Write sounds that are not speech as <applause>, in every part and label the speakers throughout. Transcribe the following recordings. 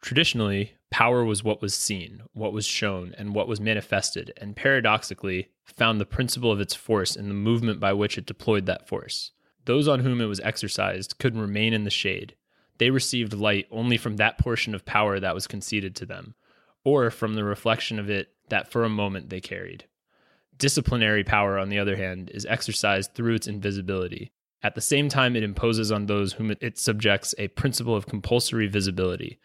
Speaker 1: Traditionally, power was what was seen, what was shown, and what was manifested, and paradoxically, found the principle of its force in the movement by which it deployed that force. Those on whom it was exercised could remain in the shade. They received light only from that portion of power that was conceded to them, or from the reflection of it that for a moment they carried. Disciplinary power, on the other hand, is exercised through its invisibility. At the same time, it imposes on those whom it subjects a principle of compulsory visibility.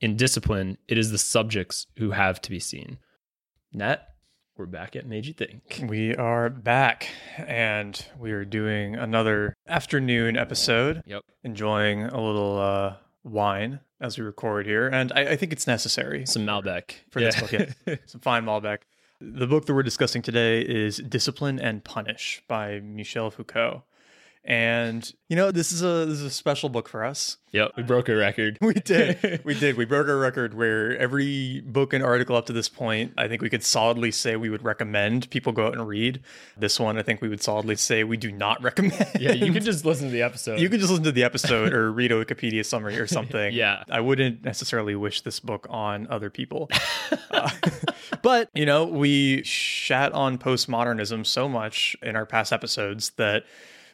Speaker 1: In discipline, it is the subjects who have to be seen. Nat, we're back at Made You Think.
Speaker 2: We are back and we are doing another afternoon episode,
Speaker 1: Yep.
Speaker 2: enjoying a little uh, wine as we record here. And I, I think it's necessary
Speaker 1: Some Malbec.
Speaker 2: for this book. Yeah. Some fine Malbec. The book that we're discussing today is Discipline and Punish by Michel Foucault. And you know, this is a this is a special book for us.
Speaker 1: <laughs> yep. We broke a record. <laughs>
Speaker 2: We did. we did. We broke a record where every book and article up to this point, I think we could solidly say we would recommend people go out and read. This one, I think we would solidly say we do not <laughs> recommend.
Speaker 1: Yeah, <laughs> you could just listen to the episode.
Speaker 2: You could just listen to the episode or read a Wikipedia
Speaker 1: <laughs>
Speaker 2: summary or something.
Speaker 1: Yeah.
Speaker 2: I wouldn't necessarily wish this book on
Speaker 1: <laughs>
Speaker 2: other people. Uh, <laughs> but, you know, we shat on postmodernism so much in our past episodes that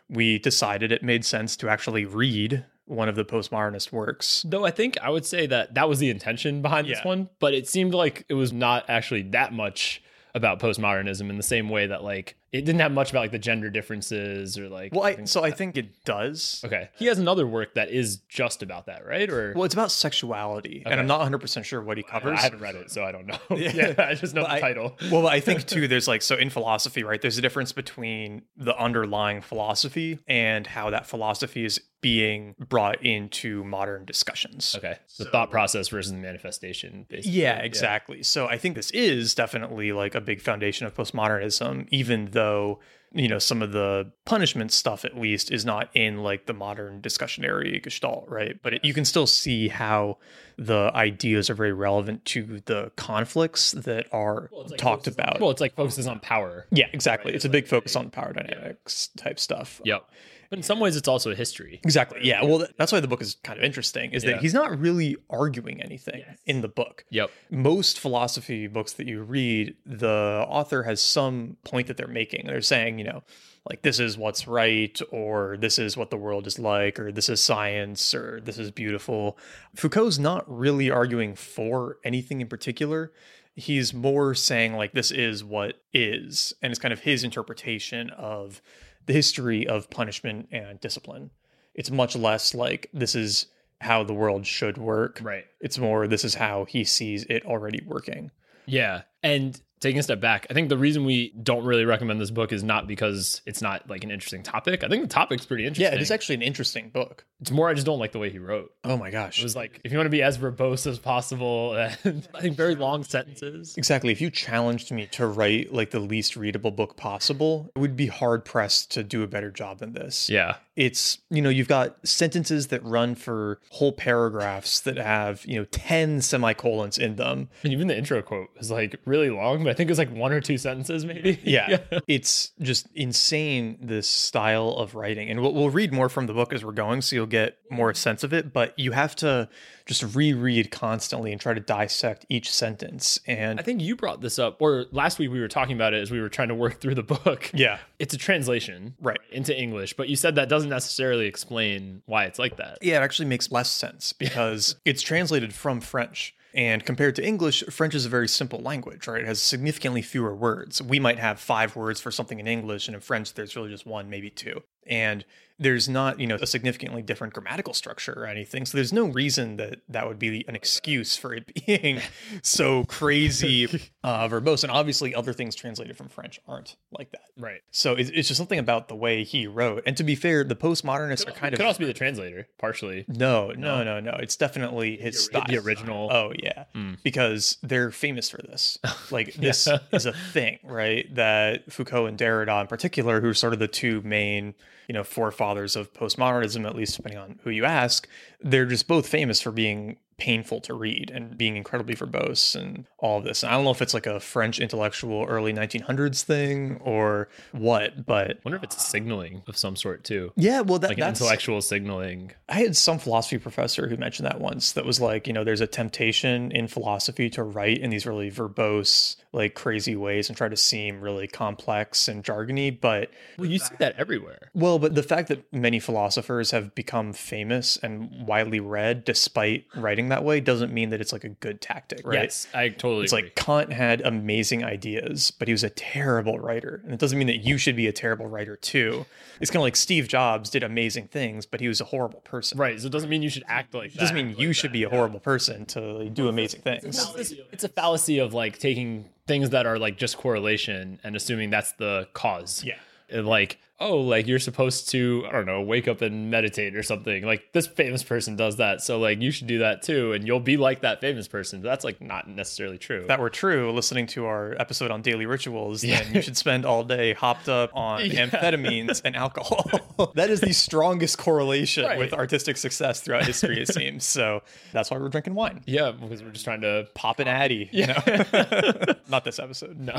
Speaker 2: we decided it made sense to actually read one of the postmodernist works.
Speaker 1: Though I think I would say that that was the intention behind this
Speaker 2: Yeah.
Speaker 1: one, but it seemed like it was not actually that much about postmodernism in the same way that like it didn't have much about like the gender differences or like
Speaker 2: Well, I,
Speaker 1: things
Speaker 2: so
Speaker 1: like
Speaker 2: I think it does.
Speaker 1: that. okay he has another work that is just about that right or
Speaker 2: Well, it's about sexuality, and
Speaker 1: Okay.
Speaker 2: I'm not 100% sure what he
Speaker 1: I
Speaker 2: covers.
Speaker 1: haven't read it so I don't know <laughs> yeah,
Speaker 2: Yeah.
Speaker 1: I just know
Speaker 2: But
Speaker 1: the
Speaker 2: I-
Speaker 1: title
Speaker 2: well,
Speaker 1: <laughs>
Speaker 2: I think too, there's like, so in philosophy, right, there's a difference between the underlying philosophy and how that philosophy is being brought into modern discussions.
Speaker 1: okay the thought process versus the manifestation basically.
Speaker 2: Yeah, exactly. So I think this is definitely like a big foundation of postmodernism, even though, you know, some of the punishment stuff at least is not in like the modern discussionary gestalt, right? But it, you can still see how the ideas are very relevant to the conflicts that are talked about.
Speaker 1: well it's like focuses on power
Speaker 2: yeah, exactly. It's a big
Speaker 1: like,
Speaker 2: focus on power dynamics type stuff.
Speaker 1: yep but in some ways it's also history
Speaker 2: Exactly. Yeah. Well, th- that's why the book is kind of interesting is
Speaker 1: Yeah.
Speaker 2: that he's not really arguing anything in the book
Speaker 1: yep
Speaker 2: most philosophy books that you read, the author has some point that they're making. They're saying, you know, like this is what's right, or this is what the world is like, or this is science, or this is beautiful. Foucault's not really arguing for anything in particular. He's more saying, like, this is what is. And it's kind of his interpretation of the history of punishment and discipline. It's much less like this is how the world should work.
Speaker 1: right
Speaker 2: It's more this is how he sees it already working.
Speaker 1: Yeah. And taking a step back, I think the reason we don't really recommend this book is not because it's not like an interesting topic. I think the topic's pretty interesting.
Speaker 2: Yeah, it is actually an interesting book.
Speaker 1: It's more I just don't like the way he wrote.
Speaker 2: Oh my gosh.
Speaker 1: It was like if you want to be as verbose as possible <laughs> and I think very long sentences.
Speaker 2: exactly. If you challenged me to write like the least readable book possible, I would be hard pressed to do a better job than this.
Speaker 1: Yeah.
Speaker 2: It's, you know, you've got sentences that run for whole paragraphs that have, you know, 10 semicolons in them.
Speaker 1: And even the intro quote was like really long, but I think it was like one or two sentences maybe.
Speaker 2: <laughs> Yeah. it's just insane this style of writing. And we'll, we'll read more from the book as we're going, so you'll get more sense of it. But you have to just reread constantly and try to dissect each sentence. And
Speaker 1: <laughs> I think you brought this up, or last week we were talking about it as we were trying to work through the book.
Speaker 2: yeah,
Speaker 1: It's a translation
Speaker 2: Right.
Speaker 1: into English, but you said that doesn't necessarily explain why it's like that.
Speaker 2: yeah, it actually makes less sense because it's translated from French. And compared to English, French is a very simple language, right? It has significantly fewer words. We might have five words for something in English, and in French, there's really just one, maybe two. And there's not, you know, a significantly different grammatical structure or anything. So there's no reason that that would be an excuse for it <laughs> being so crazy uh, verbose. And obviously, other things translated from French aren't like that.
Speaker 1: Right.
Speaker 2: So it's, it's just something about the way he wrote. And to be fair, the postmodernists are kind of
Speaker 1: could also be the translator, partially.
Speaker 2: no, no, no, no. It's definitely his style.
Speaker 1: The original. Hmm.
Speaker 2: Oh yeah, because they're famous for
Speaker 1: <laughs>
Speaker 2: this. Like this is a thing, right? That Foucault and Derrida, in particular, who are sort of the two main, you know, forefathers of postmodernism, at least depending on who you ask, they're just both famous for being painful to read and being incredibly verbose and all of this. And I don't know if it's like a French intellectual early 1900s thing or what, but
Speaker 1: wonder if it's signaling of some sort too.
Speaker 2: yeah, well, that,
Speaker 1: Like an
Speaker 2: that's
Speaker 1: intellectual signaling.
Speaker 2: I had some philosophy professor who mentioned that once that was like, you know, there's a temptation in philosophy to write in these really verbose, like crazy ways and try to seem really complex and jargony. But,
Speaker 1: Well, you see that everywhere.
Speaker 2: well, but the fact that many philosophers have become famous and widely read despite writing that way doesn't mean that it's like a good tactic, right?
Speaker 1: Yes, I totally
Speaker 2: It's
Speaker 1: agree.
Speaker 2: like Kant had amazing ideas, but he was a terrible writer. And it doesn't mean that you should be a terrible writer too. It's kind of like Steve Jobs did amazing things, but he was a horrible person.
Speaker 1: right. So it doesn't mean you should act like
Speaker 2: It doesn't mean you should be a horrible person to do amazing things.
Speaker 1: It's, it's a fallacy of like taking things that are like just correlation and assuming that's the cause.
Speaker 2: Yeah.
Speaker 1: And, like, oh, like you're supposed to, I don't know, wake up and meditate or something. Like this famous person does that. So like you should do that too. And you'll be like that famous person. But that's like not necessarily true.
Speaker 2: If that were true, listening to our episode on daily rituals, then you should spend all day hopped up <laughs> on amphetamines and alcohol. <laughs> that is the strongest correlation
Speaker 1: Right.
Speaker 2: with artistic success throughout history, <laughs> it seems. So that's why we're drinking wine.
Speaker 1: yeah. Because we're just trying to
Speaker 2: Pop an addy. You know? <laughs> Not this episode.
Speaker 1: No.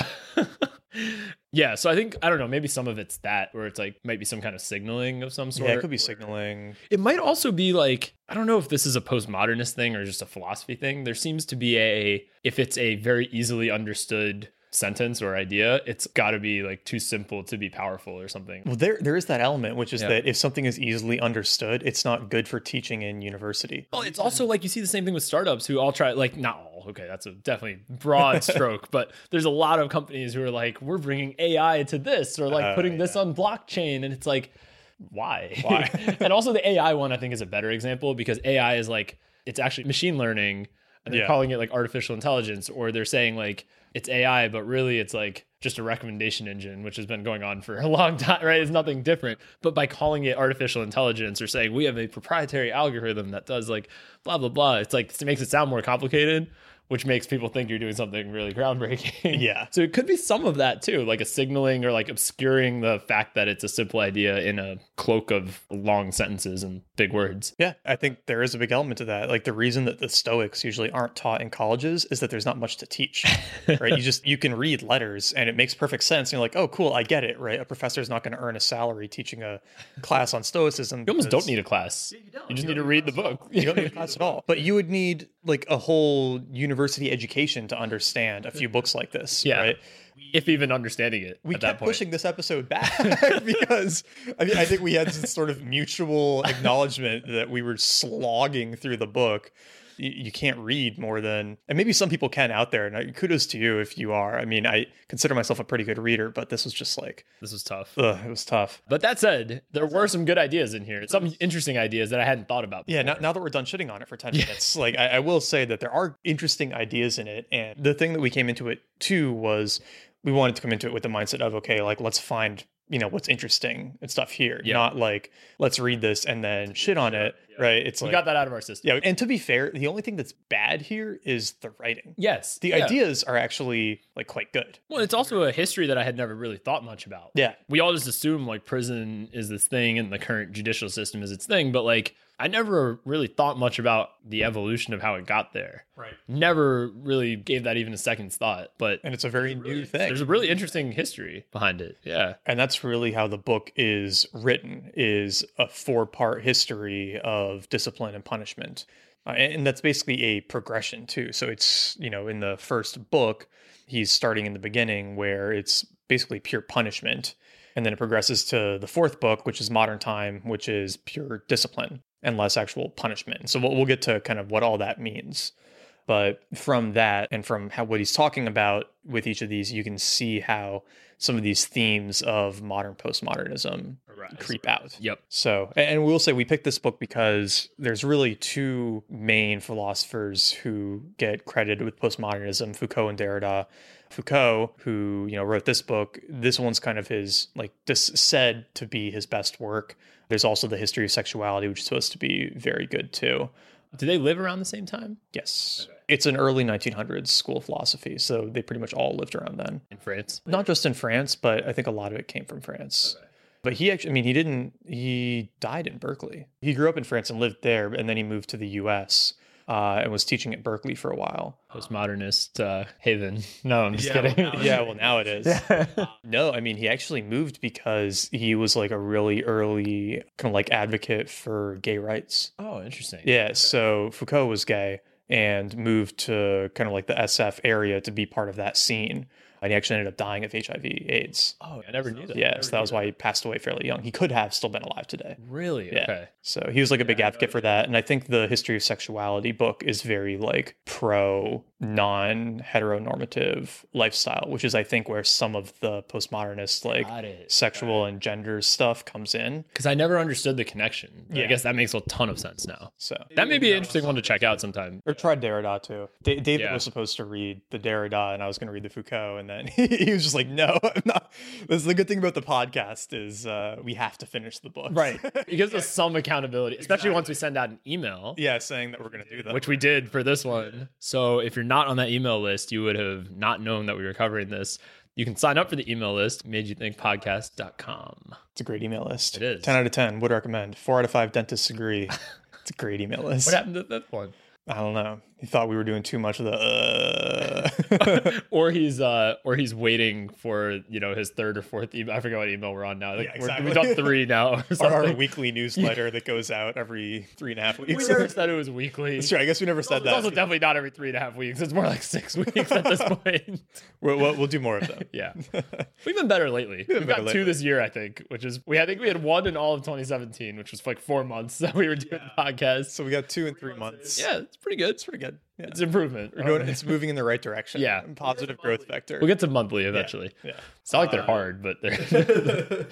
Speaker 1: yeah, so I think I don't know, maybe some of it's that where it's like might be some kind of signaling of some sort.
Speaker 2: Yeah, it could be signaling.
Speaker 1: It might also be like I don't know if this is a postmodernist thing or just a philosophy thing. There seems to be a if it's a very easily understood sentence or idea, it's got to be like too simple to be powerful or something.
Speaker 2: Well, there there is that element, which is
Speaker 1: Yeah.
Speaker 2: that if something is easily understood, it's not good for teaching in university.
Speaker 1: Well, it's also like you see the same thing with startups who all try like not all. Okay, that's a definitely
Speaker 2: <laughs>
Speaker 1: broad stroke, but there's a lot of companies who are like we're bringing AI to this or like
Speaker 2: Oh,
Speaker 1: putting this on blockchain and it's like why? <laughs>
Speaker 2: Why?
Speaker 1: and also the AI one I think is a better example because AI is like it's actually machine learning and they're
Speaker 2: Yeah.
Speaker 1: calling it like artificial intelligence or they're saying like it's AI but really it's like just a recommendation engine which has been going on for a long time right it's nothing different but by calling it artificial intelligence or saying we have a proprietary algorithm that does like blah blah blah it's like it makes it sound more complicated which makes people think you're doing something really groundbreaking
Speaker 2: Yeah.
Speaker 1: so it could be some of that too, like a signaling or like obscuring the fact that it's a simple idea in a cloak of long sentences and big words.
Speaker 2: Yeah, I think there is a big element to that. Like the reason that the Stoics usually aren't taught in colleges is that there's not much to teach, right?
Speaker 1: <laughs>
Speaker 2: you just you can read letters and it makes perfect sense. And you're like, oh, cool, I get it, right? A professor's not going to earn a salary teaching a class on Stoicism.
Speaker 1: You almost don't need a class. you, just need to read the book. <laughs>
Speaker 2: You don't need a class at all, but you would need like a whole university education to understand a few books like this,
Speaker 1: Yeah.
Speaker 2: right?
Speaker 1: if even understanding it
Speaker 2: we
Speaker 1: at that
Speaker 2: kept
Speaker 1: point.
Speaker 2: pushing this episode
Speaker 1: <laughs>
Speaker 2: back <laughs> because I mean I think we had this sort of mutual acknowledgement that we were slogging through the book. You, you can't read more than, and maybe some people can out there. And I- kudos to you if you are. I mean, I consider myself a pretty good reader, but this was just like,
Speaker 1: This was tough.
Speaker 2: ugh, it was tough.
Speaker 1: But that said, there were some good ideas in here. Some interesting ideas that I hadn't thought about.
Speaker 2: Yeah, now, now that we're done shitting on it for 10 minutes, like I, I will say that there are interesting ideas in it. And the thing that we came into it too was we wanted to come into it with the mindset of, okay, like let's find, you know, what's interesting and stuff here,
Speaker 1: Yeah.
Speaker 2: not like let's read this and then shit on it, right? It's
Speaker 1: we
Speaker 2: like,
Speaker 1: got that out of our system.
Speaker 2: yeah. And to be fair, the only thing that's bad here is the writing.
Speaker 1: Yes.
Speaker 2: The
Speaker 1: yeah.
Speaker 2: ideas are actually like quite good.
Speaker 1: Well, it's also a history that I had never really thought much about.
Speaker 2: Yeah.
Speaker 1: we all just assume like prison is this thing and the current judicial system is its thing, but like I never really thought much about the evolution of how it got there.
Speaker 2: Right.
Speaker 1: Never really gave that even a second thought, but
Speaker 2: And it's a very new thing.
Speaker 1: there's a really interesting history behind it. Yeah.
Speaker 2: and that's really how the book is written is a four part history of discipline and punishment uh, and, and that's basically a progression too so it's you know in the first book he's starting in the beginning where it's basically pure punishment and then it progresses to the fourth book which is modern time which is pure discipline and less actual punishment so we'll, we'll get to kind of what all that means but from that and from how what he's talking about with each of these you can see how some of these themes of modern postmodernism creep out
Speaker 1: Yep.
Speaker 2: so, a- and we'll say we picked this book because there's really two main philosophers who get credited with postmodernism, Foucault and Derrida. Foucault, who, you know, wrote this book, this one's kind of his like this said to be his best work. There's also the history of sexuality, which is supposed to be very good too.
Speaker 1: Do they live around the same time
Speaker 2: Yes. It's an early 1900s school of philosophy, so they pretty much all lived around then
Speaker 1: in France?
Speaker 2: not just in France, but I think a lot of it came from France. But he actually, I mean, he didn't, he died in Berkeley. He grew up in France and lived there, and then he moved to the US. uh, and was teaching at Berkeley for a while.
Speaker 1: Postmodernist uh, haven. No, I'm just
Speaker 3: Yeah,
Speaker 1: kidding.
Speaker 3: well,
Speaker 2: <laughs>
Speaker 3: now
Speaker 2: Yeah, well, now it is.
Speaker 1: yeah.
Speaker 2: <laughs> No, I mean, he actually moved because he was like a really early kind of like advocate for gay rights.
Speaker 1: Oh, interesting.
Speaker 2: Yeah, so Foucault was gay and moved to kind of like the SF area to be part of that scene. And he actually ended up dying of HIV AIDS.
Speaker 1: Oh, I never knew that.
Speaker 2: Yeah, so that was why he passed away fairly young. He could have still been alive today.
Speaker 1: Really?
Speaker 2: Yeah.
Speaker 1: Okay.
Speaker 2: So he was like a big
Speaker 3: Yeah, I
Speaker 2: advocate
Speaker 3: know.
Speaker 2: for that. And I think the History of Sexuality book is very like pro non heteronormative lifestyle, which is, I think, where some of the postmodernist like
Speaker 1: Got it.
Speaker 2: sexual and gender stuff comes in.
Speaker 1: Because I never understood the connection. I
Speaker 2: Yeah.
Speaker 1: guess that makes a ton of sense now.
Speaker 2: So,
Speaker 1: That may be an interesting one to check out sometime.
Speaker 2: or tried Derrida too. Da- David
Speaker 1: Yeah.
Speaker 2: was supposed to read the Derrida, and I was going to read the Foucault, and then <laughs> he was just like, "No, <laughs> I'm not." This is the good thing about the podcast is uh, we have to finish the book,
Speaker 1: It gives us some accountability, especially once we send out an email.
Speaker 2: <laughs> yeah, saying that we're going to do that.
Speaker 1: Which we did for this one. So if you're not on that email list, you would have not known that we were covering this. You can sign up for the email list, madeyouthinkpodcast.com.
Speaker 2: It's a great email list.
Speaker 1: It is.
Speaker 2: Ten out of ten. Would recommend. Four out of five dentists agree.
Speaker 1: <laughs>
Speaker 2: it's a great email list.
Speaker 1: What happened to that one?
Speaker 2: I don't know. He thought we were doing too much of the.
Speaker 1: <laughs>
Speaker 2: Uh...
Speaker 1: <laughs> or he's uh or he's waiting for you know his third or fourth email. I forget what email we're on now. Like
Speaker 2: Yeah,
Speaker 1: we're,
Speaker 2: exactly.
Speaker 1: we've done three now <laughs> or
Speaker 2: Our,
Speaker 1: something.
Speaker 2: our weekly newsletter that goes out every three and a half
Speaker 1: we
Speaker 2: weeks. <laughs>
Speaker 1: never said it was weekly.
Speaker 2: That's true. I guess we never said
Speaker 1: It's also
Speaker 2: that.
Speaker 1: definitely not every three and a half weeks. It's more like six <laughs> weeks at this point.
Speaker 2: We'll, we'll, we'll do more of them.
Speaker 1: <laughs>
Speaker 2: <laughs>
Speaker 1: Yeah, we've been better lately. We've,
Speaker 2: been
Speaker 1: got
Speaker 2: better
Speaker 1: two
Speaker 2: lately.
Speaker 1: this year, I think, which is we. I think we had one in all of 2017, which was like four months <laughs> that we were doing podcasts.
Speaker 2: So we got two in three months.
Speaker 1: Yeah, it's pretty good. It's,
Speaker 2: it's pretty good. Yeah.
Speaker 1: it's improvement.
Speaker 2: We're going, it's moving in the right direction.
Speaker 1: Yeah.
Speaker 2: Positive growth vector.
Speaker 1: We'll get to monthly eventually.
Speaker 2: yeah.
Speaker 1: It's not like they're <laughs>
Speaker 3: Uh,
Speaker 1: hard, but
Speaker 2: <laughs>
Speaker 1: they're.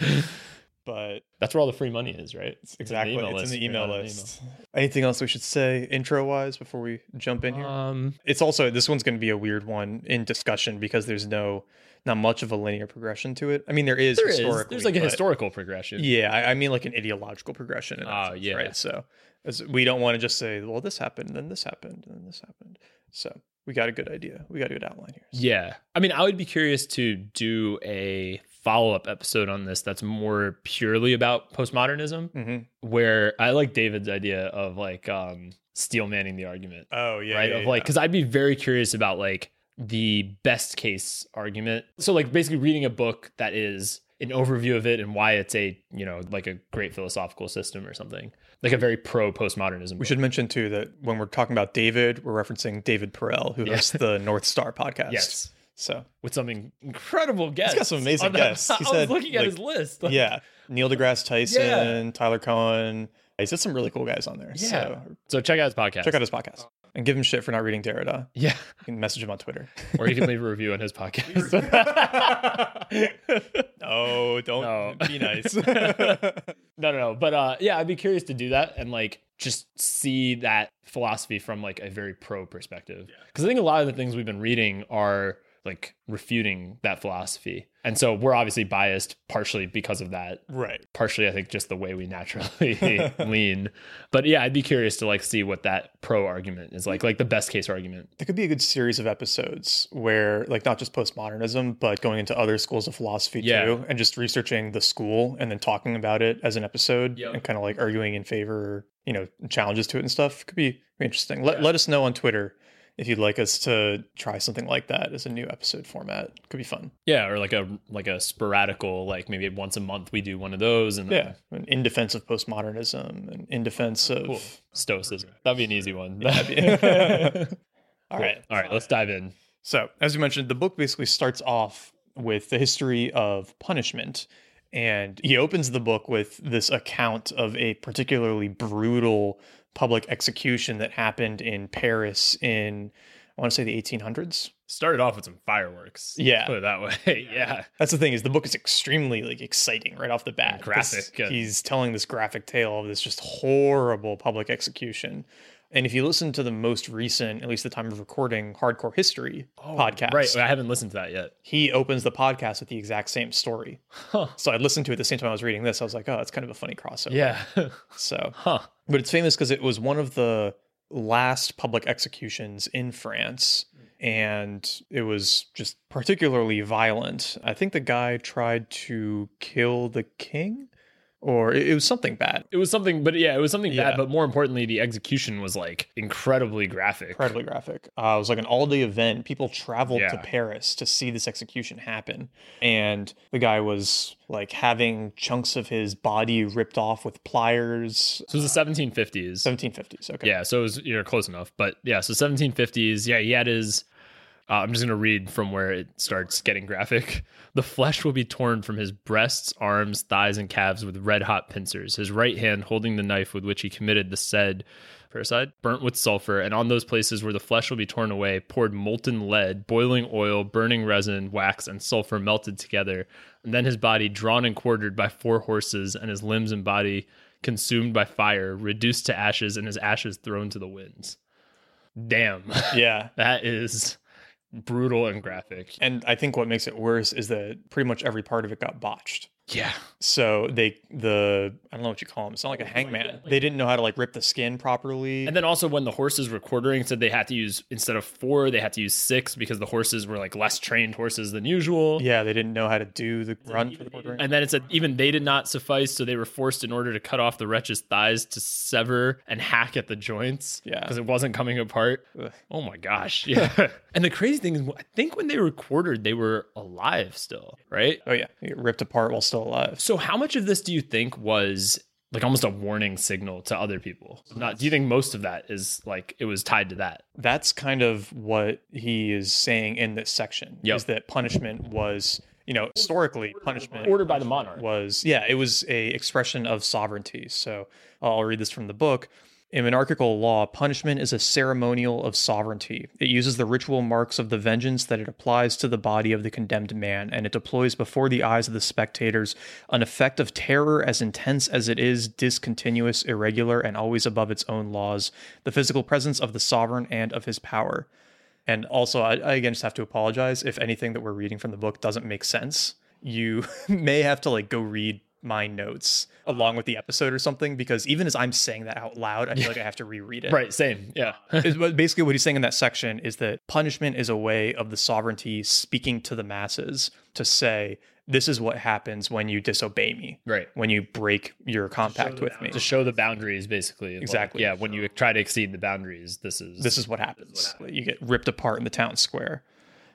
Speaker 2: But
Speaker 1: That's where all the free money is, right? It's in the
Speaker 2: exactly.
Speaker 1: email
Speaker 2: It's
Speaker 1: list.
Speaker 2: in the
Speaker 1: You're not
Speaker 2: email
Speaker 1: on the
Speaker 2: list. Anything else we should say intro wise before we jump in here?
Speaker 1: Um,
Speaker 2: it's also this one's going to be a weird one in discussion because there's no not much of a linear progression to it. I mean, there is
Speaker 1: there is.
Speaker 2: historically.
Speaker 1: There's like a
Speaker 2: but-
Speaker 1: historical progression.
Speaker 2: Yeah, I, I mean like an ideological progression. in that
Speaker 1: Ah,
Speaker 2: sense,
Speaker 1: yeah.
Speaker 2: Right. So as, we don't want to just say, well, this happened, then this happened, and then this happened. So we got a good idea. We got a good outline here.
Speaker 1: Yeah. I mean, I would be curious to do a follow up episode on this that's more purely about postmodernism,
Speaker 2: hmm
Speaker 1: where I like David's idea of like um, steel manning the argument,
Speaker 2: Oh yeah.
Speaker 1: right?
Speaker 2: yeah,
Speaker 1: of
Speaker 2: yeah.
Speaker 1: like, because I'd be very curious about like the best case argument. So, like, basically reading a book that is an overview of it and why it's a, you know, like a great philosophical system or something, like a very pro postmodernism.
Speaker 2: We should mention too that when we're talking about David, we're referencing David Perel, who
Speaker 1: Yeah.
Speaker 2: hosts the North Star podcast.
Speaker 1: Yes. <laughs>
Speaker 2: So
Speaker 1: With some incredible guests.
Speaker 2: some amazing
Speaker 1: on that- <laughs>
Speaker 2: guests.
Speaker 1: I
Speaker 2: He
Speaker 1: was
Speaker 2: said,
Speaker 1: looking at
Speaker 2: like-
Speaker 1: his list. Like,
Speaker 2: yeah, Neil deGrasse Tyson, Tyler Cohen. He's got some really cool guys on there.
Speaker 1: Yeah.
Speaker 2: So
Speaker 1: So check out his podcast.
Speaker 2: check out his podcast and give him shit for not reading Derrida.
Speaker 1: <laughs> Yeah.
Speaker 2: You can message him on Twitter.
Speaker 1: Or you
Speaker 2: <laughs>
Speaker 1: can leave a review on his podcast. <laughs>
Speaker 2: no, don't
Speaker 1: No.
Speaker 2: be nice.
Speaker 1: no, no, no. But uh, yeah, I'd be curious to do that and like just see that philosophy from like a very pro perspective. Because I think a lot of the things we've been reading are like refuting that philosophy. And so we're obviously biased partially because of that.
Speaker 2: right.
Speaker 1: Partially, I think just the way we <laughs> naturally lean. But yeah, I'd be curious to like see what that pro argument is like, like the best case argument.
Speaker 2: There could be a good series of episodes where, like, not just postmodernism, but going into other schools of philosophy
Speaker 1: Yeah.
Speaker 2: too, and just researching the school and then talking about it as an episode
Speaker 1: Yep.
Speaker 2: and kind of like arguing in favor, you know, challenges to it and stuff. Could be be interesting. Let, let us know on Twitter if you'd like us to try something like that as a new episode format. Could be fun.
Speaker 1: Yeah, or like a like a sporadical, like maybe once a month we do one of those, and
Speaker 2: Yeah. And in defense of postmodernism and in defense of.
Speaker 1: cool. stoicism. That'd be an easy one. <laughs>
Speaker 2: All right.
Speaker 1: all right, let's dive in.
Speaker 2: So, as we mentioned, the book basically starts off with the history of punishment. And he opens the book with this account of a particularly brutal public execution that happened in Paris in, I want to say the 1800s.
Speaker 1: Started off with some fireworks.
Speaker 2: Yeah.
Speaker 1: put it that way. <laughs> yeah,
Speaker 2: That's the thing is the book is extremely like exciting right off the bat.
Speaker 1: graphic,
Speaker 2: This-
Speaker 1: and-
Speaker 2: he's telling this graphic tale of this just horrible public execution. And if you listen to the most recent, at least the time of recording, Hardcore History podcast,
Speaker 1: Oh, Right, I haven't listened to that yet.
Speaker 2: he opens the podcast with the exact same story.
Speaker 1: Huh.
Speaker 2: So I listened to it at the same time I was reading this. I was like, oh, it's kind of a funny crossover.
Speaker 1: Yeah, <laughs>
Speaker 2: So,
Speaker 1: huh?
Speaker 2: but it's famous because it was one of the last public executions in France. And it was just particularly violent. I think the guy tried to kill the king or it, it was something bad.
Speaker 1: It was something, but yeah, it was something
Speaker 2: Yeah.
Speaker 1: bad. But more importantly, the execution was like incredibly graphic.
Speaker 2: Incredibly graphic. Uh, it was like an all day event. People traveled to
Speaker 1: Yeah.
Speaker 2: Paris to see this execution happen. And the guy was like having chunks of his body ripped off with pliers.
Speaker 1: So it was the 1750s.
Speaker 2: 1750s. Okay.
Speaker 1: Yeah, so it was you're close enough, but yeah, so 1750s. Yeah, he had his. Uh, I'm just gonna read from where it starts getting graphic. <laughs> The flesh will be torn from his breasts, arms, thighs, and calves with red hot pincers. His right hand holding the knife with which he committed the said parricide, burnt with sulfur, and on those places where the flesh will be torn away, poured molten lead, boiling oil, burning resin, wax, and sulfur melted together. And then his body drawn and quartered by four horses, and his limbs and body consumed by fire, reduced to ashes, and his ashes thrown to the winds. Damn, <laughs>
Speaker 2: Yeah.
Speaker 1: that is brutal and graphic.
Speaker 2: And I think what makes it worse is that pretty much every part of it got botched.
Speaker 1: Yeah,
Speaker 2: So they the I don't know what you call them. It's not like a hangman. They didn't know how to like rip the skin properly.
Speaker 1: and then also when the horses were quartering, said they had to use instead of four, they had to use six because the horses were like less trained horses than usual.
Speaker 2: yeah, they didn't know how to do the run for the quartering.
Speaker 1: And then it said even they did not suffice, so they were forced in order to cut off the wretch's thighs to sever and hack at the joints.
Speaker 2: Yeah.
Speaker 1: Because it wasn't coming apart.
Speaker 2: Ugh.
Speaker 1: Oh my gosh. <laughs> Yeah. and the crazy thing is I think when they were quartered, they were alive still, right?
Speaker 2: Oh yeah, they get ripped apart while still alive.
Speaker 1: So how much of this do you think was like almost a warning signal to other people? Not do you think most of that is like it was tied to that?
Speaker 2: That's kind of what he is saying in this section
Speaker 1: Yep.
Speaker 2: is that punishment was, you know, historically punishment
Speaker 1: Ordered by the monarch.
Speaker 2: was yeah it was a expression of sovereignty so i'll read this from the book in monarchical law punishment is a ceremonial of sovereignty it uses the ritual marks of the vengeance that it applies to the body of the condemned man and it deploys before the eyes of the spectators an effect of terror as intense as it is discontinuous irregular and always above its own laws the physical presence of the sovereign and of his power and also, I, I again just have to apologize if anything that we're reading from the book doesn't make sense. You <laughs> may have to like go read my notes along with the episode or something because even as I'm saying that out loud, I feel like I have to reread <laughs> it.
Speaker 1: Right, same. Yeah. <laughs>
Speaker 2: It's- but basically, what he's saying in that section is that punishment is a way of the sovereignty speaking to the masses to say, "This is what happens when you disobey me,
Speaker 1: right.
Speaker 2: when you break your compact with me."
Speaker 1: To show the boundaries basically. Like,
Speaker 2: Exactly.
Speaker 1: yeah, when you try to exceed the boundaries, this is
Speaker 2: This is what happens. You get ripped apart in the town square.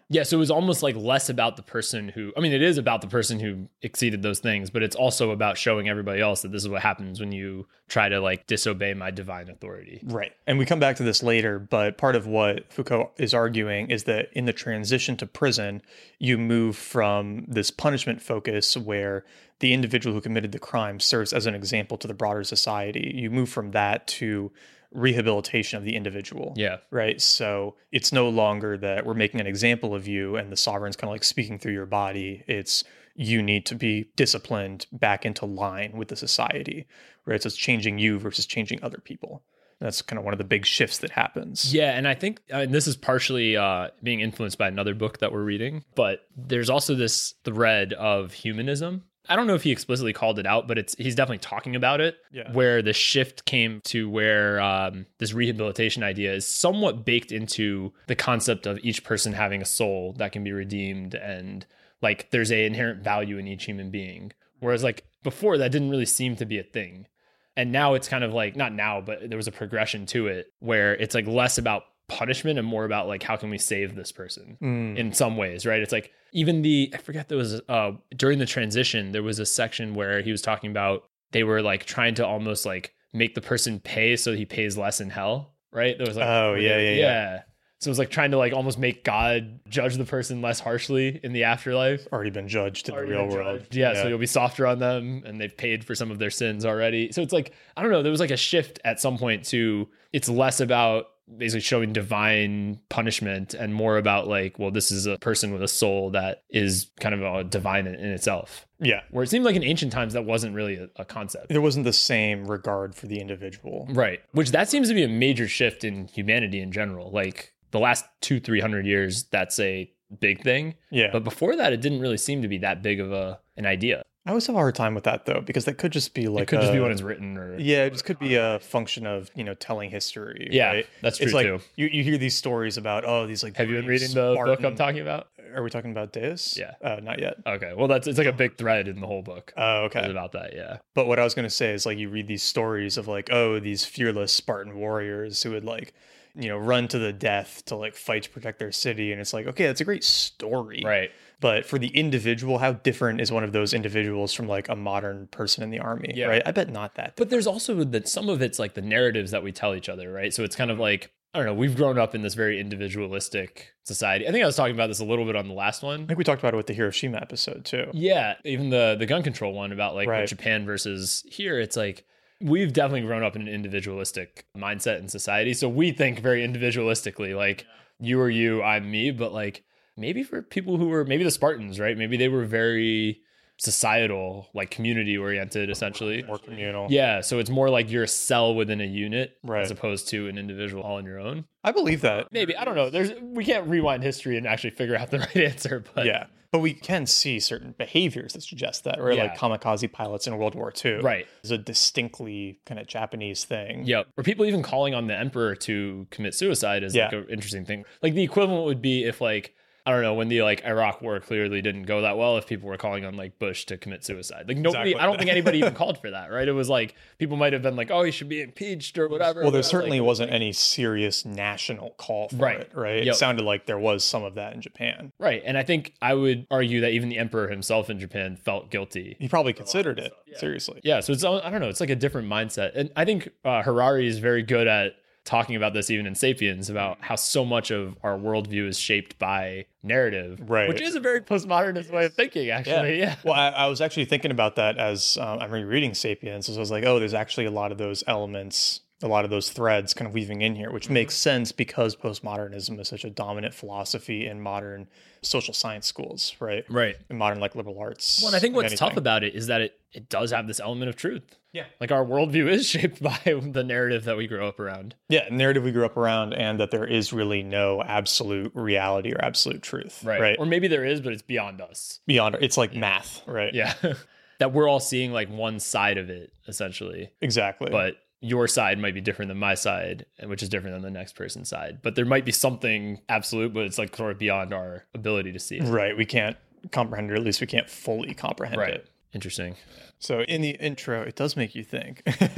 Speaker 1: Yeah, so it was almost like less about the person who I mean it is about the person who exceeded those things, but it's also about showing everybody else that this is what happens when you try to like disobey my divine authority.
Speaker 2: Right. And we come back to this later, but part of what Foucault is arguing is that in the transition to prison, you move from this punishment focus where the individual who committed the crime serves as an example to the broader society. You move from that to rehabilitation of the individual.
Speaker 1: Yeah.
Speaker 2: Right. So it's no longer that we're making an example of you and the sovereign's kind of like speaking through your body. It's you need to be disciplined back into line with the society. Right. So it's changing you versus changing other people. That's kind of one of the big shifts that happens.
Speaker 1: Yeah, and I think uh, and this is partially uh, being influenced by another book that we're reading, but there's also this thread of humanism. I don't know if he explicitly called it out, but it's he's definitely talking about it.
Speaker 2: Yeah.
Speaker 1: Where the shift came to where um, this rehabilitation idea is somewhat baked into the concept of each person having a soul that can be redeemed, and like there's a inherent value in each human being. Whereas like before, that didn't really seem to be a thing and now it's kind of like not now but there was a progression to it where it's like less about punishment and more about like how can we save this person
Speaker 2: Mm.
Speaker 1: in some ways right it's like even the i forget there was uh during the transition there was a section where he was talking about they were like trying to almost like make the person pay so he pays less in hell right there was like
Speaker 2: Oh, yeah, yeah, yeah.
Speaker 1: so it was like trying to like almost make god judge the person less harshly in the afterlife
Speaker 2: Already been judged in
Speaker 1: already
Speaker 2: the real
Speaker 1: been
Speaker 2: world.
Speaker 1: judged. Yeah, so you'll be softer on them, and they've paid for some of their sins already. So it's like I don't know. There was like a shift at some point to it's less about basically showing divine punishment and more about like, well, this is a person with a soul that is kind of uh divine in, in itself.
Speaker 2: yeah.
Speaker 1: Where it seemed like in ancient times that wasn't really a, a concept.
Speaker 2: There wasn't the same regard for the individual.
Speaker 1: Right. Which that seems to be a major shift in humanity in general. Like the last two, three hundred years, that's a big thing.
Speaker 2: Yeah.
Speaker 1: But before that, it didn't really seem to be that big of a an idea.
Speaker 2: I always have a hard time with that though, because that could just be like
Speaker 1: it could just be
Speaker 2: a-
Speaker 1: when it's written or
Speaker 2: Yeah, it just could be a function of you know telling history.
Speaker 1: Yeah,
Speaker 2: right?
Speaker 1: that's
Speaker 2: it's
Speaker 1: true,
Speaker 2: like
Speaker 1: too.
Speaker 2: You, you hear these stories about oh these like
Speaker 1: Have you been
Speaker 2: brave
Speaker 1: reading the book I'm
Speaker 2: Spartan-
Speaker 1: talking about?
Speaker 2: Are we talking about Deus?
Speaker 1: Yeah.
Speaker 2: Uh, not yet.
Speaker 1: Okay. Well, that's it's like a big thread in the whole book
Speaker 2: Oh,
Speaker 1: is
Speaker 2: okay.
Speaker 1: about that. Yeah.
Speaker 2: But what I was going to say is like you read these stories of like, oh, these fearless Spartan warriors who would like, you know, run to the death to like fight to protect their city. And it's like, okay, that's a great story.
Speaker 1: Right.
Speaker 2: But for the individual, how different is one of those individuals from like a modern person in the army?
Speaker 1: Yeah.
Speaker 2: Right. I bet not that.
Speaker 1: But there's also that some of it's like the narratives that we tell each other, right? So it's kind of like I don't know. We've grown up in this very individualistic society. I think I was talking about this a little bit on the last one.
Speaker 2: I think we talked about it with the Hiroshima episode too.
Speaker 1: Yeah, even the the gun control one about like
Speaker 2: Right.
Speaker 1: Japan versus here, it's like we've definitely grown up in an individualistic mindset in society. So we think very individualistically, like you are you, I'm me, but like maybe for people who were maybe the Spartans, right? Maybe they were very societal, like community oriented essentially.
Speaker 2: More communal.
Speaker 1: Yeah, so it's more like you're a cell within a unit
Speaker 2: Right.
Speaker 1: as opposed to an individual all on your own.
Speaker 2: I believe that.
Speaker 1: Maybe I don't know. There's we can't rewind history and actually figure out the <laughs> right answer, but
Speaker 2: yeah. But we can see certain behaviors that suggest that, right? Like
Speaker 1: Yeah.
Speaker 2: kamikaze pilots in World War II.
Speaker 1: right.
Speaker 2: It's a distinctly kind of Japanese thing.
Speaker 1: Yep. Or people even calling on the emperor to commit suicide is like
Speaker 2: Yeah.
Speaker 1: an interesting thing. Like the equivalent would be if like I don't know when the like Iraq War clearly didn't go that well. If people were calling on like Bush to commit suicide, like nobody,
Speaker 2: Exactly.
Speaker 1: I
Speaker 2: <laughs>
Speaker 1: don't think anybody even called for that, right? It was like people might have been like, oh, he should be impeached or whatever.
Speaker 2: Well,
Speaker 1: but
Speaker 2: there
Speaker 1: it's
Speaker 2: certainly
Speaker 1: like-
Speaker 2: wasn't any serious national call for
Speaker 1: Right.
Speaker 2: it, right?
Speaker 1: Yep.
Speaker 2: It sounded like there was some of that in Japan.
Speaker 1: right, and I think I would argue that even the emperor himself in Japan felt guilty
Speaker 2: He probably considered it, seriously.
Speaker 1: Yeah, so it's I don't know, it's like a different mindset, and I think uh, Harari is very good at talking about this even in *Sapiens* about how so much of our worldview is shaped by narrative,
Speaker 2: Right.
Speaker 1: Which is a very postmodernist way of thinking, actually. Yeah,
Speaker 2: Well, I, I was actually thinking about that as um, I'm rereading Sapiens. So I was like, oh, there's actually a lot of those elements, a lot of those threads kind of weaving in here, which makes sense because postmodernism is such a dominant philosophy in modern social science schools, right?
Speaker 1: right.
Speaker 2: In modern, like liberal arts.
Speaker 1: Well, and I think
Speaker 2: like
Speaker 1: what's
Speaker 2: anything.
Speaker 1: tough about it is that it it does have this element of truth.
Speaker 2: Yeah.
Speaker 1: like our worldview is <laughs> shaped by the narrative that we grow up around.
Speaker 2: Yeah, narrative we grew up around, and that there is really no absolute reality or absolute truth. Right.
Speaker 1: Or maybe there is, but it's beyond us.
Speaker 2: Beyond it's like math, right?
Speaker 1: Yeah. <laughs> that we're all seeing like one side of it essentially.
Speaker 2: Exactly.
Speaker 1: but your side might be different than my side, and which is different than the next person's side. But there might be something absolute, but it's like sort of beyond our ability to see it.
Speaker 2: right. We can't comprehend, or at least we can't fully comprehend it.
Speaker 1: Interesting.
Speaker 2: So in the intro, it does make you think. <laughs>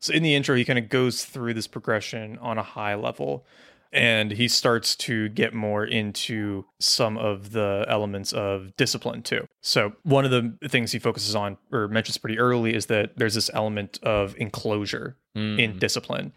Speaker 2: so in the intro, he kind of goes through this progression on a high level. And he starts to get more into some of the elements of discipline too. So, one of the things he focuses on or mentions pretty early is that there's this element of enclosure
Speaker 1: Mm.
Speaker 2: in discipline.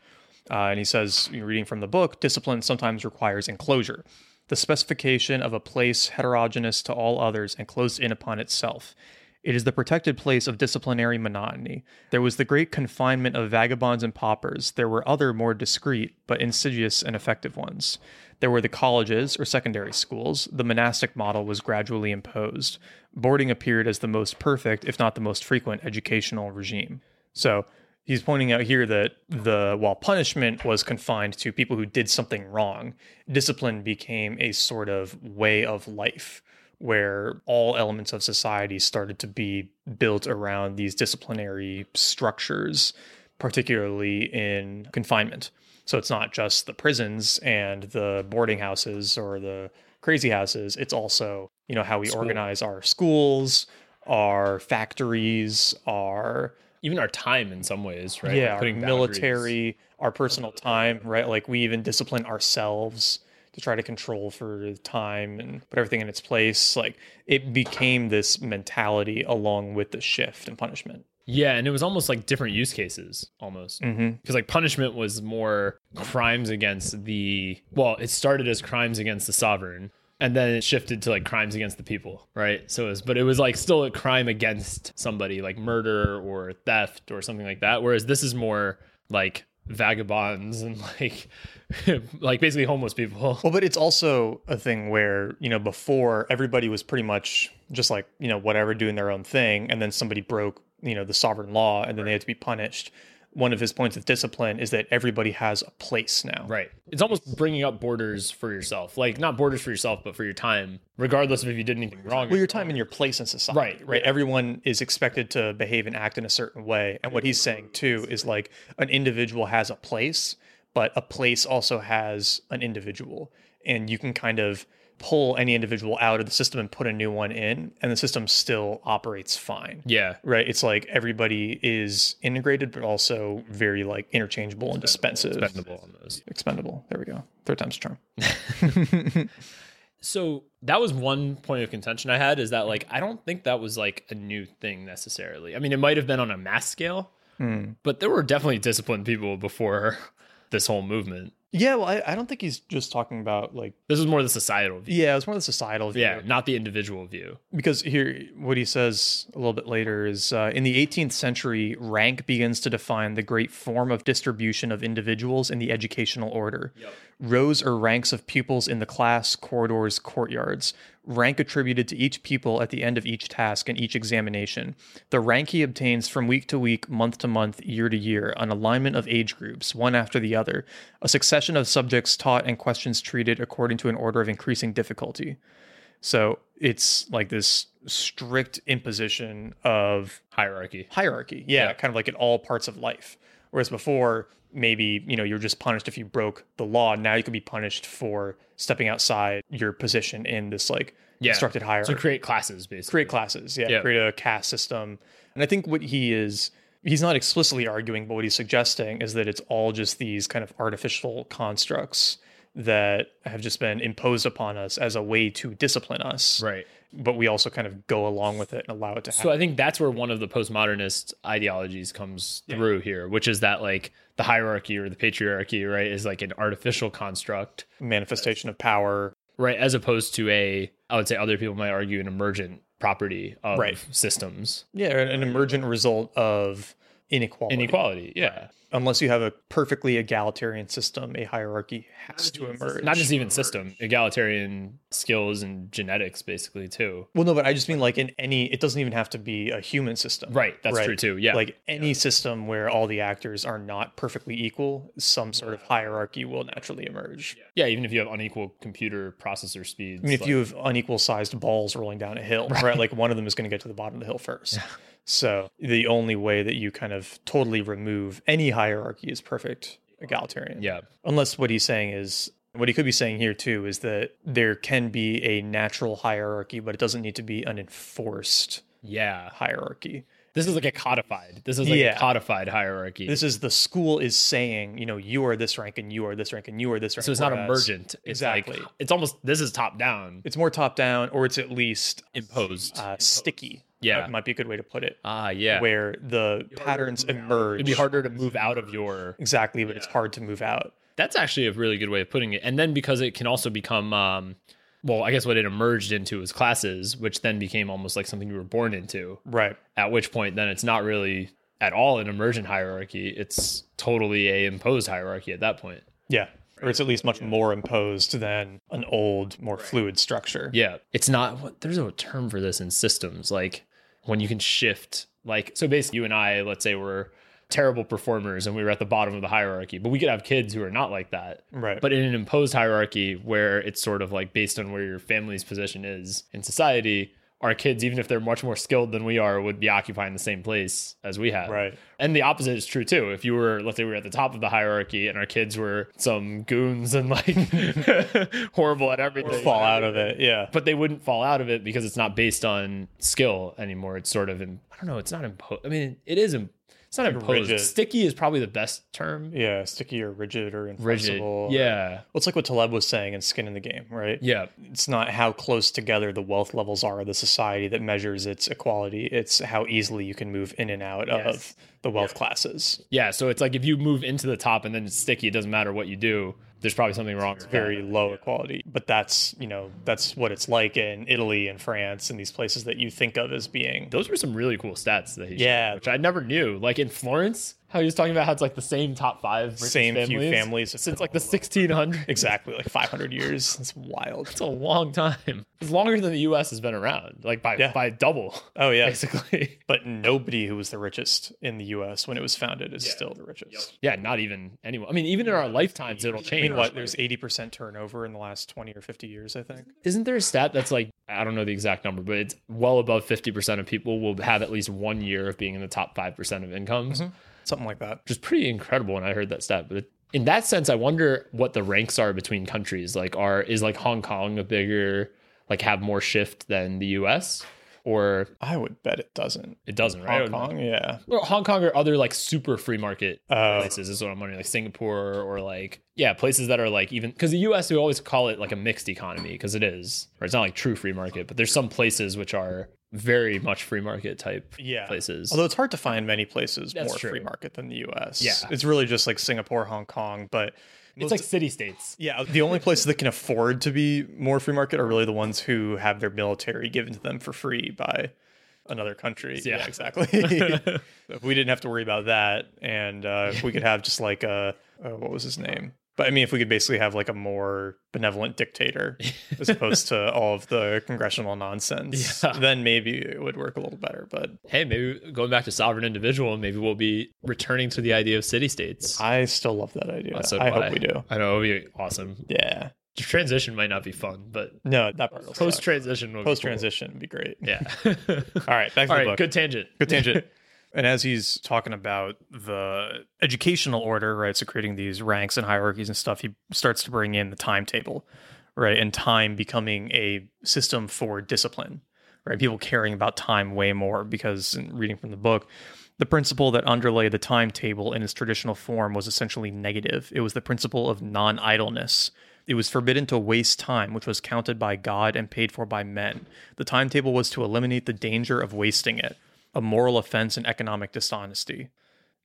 Speaker 2: Uh, and he says, you know, reading from the book, discipline sometimes requires enclosure, the specification of a place heterogeneous to all others and closed in upon itself. It is the protected place of disciplinary monotony. There was the great confinement of vagabonds and paupers. There were other more discreet, but insidious and effective ones. There were the colleges or secondary schools. The monastic model was gradually imposed. Boarding appeared as the most perfect, if not the most frequent, educational regime. So he's pointing out here that the while punishment was confined to people who did something wrong, discipline became a sort of way of life where all elements of society started to be built around these disciplinary structures, particularly in confinement. So it's not just the prisons and the boarding houses or the crazy houses, it's also, you know, how we organize our schools, our factories, our
Speaker 1: Even our time in some ways, right?
Speaker 2: yeah,
Speaker 1: Like
Speaker 2: our
Speaker 1: putting boundaries.
Speaker 2: military, our personal time, right? Like we even discipline ourselves to try to control for time and put everything in its place. Like it became this mentality along with the shift in punishment.
Speaker 1: Yeah, and it was almost like different use cases, almost.
Speaker 2: Mm-hmm.
Speaker 1: Because like punishment was more crimes against the well, it started as crimes against the sovereign, and then it shifted to like crimes against the people, right? So it was, but it was like still a crime against somebody, like murder or theft or something like that. Whereas this is more like vagabonds and <laughs> like like basically homeless people. <laughs>
Speaker 2: Well, but it's also a thing where, you know, before everybody was pretty much just like, you know, whatever, doing their own thing. And then somebody broke, you know, the sovereign law and then they had to be punished. One of his points of discipline is that everybody has a place now.
Speaker 1: Right. It's almost bringing up borders for yourself. Like not borders for yourself, but for your time, regardless of if you did anything wrong.
Speaker 2: Well, your time and your place in society.
Speaker 1: Right,
Speaker 2: Right. Everyone is expected to behave and act in a certain way. And what he's saying too is like an individual has a place, but a place also has an individual. And you can kind of pull any individual out of the system and put a new one in, and the system still operates fine.
Speaker 1: Yeah.
Speaker 2: Right? It's like everybody is integrated, but also very like interchangeable and dispensive.
Speaker 1: Expendable on those.
Speaker 2: Expendable. There we go. Third time's a charm.
Speaker 1: So that was one point of contention I had is that like I don't think that was like a new thing necessarily. I mean, it might have been on a mass scale,
Speaker 2: Hmm.
Speaker 1: but there were definitely disciplined people before <laughs> this whole movement.
Speaker 2: Yeah, well, I, I don't think he's just talking about like
Speaker 1: This is more the societal view.
Speaker 2: yeah, it's more the societal view.
Speaker 1: Yeah, not the individual view.
Speaker 2: because here what he says a little bit later is uh, in the 18th century rank begins to define the great form of distribution of individuals in the educational order rows or ranks of pupils in the class corridors courtyards rank attributed to each pupil at the end of each task and each examination the rank he obtains from week to week month to month year to year an alignment of age groups one after the other a succession of subjects taught and questions treated according to an order of increasing difficulty so it's like this strict imposition of
Speaker 1: Hierarchy.
Speaker 2: hierarchy. Yeah,
Speaker 1: Yeah.
Speaker 2: kind of like in all parts of life. Whereas before, maybe, you know, you were just punished if you broke the law. Now you can be punished for stepping outside your position in this like
Speaker 1: Yeah.
Speaker 2: constructed hierarchy
Speaker 1: So create classes basically.
Speaker 2: create classes yeah,
Speaker 1: Yeah.
Speaker 2: create a caste system and i think what he is he's not explicitly arguing but what he's suggesting is that it's all just these kind of artificial constructs that have just been imposed upon us as a way to discipline us
Speaker 1: Right.
Speaker 2: but we also kind of go along with it and allow it to happen
Speaker 1: So I think that's where one of the postmodernist ideologies comes through here, which is that like the hierarchy or the patriarchy, right, is like an artificial construct,
Speaker 2: manifestation of power
Speaker 1: right, as opposed to a I would say other people might argue an emergent property of
Speaker 2: Right.
Speaker 1: systems.
Speaker 2: yeah an, an emergent result of inequality
Speaker 1: Inequality, yeah.
Speaker 2: unless you have a perfectly egalitarian system a hierarchy has to emerge
Speaker 1: Not just even system, egalitarian skills and genetics basically too.
Speaker 2: well no but i just mean like in any it doesn't even have to be a human system
Speaker 1: Right, that's
Speaker 2: Right.
Speaker 1: true too. Yeah.
Speaker 2: like any system where all the actors are not perfectly equal some sort of hierarchy will naturally emerge
Speaker 1: yeah, even if you have unequal computer processor speeds.
Speaker 2: i mean if
Speaker 1: like-
Speaker 2: you have unequal sized balls rolling down
Speaker 1: <laughs>
Speaker 2: a hill right, like one of them is going to get to the bottom of the hill first so the only way that you kind of totally remove any hierarchy is perfect egalitarian
Speaker 1: Yeah.
Speaker 2: unless what he's saying is what he could be saying here too is that there can be a natural hierarchy but it doesn't need to be an enforced
Speaker 1: Yeah.
Speaker 2: hierarchy
Speaker 1: This is like a codified. This is like
Speaker 2: Yeah.
Speaker 1: a codified hierarchy.
Speaker 2: This is the school is saying, you know, you are this rank and you are this rank and you are this rank.
Speaker 1: so it's not
Speaker 2: whereas
Speaker 1: emergent. It's
Speaker 2: Exactly.
Speaker 1: like it's almost this is top down
Speaker 2: It's more top down, or it's at least
Speaker 1: imposed.
Speaker 2: uh, sticky.
Speaker 1: Yeah.
Speaker 2: That might be a good way to put it.
Speaker 1: ah, yeah.
Speaker 2: Where the patterns emerge.
Speaker 1: It'd be harder to move out of your.
Speaker 2: Exactly, but it's hard to move out.
Speaker 1: That's actually a really good way of putting it. And then because it can also become, um, well, I guess what it emerged into was classes, which then became almost like something you were born into.
Speaker 2: Right.
Speaker 1: At which point, then it's not really at all an emergent hierarchy. It's totally a imposed hierarchy at that point.
Speaker 2: Yeah. Or it's at least much more imposed than an old, more fluid structure.
Speaker 1: Yeah. It's not what there's a term for this in systems, like when you can shift like so basically you and I, let's say we're terrible performers and we were at the bottom of the hierarchy, but we could have kids who are not like that.
Speaker 2: Right.
Speaker 1: But in an imposed hierarchy where it's sort of like based on where your family's position is in society, our kids, even if they're much more skilled than we are, would be occupying the same place as we have.
Speaker 2: Right.
Speaker 1: And the opposite is true too. If you were, let's say, we were at the top of the hierarchy and our kids were some goons and like <laughs> horrible at everything,
Speaker 2: fall out of it. Yeah.
Speaker 1: but they wouldn't fall out of it because it's not based on skill anymore. It's sort of, in, I don't know, it's not imposed. I mean, it is, im- it's not imposed.
Speaker 2: rigid.
Speaker 1: Sticky is probably the best term.
Speaker 2: Yeah. Sticky or rigid or
Speaker 1: Rigid.
Speaker 2: inflexible.
Speaker 1: Yeah.
Speaker 2: Well, it's like what Taleb was saying in Skin in the Game, right?
Speaker 1: Yeah.
Speaker 2: it's not how close together the wealth levels are of the society that measures its equality. It's how easily you can move in and out
Speaker 1: Yes.
Speaker 2: of the wealth classes.
Speaker 1: Yeah. So it's like if you move into the top and then it's sticky, it doesn't matter what you do. There's probably something wrong. with that.
Speaker 2: Very low equality. But that's, you know, that's what it's like in Italy and France and these places that you think of as being.
Speaker 1: Those were some really cool stats that he showed,
Speaker 2: Yeah.
Speaker 1: which I never knew. Like in Florence, how he was talking about how it's like the same top five richest
Speaker 2: Same few
Speaker 1: families
Speaker 2: families.
Speaker 1: since like the 1600s.
Speaker 2: Exactly, like 500 years. That's wild.
Speaker 1: <laughs> It's a long time. It's longer than the U.S. has been around, like by
Speaker 2: Yeah.
Speaker 1: by double, <laughs>
Speaker 2: Oh, yeah.
Speaker 1: basically.
Speaker 2: <laughs> But nobody who was the richest in the US when it was founded is still the richest.
Speaker 1: Yeah, not even anyone. I mean, even in our lifetimes, it'll
Speaker 2: I
Speaker 1: change.
Speaker 2: mean, what? There's 80% turnover in the last 20 or 50 years, I think.
Speaker 1: Isn't there a stat that's like I don't know the exact number, but it's well above fifty percent of people will have at least one year of being in the top five percent of incomes,
Speaker 2: Mm-hmm. Something like that.
Speaker 1: which is pretty incredible. When I heard that stat, but it, in that sense, I wonder what the ranks are between countries. Like, are is like Hong Kong a bigger, like have more shift than the U.S. or
Speaker 2: I would bet it doesn't.
Speaker 1: it doesn't? Right? I
Speaker 2: Hong
Speaker 1: don't know.
Speaker 2: Kong, yeah.
Speaker 1: Well, Hong Kong or other like super free market
Speaker 2: Uh,
Speaker 1: places is what I'm wondering, like Singapore or like yeah, places that are like even because the U.S. we always call it like a mixed economy because it is, or it's not like true free market, but there's some places which are very much free market type
Speaker 2: yeah.
Speaker 1: places.
Speaker 2: Although it's hard to find many places
Speaker 1: That's
Speaker 2: more
Speaker 1: true.
Speaker 2: free market than the U.S.
Speaker 1: Yeah.
Speaker 2: it's really just like Singapore, Hong Kong, but
Speaker 1: it's like city states.
Speaker 2: Yeah, the only places that can afford to be more free market are really the ones who have their military given to them for free by another country.
Speaker 1: Yeah. <laughs>
Speaker 2: exactly. <laughs> if we didn't have to worry about that, and uh, if we could have just like a uh, what was his name? But I mean, if we could basically have like a more
Speaker 1: <laughs>
Speaker 2: benevolent dictator as opposed to all of the congressional nonsense,
Speaker 1: Yeah.
Speaker 2: then maybe it would work a little better. But
Speaker 1: Hey, maybe going back to sovereign individual, maybe we'll be returning to the idea of city states.
Speaker 2: I still love that idea.
Speaker 1: So
Speaker 2: I
Speaker 1: do
Speaker 2: hope we do.
Speaker 1: I know it'll be awesome.
Speaker 2: Yeah.
Speaker 1: The transition might not be fun, but
Speaker 2: No, that part
Speaker 1: post transition will
Speaker 2: post transition would be great.
Speaker 1: be cool. Yeah.
Speaker 2: <laughs>
Speaker 1: <laughs>
Speaker 2: All right, back to
Speaker 1: All
Speaker 2: the
Speaker 1: right,
Speaker 2: book.
Speaker 1: good tangent.
Speaker 2: good tangent. <laughs> and as he's talking about the educational order, right? So creating these ranks and hierarchies and stuff, he starts to bring in the timetable, right? And time becoming a system for discipline, right? People caring about time way more because in reading from the book, the principle that underlay the timetable in its traditional form was essentially negative. It was the principle of non idleness. It was forbidden to waste time, which was counted by God and paid for by men. The timetable was to eliminate the danger of wasting it, a moral offense and economic dishonesty.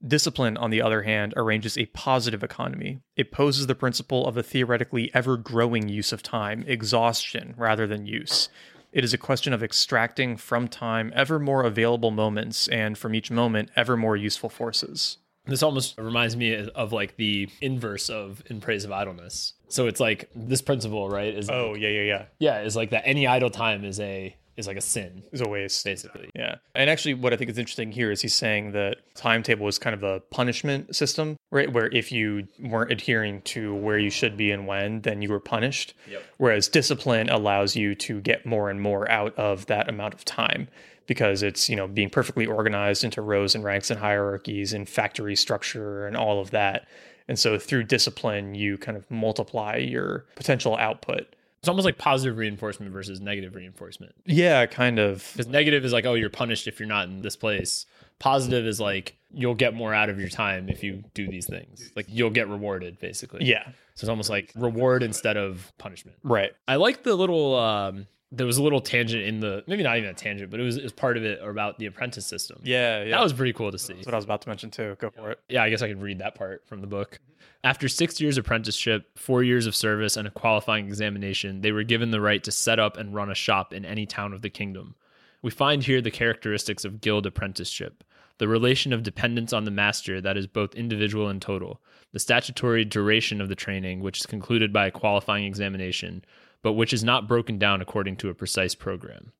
Speaker 2: Discipline, on the other hand, arranges a positive economy. It poses the principle of a theoretically ever growing use of time, exhaustion rather than use. It is a question of extracting from time ever more available moments and from each moment ever more useful forces.
Speaker 1: <laughs> This almost reminds me of like the inverse of In Praise of Idleness. So it's like this principle, right? Is
Speaker 2: Oh, yeah, yeah, yeah.
Speaker 1: yeah, is like that any idle time is a is like a sin,
Speaker 2: It's a waste.
Speaker 1: basically.
Speaker 2: Yeah. And actually, what I think is interesting here is he's saying that timetable is kind of a punishment system, right? Where if you weren't adhering to where you should be and when, then you were punished.
Speaker 1: Yep.
Speaker 2: Whereas discipline allows you to get more and more out of that amount of time because it's, you know, being perfectly organized into rows and ranks and hierarchies and factory structure and all of that. And so through discipline, you kind of multiply your potential output.
Speaker 1: It's almost like positive reinforcement versus negative reinforcement.
Speaker 2: Yeah, kind of.
Speaker 1: Because negative is like, oh, you're punished if you're not in this place. Positive is like you'll get more out of your time if you do these things. Like you'll get rewarded, basically.
Speaker 2: Yeah,
Speaker 1: So it's almost like reward instead of punishment.
Speaker 2: right.
Speaker 1: I like the little um there was a little tangent in the maybe not even a tangent, but it was, it was part of it about the apprentice system.
Speaker 2: Yeah, yeah.
Speaker 1: That was pretty cool to see.
Speaker 2: That's what I was about to mention too. Go for it.
Speaker 1: Yeah, I guess I can read that part from the book.
Speaker 2: Mm-hmm.
Speaker 1: After six years' apprenticeship, four years of service, and a qualifying examination, they were given the right to set up and run a shop in any town of the kingdom. We find here the characteristics of guild apprenticeship the relation of dependence on the master that is both individual and total, the statutory duration of the training, which is concluded by a qualifying examination, but which is not broken down according to a precise program.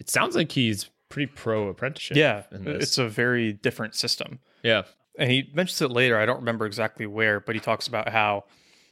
Speaker 1: It sounds like he's pretty pro apprenticeship.
Speaker 2: Yeah, uh,
Speaker 1: in this.
Speaker 2: it's a very different system.
Speaker 1: yeah.
Speaker 2: And he mentions it later. I don't remember exactly where, but he talks about how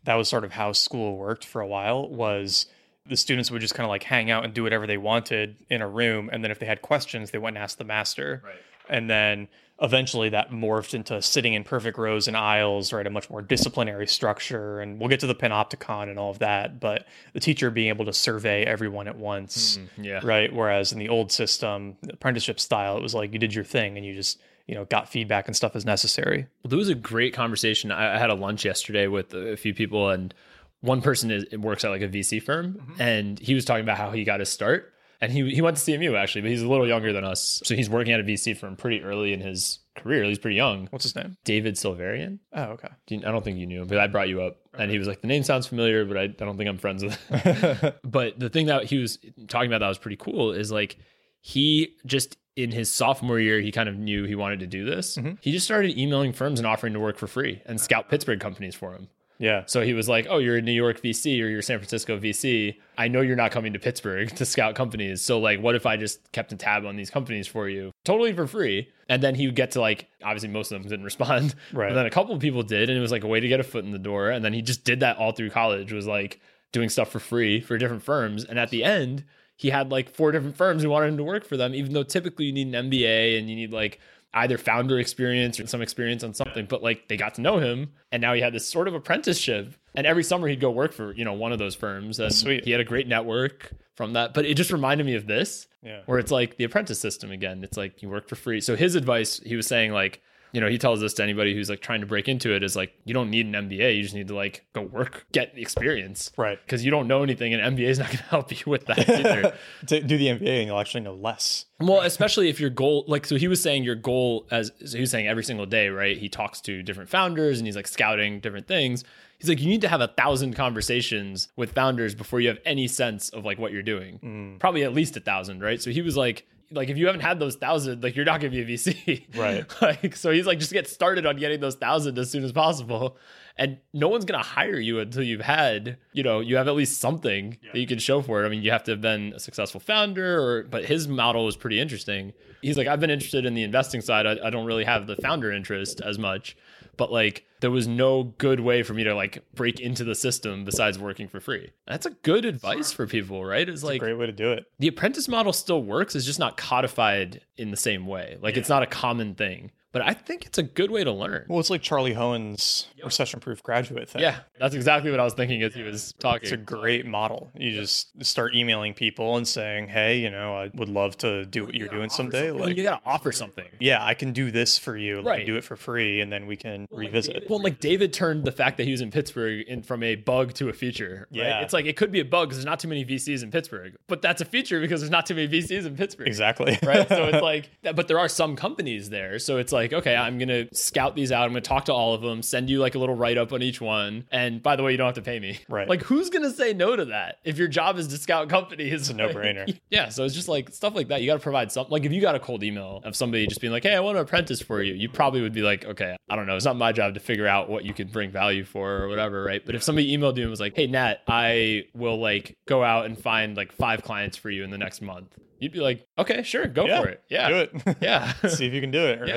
Speaker 2: that was sort of how school worked for a while was the students would just kind of like hang out and do whatever they wanted in a room and then if they had questions they went and asked the master.
Speaker 1: Right.
Speaker 2: And then eventually that morphed into sitting in perfect rows and aisles, right? A much more disciplinary structure. And we'll get to the panopticon and all of that, but the teacher being able to survey everyone at once
Speaker 1: Yeah.
Speaker 2: right? Whereas in the old system, the apprenticeship style, it was like you did your thing and you just you know got feedback and stuff as necessary.
Speaker 1: Well, there was a great conversation. I, I had a lunch yesterday with a few people, and one person is works at like a VC firm, and he was talking about how he got his start. And he he went to CMU actually, but he's a little younger than us, so he's working at a VC firm pretty early in his career. He's pretty young.
Speaker 2: What's his name?
Speaker 1: David Silverian.
Speaker 2: Oh, okay.
Speaker 1: Do you- I don't think you knew him, but I brought you up, and he was like, "The name sounds familiar, but I, I don't think I'm friends with." him." but the thing that he was talking about that was pretty cool is like he just in his sophomore year he kind of knew he wanted to do this. He just started emailing firms and offering to work for free and scout Pittsburgh companies for him.
Speaker 2: Yeah.
Speaker 1: <laughs> So he was like, "Oh, you're a New York VC or you're a San Francisco VC. I know you're not coming to Pittsburgh <laughs> to scout companies. So like, what if I just kept a tab on these companies for you, totally for free?" And then he would get to like, obviously most of them didn't <laughs> respond,
Speaker 2: Right.
Speaker 1: But then a couple of people did, and it was like a way to get a foot in the door. And then he just did that all through college, was like doing stuff for free for different firms. And at the end, he had like four different firms who wanted him to work for them, even though typically you need an MBA and you need like either founder experience or some experience on something, but like they got to know him and now he had this sort of apprenticeship. And every summer he'd go work for, you know, one of those firms. And
Speaker 2: sweet.
Speaker 1: he had a great network from that. But it just reminded me of this
Speaker 2: Yeah.
Speaker 1: where it's like the apprentice system again. It's like you work for free. So his advice, he was saying like, you know, he tells this to anybody who's like trying to break into it is like, you don't need an MBA. You just need to like go work, get the experience.
Speaker 2: Right.
Speaker 1: Because you don't know anything and MBA is not going to <laughs> help you with that either.
Speaker 2: <laughs> To do the MBA and you'll actually know less.
Speaker 1: Well, especially if your goal, like, so he was saying your goal as so he was saying every single day, right? He talks to different founders and he's like scouting different things. He's like, you need to have a thousand conversations with founders before you have any sense of like what you're doing. Probably at least a thousand, right? So he was like, like if you haven't had those thousand, like you're not gonna be a VC,
Speaker 2: Right.
Speaker 1: <laughs> like so he's like, just get started on getting those thousand as soon as possible, and no one's gonna hire you until you've had, you know, you have at least something that you can show for it. I mean, you have to have been a successful founder, or but his model was pretty interesting. He's like, I've been interested in the investing side. I, I don't really have the founder interest as much, but like there was no good way for me to like break into the system besides working for free. That's a good advice for people, right? It's like
Speaker 2: Great way to do it.
Speaker 1: the apprentice model still works it's just not codified in the same way like it's not a common thing but i think it's a good way to learn
Speaker 2: Well, it's like Charlie Hohen's recession proof graduate thing.
Speaker 1: yeah that's exactly what i was thinking as he was talking
Speaker 2: It's a great model. You just start emailing people and saying, hey, you know, I would love to do what you're doing someday.
Speaker 1: Well,
Speaker 2: Like,
Speaker 1: you gotta offer something
Speaker 2: yeah, I can do this for you. Let me
Speaker 1: Right.
Speaker 2: do it for free, and then we can
Speaker 1: <laughs>
Speaker 2: revisit.
Speaker 1: well like david turned the fact that he was in pittsburgh in, from a bug to a feature right?
Speaker 2: Yeah.
Speaker 1: it's like it could be a bug because there's not too many vcs in pittsburgh but that's a feature because there's not too many vcs in pittsburgh
Speaker 2: Exactly.
Speaker 1: <laughs> right? So
Speaker 2: <laughs>
Speaker 1: it's like, that- but there are some companies there. So it's like, okay, I'm going to scout these out. I'm going to talk to all of them, send you like a little write up on each one. And by the way, you don't have to pay me.
Speaker 2: Right.
Speaker 1: Like, who's going to say no to that if your job is to scout companies? It's <laughs>
Speaker 2: a no-brainer.
Speaker 1: yeah. So it's just like stuff like that. You got to provide something. Like, if you got a cold email of somebody just being like, hey, I want an apprentice for you, you probably would be like, okay, I don't know. It's not my job to figure out what you could bring value for or whatever. Right. But if somebody emailed you and was like, hey, Nat, I will like go out and find like five clients for you in the next month. You'd be like, okay, sure, go
Speaker 2: yeah,
Speaker 1: for it. Yeah.
Speaker 2: Do it. <laughs>
Speaker 1: Yeah.
Speaker 2: See if you can do it. Right?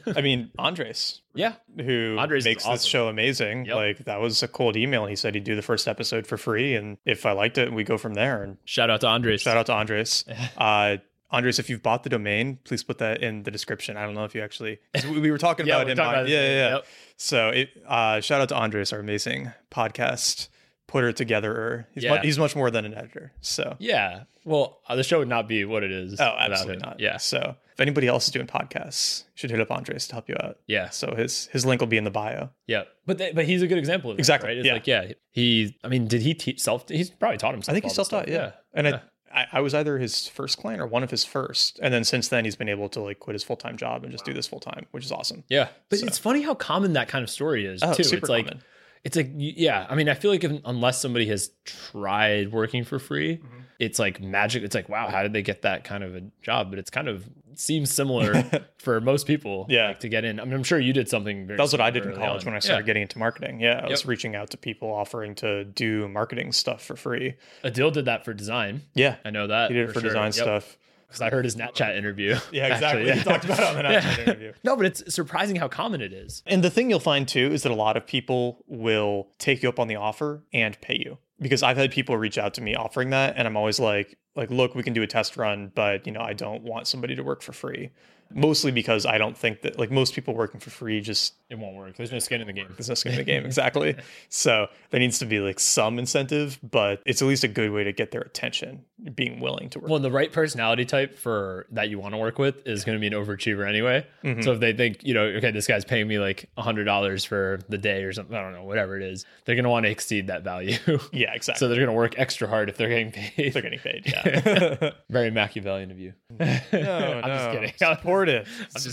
Speaker 1: <laughs> yeah.
Speaker 2: I mean, Andres,
Speaker 1: <laughs> yeah.
Speaker 2: who
Speaker 1: Andres is
Speaker 2: makes this
Speaker 1: awesome.
Speaker 2: show amazing.
Speaker 1: Yep.
Speaker 2: Like that was a cold email. He said he'd do the first episode for free, and if I liked it, we go from there. And
Speaker 1: Shout out to Andres.
Speaker 2: shout out
Speaker 1: <laughs>
Speaker 2: to Andres. uh, Andres, if you've bought the domain, please put that in the description. I don't know if you actually 'cause we we were
Speaker 1: <laughs>
Speaker 2: talking
Speaker 1: Yeah,
Speaker 2: about
Speaker 1: we
Speaker 2: him.
Speaker 1: talked
Speaker 2: on-
Speaker 1: about his
Speaker 2: yeah,
Speaker 1: name,
Speaker 2: yeah, yeah.
Speaker 1: yep.
Speaker 2: So it, uh, shout out to Andres, our amazing podcast putter togetherer. He's, mu-
Speaker 1: Yeah.
Speaker 2: he's much more than an editor. So
Speaker 1: Yeah. Well, uh, the show would not be what it is.
Speaker 2: oh,
Speaker 1: without
Speaker 2: absolutely
Speaker 1: him.
Speaker 2: not.
Speaker 1: Yeah.
Speaker 2: So if anybody else is doing podcasts, you should hit up Andres to help you out.
Speaker 1: Yeah.
Speaker 2: So his his link will be in the bio.
Speaker 1: Yeah. But they, but he's a good example of that,
Speaker 2: Exactly,
Speaker 1: Right? It's
Speaker 2: yeah.
Speaker 1: like, yeah, he, I mean, did he teach self? He's probably taught himself.
Speaker 2: I think
Speaker 1: all
Speaker 2: he's
Speaker 1: this
Speaker 2: self taught.
Speaker 1: stuff.
Speaker 2: Yeah. and I, I I was either his first client or one of his first, and then since then he's been able to like quit his full time job and just do this full time, which is awesome.
Speaker 1: Yeah. But it's funny how common that kind of story is,
Speaker 2: Oh,
Speaker 1: too.
Speaker 2: super
Speaker 1: it's like,
Speaker 2: common.
Speaker 1: it's like, y- yeah. I mean, I feel like if, unless somebody has tried working for free, it's like magic. It's like, wow, how did they get that kind of a job? But it's kind of seems <laughs> similar for most people
Speaker 2: Yeah.
Speaker 1: like, to get in. I mean, I'm sure you did something. Very
Speaker 2: That was what I did in
Speaker 1: early
Speaker 2: college
Speaker 1: on.
Speaker 2: when I started
Speaker 1: Yeah.
Speaker 2: getting into marketing. Yeah, I was reaching out to people offering to do marketing stuff for free.
Speaker 1: Adil did that for design.
Speaker 2: Yeah,
Speaker 1: I know that.
Speaker 2: he did it for design stuff.
Speaker 1: Because I heard his Snapchat interview.
Speaker 2: Yeah,
Speaker 1: actually.
Speaker 2: exactly. He talked about it on the
Speaker 1: <laughs>
Speaker 2: National
Speaker 1: Yeah.
Speaker 2: interview.
Speaker 1: No, but it's surprising how common it is.
Speaker 2: And the thing you'll find too is that a lot of people will take you up on the offer and pay you. Because I've had people reach out to me offering that and I'm always like like look, we can do a test run, but you know, I don't want somebody to work for free. Mostly because I don't think that like most people working for free just
Speaker 1: It won't work. There's no skin in the game.
Speaker 2: is no skin in the <laughs> game exactly. So there needs to be like some incentive, but it's at least a good way to get their attention, being willing to work.
Speaker 1: Well, and the right personality type for that you want to work with is going to be an overachiever anyway. So if they think, you know, okay, this guy's paying me like $100 for the day or something, I don't know, whatever it is, they're going to want to exceed that value. <laughs>
Speaker 2: yeah, exactly.
Speaker 1: so they're going to work extra hard if they're getting paid.
Speaker 2: they're getting paid.
Speaker 1: <laughs>
Speaker 2: <laughs> Yeah.
Speaker 1: Very Machiavellian of you. I'm just kidding. <laughs> I'm
Speaker 2: Supportive.
Speaker 1: just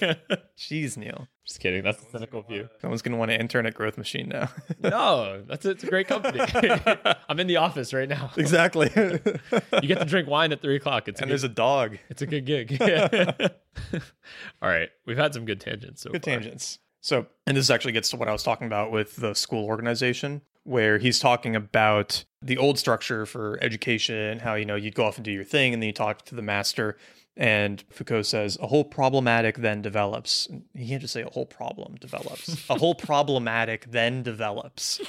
Speaker 1: <laughs> kidding.
Speaker 2: Jeez, Neil.
Speaker 1: just kidding. That's a cynical <laughs> view.
Speaker 2: No one's going to want to intern at Growth Machine <laughs> now.
Speaker 1: No, that's it's a great <laughs> company. I'm in the office right now.
Speaker 2: exactly. <laughs> and
Speaker 1: You get to drink wine at three o'clock. It's a good,
Speaker 2: there's a dog.
Speaker 1: it's a good gig. <laughs> All right, we've had some good tangents so
Speaker 2: Good
Speaker 1: far.
Speaker 2: tangents. So, and this actually gets to what I was talking about with the school organization, where he's talking about the old structure for education, how, you know, you'd go off and do your thing and then you talk to the master. And Foucault says, a whole problematic then develops. He can't just say a whole problem develops. a whole <laughs> problematic then develops.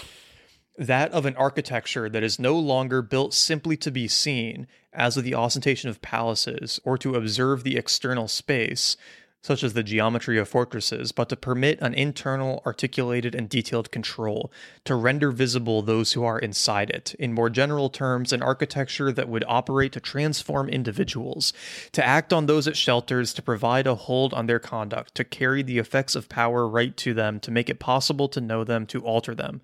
Speaker 2: that of an architecture that is no longer built simply to be seen, as of the ostentation of palaces, or to observe the external space, such as the geometry of fortresses, but to permit an internal, articulated, and detailed control, to render visible those who are inside it. In more general terms, an architecture that would operate to transform individuals, to act on those it shelters, to provide a hold on their conduct, to carry the effects of power right to them, to make it possible to know them, to alter them.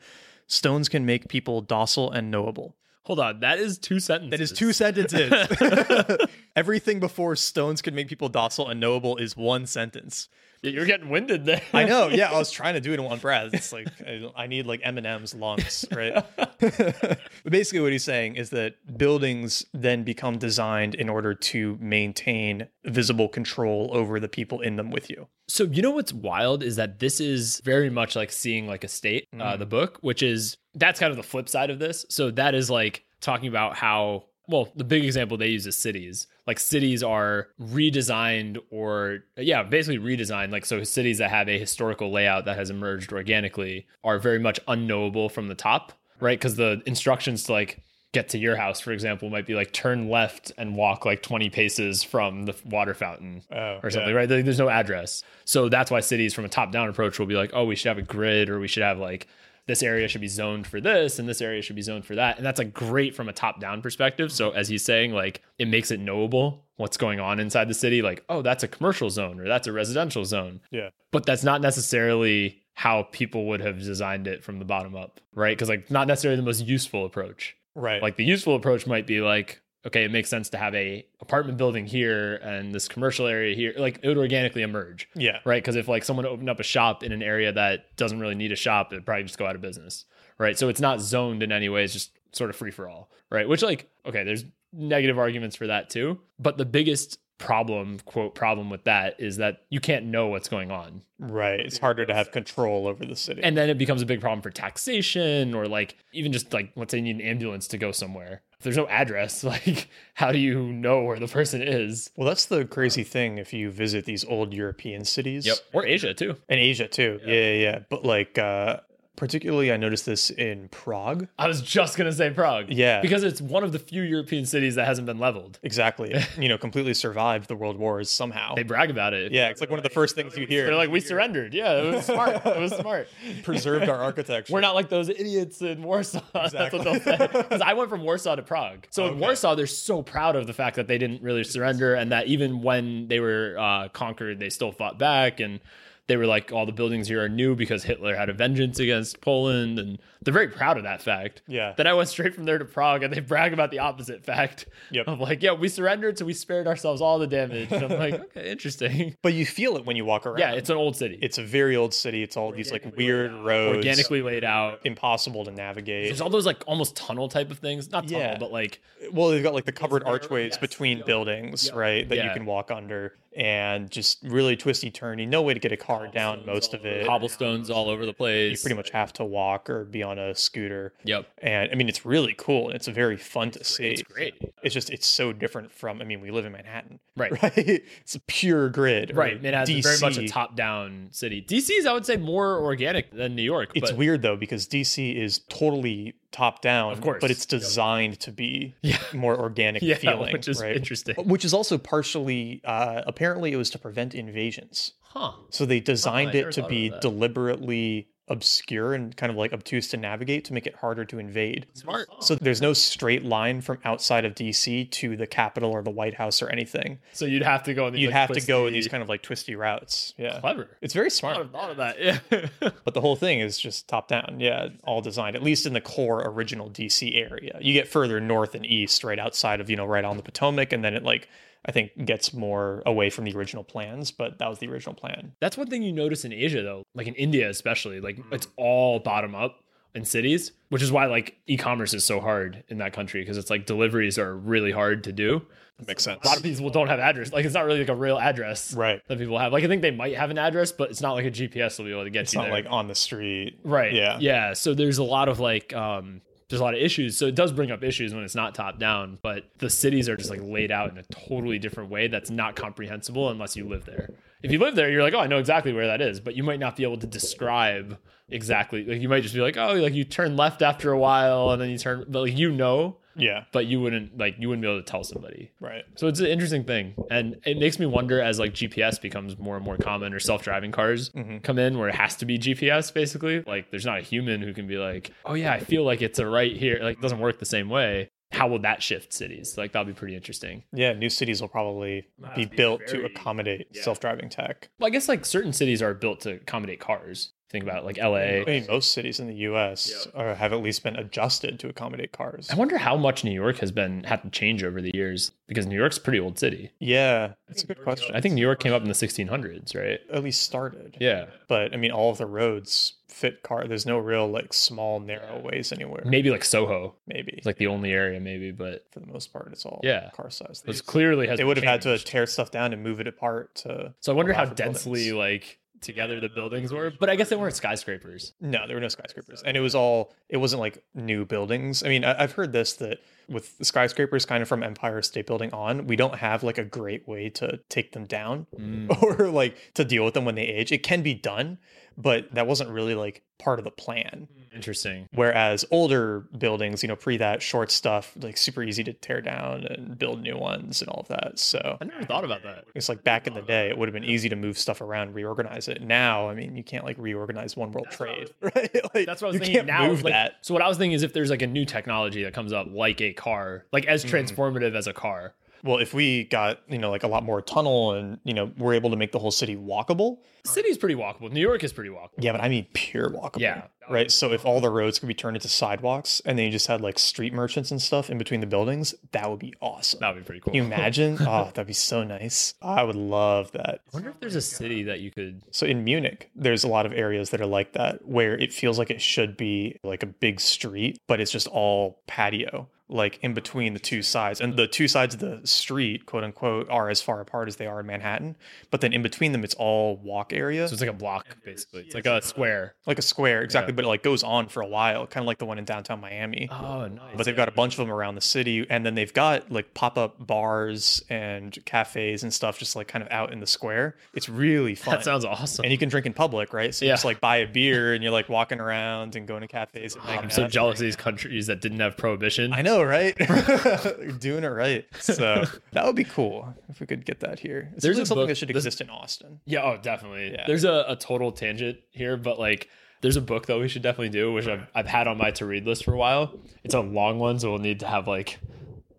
Speaker 2: Stones can make people docile and knowable.
Speaker 1: Hold on, that is two sentences.
Speaker 2: That is two <laughs> sentences. Everything before stones can make people docile and knowable is one sentence.
Speaker 1: Yeah, You're getting winded there.
Speaker 2: I know. Yeah, <laughs> I was trying to do it in one breath. It's like I, I need like Eminem's lungs, <laughs> right? but basically, what he's saying is that buildings then become designed in order to maintain visible control over the people in them with you.
Speaker 1: So you know what's wild is that this is very much like seeing like a state, uh,
Speaker 2: Mm.
Speaker 1: the book, which is that's kind of the flip side of this. So that is like talking about how well the big example they use is cities. Like cities are redesigned or yeah, basically redesigned. Like so cities that have a historical layout that has emerged organically are very much unknowable from the top, right? Because the instructions to like get to your house, for example, might be like turn left and walk like 20 paces from the water fountain
Speaker 2: Oh,
Speaker 1: or something, right? There- There's no address. So that's why cities from a top down approach will be like, oh, we should have a grid or we should have like this area should be zoned for this and this area should be zoned for that. And that's like great from a top down perspective. So as he's saying, like it makes it knowable what's going on inside the city. Like, oh, that's a commercial zone or that's a residential zone.
Speaker 2: Yeah.
Speaker 1: But that's not necessarily how people would have designed it from the bottom up, right? Because like not necessarily the most useful approach
Speaker 2: Right.
Speaker 1: like the useful approach might be like okay it makes sense to have a apartment building here and this commercial area here like it would organically emerge
Speaker 2: yeah.
Speaker 1: right because if like someone opened up a shop in an area that doesn't really need a shop it'd probably just go out of business right so it's not zoned in any way it's just sort of free for all right which like okay there's negative arguments for that too but the biggest problem quote problem with that is that you can't know what's going on
Speaker 2: Right. It's harder to have control over the city.
Speaker 1: and then it becomes a big problem for taxation or like even just like let's say you need an ambulance to go somewhere if there's no address <laughs> like how do you know where the person is
Speaker 2: well, that's the crazy thing if you visit these old European cities.
Speaker 1: or asia too
Speaker 2: And Asia too. Yeah, yeah. yeah. But like uh particularly I noticed this in Prague.
Speaker 1: i was just gonna say prague
Speaker 2: Yeah.
Speaker 1: because it's one of the few european cities that hasn't been leveled
Speaker 2: Exactly.
Speaker 1: <laughs>
Speaker 2: you know, completely survived the world wars somehow.
Speaker 1: they brag about it
Speaker 2: yeah, it's like one of the first things you hear.
Speaker 1: they're
Speaker 2: <laughs>
Speaker 1: like we surrendered yeah it was smart it <laughs> was smart
Speaker 2: preserved our architecture.
Speaker 1: We're not like those idiots in Warsaw. <laughs> That's what they'll
Speaker 2: Exactly.
Speaker 1: say. Because I went from Warsaw to Prague. So in
Speaker 2: Okay.
Speaker 1: Warsaw, they're so proud of the fact that they didn't really surrender and that even when they were uh, conquered, they still fought back. And they were like, all the buildings here are new because Hitler had a vengeance against Poland. And they're very proud of that fact.
Speaker 2: Yeah.
Speaker 1: Then I went straight from there to Prague and they brag about the opposite fact.
Speaker 2: Yep.
Speaker 1: Of like, yeah, we surrendered, so we spared ourselves all the damage. And I'm like, <laughs> okay, interesting.
Speaker 2: but you feel it when you walk around.
Speaker 1: Yeah, it's an old city.
Speaker 2: it's a very old city. It's all these like weird roads.
Speaker 1: organically laid out.
Speaker 2: impossible to navigate.
Speaker 1: There's all those like almost tunnel type of things. Not tunnel,
Speaker 2: Yeah.
Speaker 1: but like
Speaker 2: Well, they've got like the covered
Speaker 1: narrow,
Speaker 2: archways
Speaker 1: yes,
Speaker 2: between
Speaker 1: yeah.
Speaker 2: buildings, right? That
Speaker 1: Yeah.
Speaker 2: you can walk under and just really twisty turny. No way to get a car down most of it.
Speaker 1: cobblestones all over the
Speaker 2: You
Speaker 1: place.
Speaker 2: pretty much have to walk or be on a scooter.
Speaker 1: Yep.
Speaker 2: And I mean, it's really cool and it's very fun to see.
Speaker 1: It's great.
Speaker 2: It's just, it's so different from, I mean, we live in Manhattan,
Speaker 1: Right.
Speaker 2: <laughs> right? It's a pure grid. or
Speaker 1: Right. It has very much a
Speaker 2: DC.
Speaker 1: top down city. DC is, I would say, more organic than New York.
Speaker 2: It's
Speaker 1: but
Speaker 2: weird though because DC is totally top down,
Speaker 1: Of course.
Speaker 2: but it's
Speaker 1: Yep.
Speaker 2: designed to be
Speaker 1: Yeah.
Speaker 2: more
Speaker 1: <laughs>
Speaker 2: organic
Speaker 1: Yeah.
Speaker 2: feeling,
Speaker 1: which is
Speaker 2: right?
Speaker 1: interesting.
Speaker 2: Which is also partially, uh, apparently, it was to prevent invasions.
Speaker 1: Huh.
Speaker 2: So they designed
Speaker 1: Oh, I never
Speaker 2: it to
Speaker 1: thought
Speaker 2: be
Speaker 1: about that.
Speaker 2: deliberately obscure and kind of like obtuse to navigate to make it harder to invade.
Speaker 1: Smart.
Speaker 2: So there's no straight line from outside of DC to the Capitol or the White House or anything.
Speaker 1: So you'd have to go on these.
Speaker 2: You'd
Speaker 1: like,
Speaker 2: have to go in these
Speaker 1: twisty-
Speaker 2: kind of like twisty routes. Yeah.
Speaker 1: clever.
Speaker 2: It's very
Speaker 1: I
Speaker 2: smart.
Speaker 1: would have thought of that. Yeah. <laughs>
Speaker 2: But the whole thing is just top down. Yeah, all designed, at least in the core original DC area. You get further north and east, right outside of, you know, right on the Potomac. And then it, like, I think gets more away from the original plans, but that was the original plan.
Speaker 1: That's one thing you notice in Asia though, like in India especially, like it's all bottom up in cities, which is why like e-commerce is so hard in that country because it's like deliveries are really hard to do.
Speaker 2: Makes sense.
Speaker 1: A lot of people don't have address. Like it's not really like a real address
Speaker 2: Right.
Speaker 1: that people have. Like I think they might have an address, but it's not like a GPS will be able to get
Speaker 2: It's
Speaker 1: you
Speaker 2: not
Speaker 1: there.
Speaker 2: like on the street.
Speaker 1: right.
Speaker 2: Yeah.
Speaker 1: Yeah. So there's a lot of like um there's a lot of issues. So it does bring up issues when it's not top down, but the cities are just like laid out in a totally different way that's not comprehensible unless you live there. If you live there, you're like, oh, I know exactly where that is, but you might not be able to describe exactly. Like you might just be like, oh, like you turn left after a while, and then you turn, but like you know,
Speaker 2: Yeah.
Speaker 1: but you wouldn't like you wouldn't be able to tell somebody.
Speaker 2: Right.
Speaker 1: So it's an interesting thing, and it makes me wonder as like GPS becomes more and more common, or self-driving cars come in where it has to be GPS. Basically, like there's not a human who can be like, oh yeah, I feel like it's a right here. Like it doesn't work the same way. How will that shift cities? Like that'd be pretty interesting.
Speaker 2: Yeah. New cities will probably
Speaker 1: Wow,
Speaker 2: be
Speaker 1: be
Speaker 2: built to
Speaker 1: very-
Speaker 2: accommodate
Speaker 1: yeah.
Speaker 2: self-driving tech.
Speaker 1: Well, I guess like certain cities are built to accommodate cars. Think about it, like LA.
Speaker 2: I mean, most cities in the U.S. Are, have at least been adjusted to accommodate cars.
Speaker 1: I wonder how much New York has been had to change over the years because New York's a pretty old city.
Speaker 2: Yeah, that's a good question.
Speaker 1: I think New York came up in the 1600s, right?
Speaker 2: at least started.
Speaker 1: Yeah.
Speaker 2: But I mean, all of the roads fit car. There's no real like small narrow ways anywhere.
Speaker 1: Maybe like Soho
Speaker 2: Maybe
Speaker 1: is like the only area, maybe, but
Speaker 2: for the most part, it's all
Speaker 1: Yeah.
Speaker 2: car sized.
Speaker 1: it's clearly has
Speaker 2: They would have had to
Speaker 1: changed.
Speaker 2: tear stuff down and move it apart to.
Speaker 1: So I wonder
Speaker 2: allow
Speaker 1: how
Speaker 2: for
Speaker 1: densely
Speaker 2: buildings.
Speaker 1: like together the buildings were, but I guess they weren't skyscrapers.
Speaker 2: No, there were no skyscrapers, and it was all. It wasn't like new buildings. I mean, I, I've heard this that with the skyscrapers, kind of from Empire State Building on, we don't have like a great way to take them down <laughs> or like to deal with them when they age. It can be done, but that wasn't really like part of the plan.
Speaker 1: Interesting.
Speaker 2: Whereas older buildings, you know, pre that short stuff, like super easy to tear down and build new ones and all of that. So
Speaker 1: I never thought about that.
Speaker 2: it's like back in the day, it would have been easy to move stuff around, reorganize it. Now, I mean, you can't like reorganize one world
Speaker 1: That's what I
Speaker 2: trade, <laughs> right? Like,
Speaker 1: That's what I was
Speaker 2: you
Speaker 1: thinking.
Speaker 2: can't
Speaker 1: now,
Speaker 2: move
Speaker 1: like-
Speaker 2: that.
Speaker 1: so what I was thinking is if there's like a new technology that comes up, like a car, like as
Speaker 2: Mm.
Speaker 1: transformative as a car,
Speaker 2: Well, if we got you know like a lot more tunnel and you know we're able to make the whole city walkable,
Speaker 1: the city's pretty walkable. New York is pretty walkable.
Speaker 2: yeah, but I mean pure walkable,
Speaker 1: Yeah.
Speaker 2: right? So if all the roads could be turned into sidewalks and then you just had like street merchants and stuff in between the buildings, that would be awesome.
Speaker 1: That would be pretty cool.
Speaker 2: Can you
Speaker 1: <laughs>
Speaker 2: imagine? oh, that'd be so nice. I would love that.
Speaker 1: I wonder if there's a city that you could.
Speaker 2: So in Munich, there's a lot of areas that are like that where it feels like it should be like a big street, but it's just all patio, like in between the two sides. And the two sides of the street, quote unquote, are as far apart as they are in Manhattan. But then in between them, it's all walk area.
Speaker 1: So it's like a block, basically. It's like a square.
Speaker 2: like a square, exactly, but it like goes on for a while, kind of like the one in downtown Miami.
Speaker 1: Oh, nice.
Speaker 2: but they've got a bunch of them around the city and then they've got like pop-up bars and cafes and stuff just like kind of out in the square it's really fun
Speaker 1: that sounds awesome.
Speaker 2: and you can drink in public right so you
Speaker 1: Yeah.
Speaker 2: just like buy a beer and you're like walking around and going to cafes and
Speaker 1: Oh, I'm
Speaker 2: hanging
Speaker 1: so
Speaker 2: out.
Speaker 1: jealous of these countries that didn't have prohibition.
Speaker 2: i know right <laughs> You're doing it right
Speaker 1: <laughs>
Speaker 2: so that would be cool if we could get that here it's
Speaker 1: There's
Speaker 2: really
Speaker 1: a
Speaker 2: something
Speaker 1: book-
Speaker 2: that should
Speaker 1: this-
Speaker 2: exist in austin
Speaker 1: Yeah, oh, definitely.
Speaker 2: Yeah.
Speaker 1: There's a, a total tangent here, but like, there's a book that we should definitely do, which I've, I've had on my to read list for a while. It's a long one, so we'll need to have like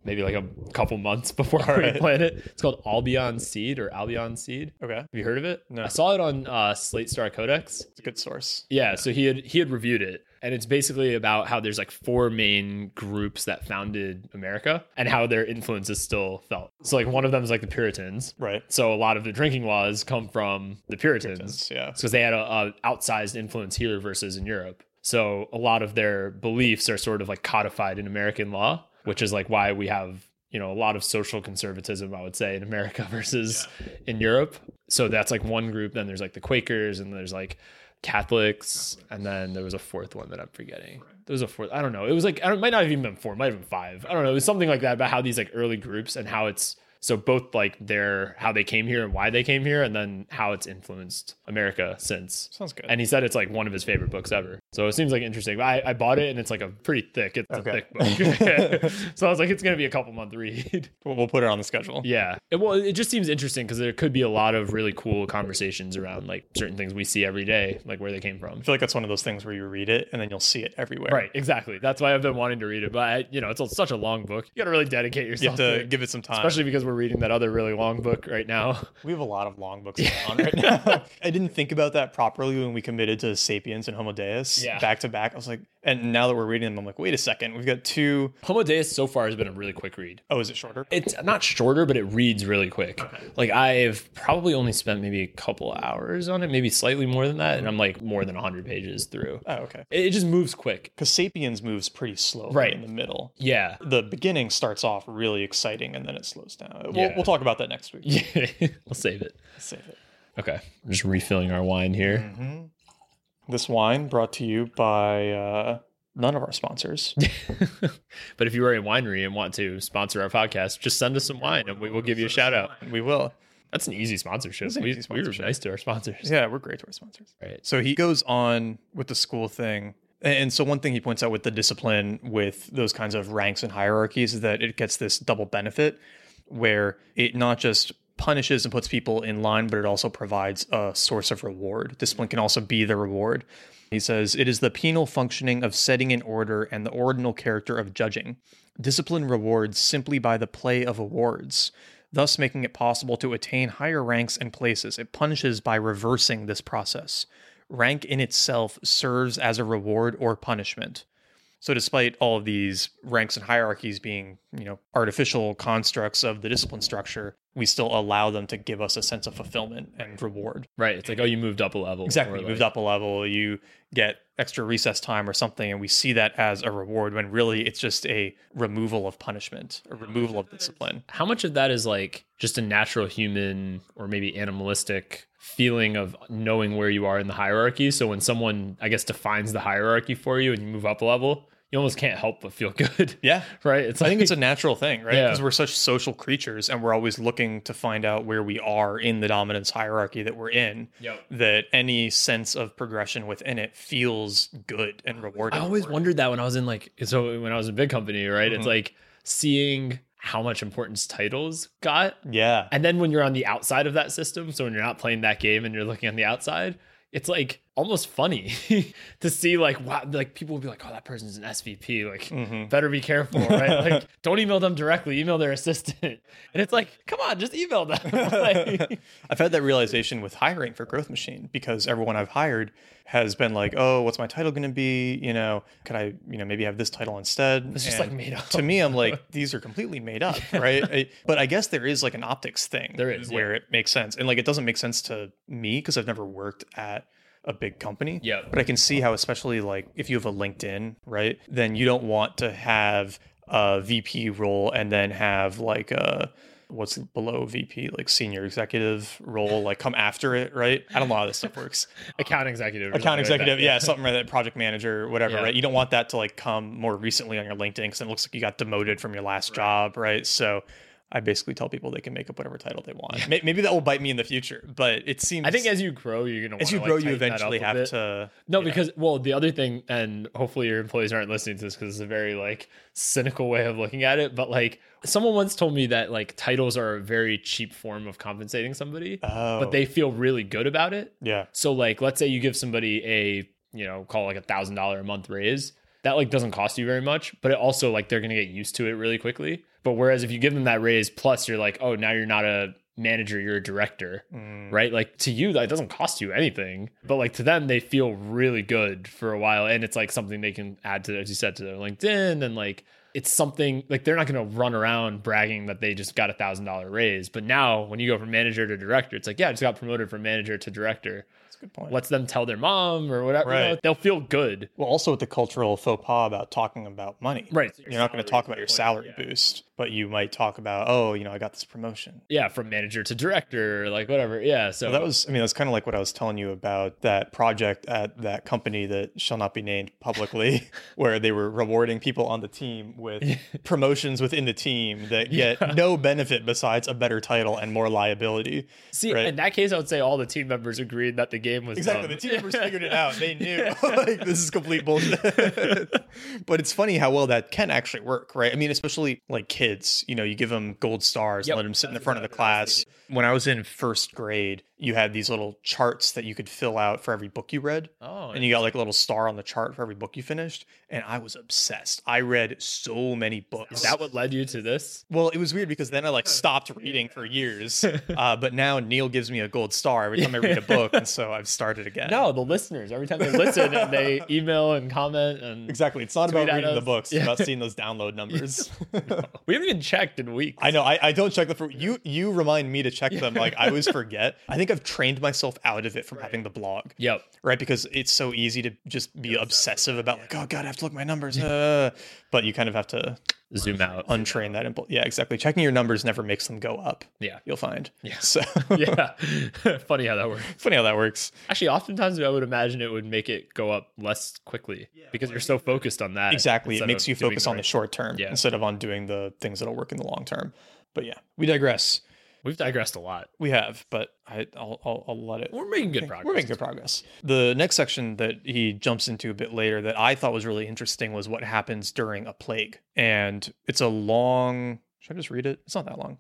Speaker 1: maybe like a couple months <laughs> before we
Speaker 2: right.
Speaker 1: plan it. It's called Albion Seed or Albion Seed. Have
Speaker 2: okay
Speaker 1: you heard of it?
Speaker 2: No.
Speaker 1: I saw it on uh, Slate Star Codex.
Speaker 2: it's a good source
Speaker 1: Yeah, so he had he had reviewed it, and it's basically about how there's like four main groups that founded America and how their influence is still felt. So like one of them is like the Puritans,
Speaker 2: right
Speaker 1: so a lot of the drinking laws come from the Puritans
Speaker 2: Puritans, yeah.
Speaker 1: because they had a, a outsized influence here versus in Europe. So a lot of their beliefs are sort of like codified in American law, which is like why we have you know a lot of social conservatism, I would say, in America <laughs> versus in Europe. So that's like one group. Then there's like the Quakers, and there's like Catholics, and then there was a fourth one that I'm forgetting. There was a fourth. I don't know. It was like I don't, it might not have even been four. It might have been five. I don't know. It was something like that about how these like early groups and how it's so both like their how they came here and why they came here, and then how it's influenced America since.
Speaker 2: sounds good
Speaker 1: And he said it's like one of his favorite books ever. So it seems like interesting. But I, I bought it and it's like a pretty thick. It's
Speaker 2: Okay.
Speaker 1: a thick book. <laughs> so I was like, it's gonna be a couple month read. <laughs>
Speaker 2: We'll- we'll put it on the schedule
Speaker 1: Yeah. It, well, it just seems interesting because there could be a lot of really cool conversations around like certain things we see every day, like where they came from.
Speaker 2: I feel like that's one of those things where you read it and then you'll see it everywhere.
Speaker 1: <laughs> Right, exactly. That's why I've been wanting to read it, but I, you know, it's a- such a long book. You got to really dedicate
Speaker 2: You
Speaker 1: yourself
Speaker 2: have
Speaker 1: to,
Speaker 2: to
Speaker 1: it,
Speaker 2: give it some time.
Speaker 1: especially because we're reading that other really long book right <laughs> now.
Speaker 2: we have a lot of long books on right now. <laughs> I didn't think about that properly when we committed to Sapiens and Homo Deus
Speaker 1: Yeah.
Speaker 2: back to back. I was like, and now that we're reading them, I'm like, wait a second, we've got two
Speaker 1: Homo Deus so far has been a really quick read.
Speaker 2: oh is it shorter?
Speaker 1: It's not shorter, but it reads really quick. Like I've probably only spent maybe a couple hours on it, maybe slightly more than that, and I'm like more than 100 pages through.
Speaker 2: Oh, okay.
Speaker 1: It, it just moves quick.
Speaker 2: Because Sapiens moves pretty slow
Speaker 1: Right.
Speaker 2: in the middle.
Speaker 1: Yeah. <laughs>
Speaker 2: The beginning starts off really exciting and then it slows down. We'll,
Speaker 1: Yeah.
Speaker 2: we'll talk about that next week.
Speaker 1: Yeah. I'll save it.
Speaker 2: Save it.
Speaker 1: Okay. I'm just refilling our wine here.
Speaker 2: This wine brought to you by uh, none of our <laughs> sponsors.
Speaker 1: <laughs> but if you are a winery and want to sponsor our podcast, just send us some wine and we will give you a shout out.
Speaker 2: we will.
Speaker 1: That's an easy sponsorship.
Speaker 2: That's an
Speaker 1: we,
Speaker 2: easy
Speaker 1: we
Speaker 2: sponsorship.
Speaker 1: were nice to our sponsors.
Speaker 2: Yeah, we're great to our sponsors.
Speaker 1: <laughs> Right.
Speaker 2: So he goes on with the school thing. And so one thing he points out with the discipline with those kinds of ranks and hierarchies is that it gets this double benefit where it not just punishes and puts people in line, but it also provides a source of reward. Discipline can also be the reward. He says, It is the penal functioning of setting in order and the ordinal character of judging. Discipline rewards simply by the play of awards, thus making it possible to attain higher ranks and places. It punishes by reversing this process. Rank in itself serves as a reward or punishment. So, despite all of these ranks and hierarchies being, you know, artificial constructs of the discipline structure, we still allow them to give us a sense of fulfillment and reward.
Speaker 1: Right. It's like, oh, you moved up a level.
Speaker 2: Exactly.
Speaker 1: or
Speaker 2: You moved
Speaker 1: like-
Speaker 2: up a level, you get extra recess time or something, and we see that as a reward when really it's just a removal of punishment, a removal of discipline.
Speaker 1: How much of that is like just a natural human or maybe animalistic feeling of knowing where you are in the hierarchy? So when someone, I guess, defines the hierarchy for you and you move up a level, you almost can't help but feel <laughs> good.
Speaker 2: Yeah.
Speaker 1: Right. It's
Speaker 2: I
Speaker 1: like,
Speaker 2: think it's a natural thing, right?
Speaker 1: Yeah.
Speaker 2: Because we're such social creatures and we're always looking to find out where we are in the dominance hierarchy that we're in,
Speaker 1: Yep.
Speaker 2: that any sense of progression within it feels good and rewarding.
Speaker 1: I always wondered that when I was in like so when I was in a big company, right? It's
Speaker 2: Mhm.
Speaker 1: like seeing how much importance titles got.
Speaker 2: Yeah.
Speaker 1: And then when you're on the outside of that system, so when you're not playing that game and you're looking on the outside, it's like almost funny <laughs> to see like wow like people will be like, Oh, that person's an SVP, like
Speaker 2: Mm-hmm.
Speaker 1: better be
Speaker 2: <laughs>
Speaker 1: careful, right? like don't email them directly, email their assistant. <laughs> And it's like, come on, just email them. <laughs>
Speaker 2: <laughs>
Speaker 1: Like-
Speaker 2: I've had that realization with hiring for Growth Machine because everyone I've hired has been like, "Oh, what's my title going to be? You know, could I, you know, maybe have this title instead?"
Speaker 1: it's just
Speaker 2: And
Speaker 1: like made up.
Speaker 2: to me, I'm
Speaker 1: <laughs>
Speaker 2: like, these are completely made up, right? I, but I guess there is like an optics thing
Speaker 1: There is, yeah.
Speaker 2: where it makes sense, and like it doesn't make sense to me because I've never worked at a big company.
Speaker 1: Yeah.
Speaker 2: But I can see how, especially like if you have a LinkedIn, right, then you don't want to have a VP role and then have like a what's below VP, like senior executive role, like come after it, right? I don't know how this stuff works.
Speaker 1: Account executive. or
Speaker 2: Account
Speaker 1: something like that.
Speaker 2: executive, yeah, something like that, project manager, whatever,
Speaker 1: Yeah.
Speaker 2: right? You don't want that to like come more recently on your LinkedIn because it looks like you got demoted from your last job, right? So. I basically tell people they can make up whatever title they want. May Maybe that will bite me in the future, but it seems
Speaker 1: I think as you grow, you're gonna
Speaker 2: as
Speaker 1: wanna,
Speaker 2: you
Speaker 1: like,
Speaker 2: grow,
Speaker 1: tighten
Speaker 2: you
Speaker 1: that up
Speaker 2: eventually
Speaker 1: a
Speaker 2: have
Speaker 1: bit.
Speaker 2: to
Speaker 1: No,
Speaker 2: you know.
Speaker 1: because well, the other thing, and hopefully your employees aren't listening to this because it's a very like cynical way of looking at it. But like someone once told me that like titles are a very cheap form of compensating somebody,
Speaker 2: Oh,
Speaker 1: but they feel really good about it.
Speaker 2: yeah,
Speaker 1: So like, let's say you give somebody a you know call it like a thousand dollar a month raise. That like doesn't cost you very much, but it also like they're gonna get used to it really quickly. But whereas if you give them that raise, plus you're like, oh, now you're not a manager, you're a director
Speaker 2: Mm.
Speaker 1: right? Like to you, that doesn't cost you anything, but like to them, they feel really good for a while, and it's like something they can add to, as you said, to their LinkedIn, and like it's something like they're not going to run around bragging that they just got a thousand dollar raise. But now, when you go from manager to director, it's like yeah, I just got promoted from manager to director.
Speaker 2: That's a good point.
Speaker 1: Lets them tell their mom or whatever. you know,
Speaker 2: Right.
Speaker 1: they'll feel good,
Speaker 2: well, also with the cultural faux pas about talking about money,
Speaker 1: right?
Speaker 2: You're not going to talk about your salary boost, but you might talk about, oh, you know, I got this promotion.
Speaker 1: Yeah, from manager to director, or, like whatever. Yeah, so
Speaker 2: So that was, I mean, that's kind of like what I was telling you about that project at that company that shall not be named publicly, where they were rewarding people on the team with promotions within the team that get no benefit besides a better title and more liability.
Speaker 1: see
Speaker 2: right.
Speaker 1: in that case, I would say all the team members agreed that the game was
Speaker 2: Exactly.
Speaker 1: dumb.
Speaker 2: The team
Speaker 1: <laughs>
Speaker 2: members figured it out. They knew <laughs> like this is complete bullshit. <laughs> but it's funny how well that can actually work, right? I mean, especially like kids, you know, you give them gold stars,
Speaker 1: Yep.
Speaker 2: let them sit in the front of the class. When I was in first grade, you had these little charts that you could fill out for every book you read.
Speaker 1: Oh,
Speaker 2: And you got like a little star on the chart for every book you finished. And I was obsessed. I read so many books.
Speaker 1: Is that what led you to this?
Speaker 2: Well, it was weird because then I
Speaker 1: <laughs>
Speaker 2: like stopped reading for years, uh, but now Neil gives me a gold star every time I read a book, and so I've started again.
Speaker 1: No, the listeners. Every time they listen and
Speaker 2: <laughs>
Speaker 1: they email and comment, and
Speaker 2: exactly. It's not
Speaker 1: Tweet
Speaker 2: about
Speaker 1: at
Speaker 2: reading the
Speaker 1: us.
Speaker 2: books;
Speaker 1: Yeah.
Speaker 2: it's about seeing those download numbers. <laughs>
Speaker 1: we haven't even checked in weeks.
Speaker 2: I know. I, I don't check them for you. You remind me to check them. Like
Speaker 1: <laughs>
Speaker 2: I always forget. I think I've trained myself out of it from having the blog,
Speaker 1: Yep.
Speaker 2: right? Because it's so easy to just be obsessive about like, oh god, I have to look at my numbers. Uh, but you kind of have to
Speaker 1: Zoom out.
Speaker 2: untrain that impulse. Yeah, exactly. Checking your numbers never makes them go up.
Speaker 1: <laughs> Yeah.
Speaker 2: You'll find. Yeah. <laughs> So
Speaker 1: yeah. <laughs> Funny how that works.
Speaker 2: funny how that works.
Speaker 1: Actually, oftentimes I would imagine it would make it go up less quickly because you're so focused on that.
Speaker 2: Exactly. It
Speaker 1: instead
Speaker 2: makes
Speaker 1: of
Speaker 2: you
Speaker 1: doing
Speaker 2: focus on the
Speaker 1: right-
Speaker 2: short term
Speaker 1: Yeah.
Speaker 2: instead of on doing the things that'll work in the long term. But yeah, we digress.
Speaker 1: We've digressed a lot.
Speaker 2: We have, but I, I'll, I'll, I'll let it.
Speaker 1: We're making good
Speaker 2: Okay,
Speaker 1: progress.
Speaker 2: We're making good progress. The next section that he jumps into a bit later that I thought was really interesting was what happens during a plague. And it's a long, should I just read it? It's not that long.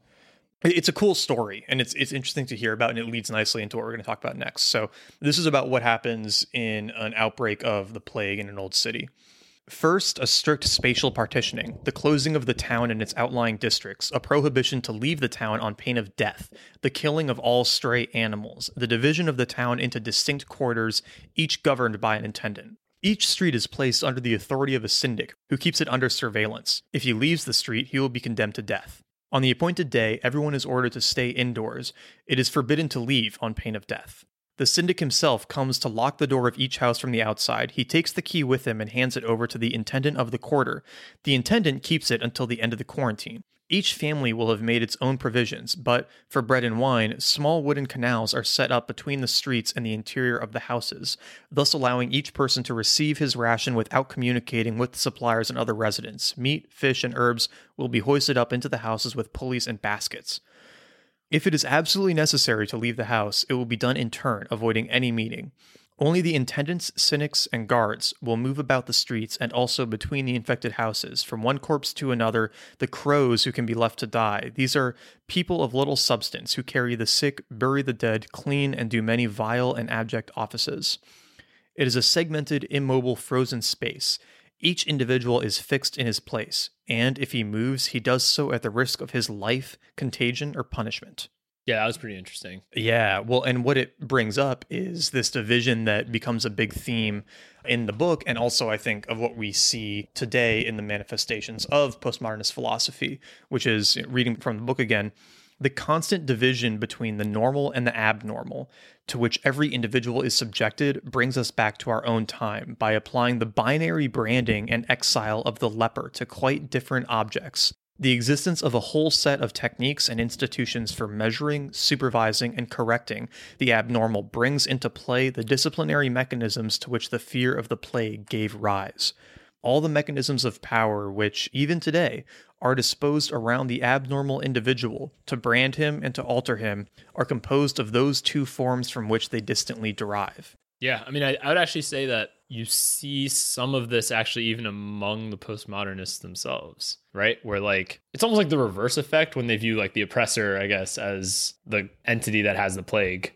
Speaker 2: It- It's a cool story and it's it's interesting to hear about and it leads nicely into what we're going to talk about next. So, this is about what happens in an outbreak of the plague in an old city. First, a strict spatial partitioning, the closing of the town and its outlying districts, a prohibition to leave the town on pain of death, the killing of all stray animals, the division of the town into distinct quarters, each governed by an intendant. Each street is placed under the authority of a syndic, who keeps it under surveillance. If he leaves the street, he will be condemned to death. On the appointed day, everyone is ordered to stay indoors. It is forbidden to leave on pain of death. The syndic himself comes to lock the door of each house from the outside. He takes the key with him and hands it over to the intendant of the quarter. The intendant keeps it until the end of the quarantine. Each family will have made its own provisions, but for bread and wine, small wooden canals are set up between the streets and the interior of the houses, thus allowing each person to receive his ration without communicating with the suppliers and other residents. Meat, fish, and herbs will be hoisted up into the houses with pulleys and baskets. If it is absolutely necessary to leave the house, it will be done in turn, avoiding any meeting. Only the intendants, cynics, and guards will move about the streets and also between the infected houses, from one corpse to another, the crows who can be left to die. These are people of little substance who carry the sick, bury the dead, clean, and do many vile and abject offices. It is a segmented, immobile, frozen space. Each individual is fixed in his place, and if he moves, he does so at the risk of his life, contagion, or punishment.
Speaker 1: Yeah, that was pretty interesting.
Speaker 2: Yeah, well, and what it brings up is this division that becomes a big theme in the book, and also I think of what we see today in the manifestations of postmodernist philosophy, which is reading from the book again the constant division between the normal and the abnormal to which every individual is subjected brings us back to our own time by applying the binary branding and exile of the leper to quite different objects the existence of a whole set of techniques and institutions for measuring, supervising, and correcting the abnormal brings into play the disciplinary mechanisms to which the fear of the plague gave rise. All the mechanisms of power which, even today, are disposed around the abnormal individual to brand him and to alter him are composed of those two forms from which they distantly derive.
Speaker 1: Yeah, I mean, I, I would actually say that you see some of this actually even among the postmodernists themselves, right? Where like it's almost like the reverse effect when they view like the oppressor, I guess, as the entity that has the plague,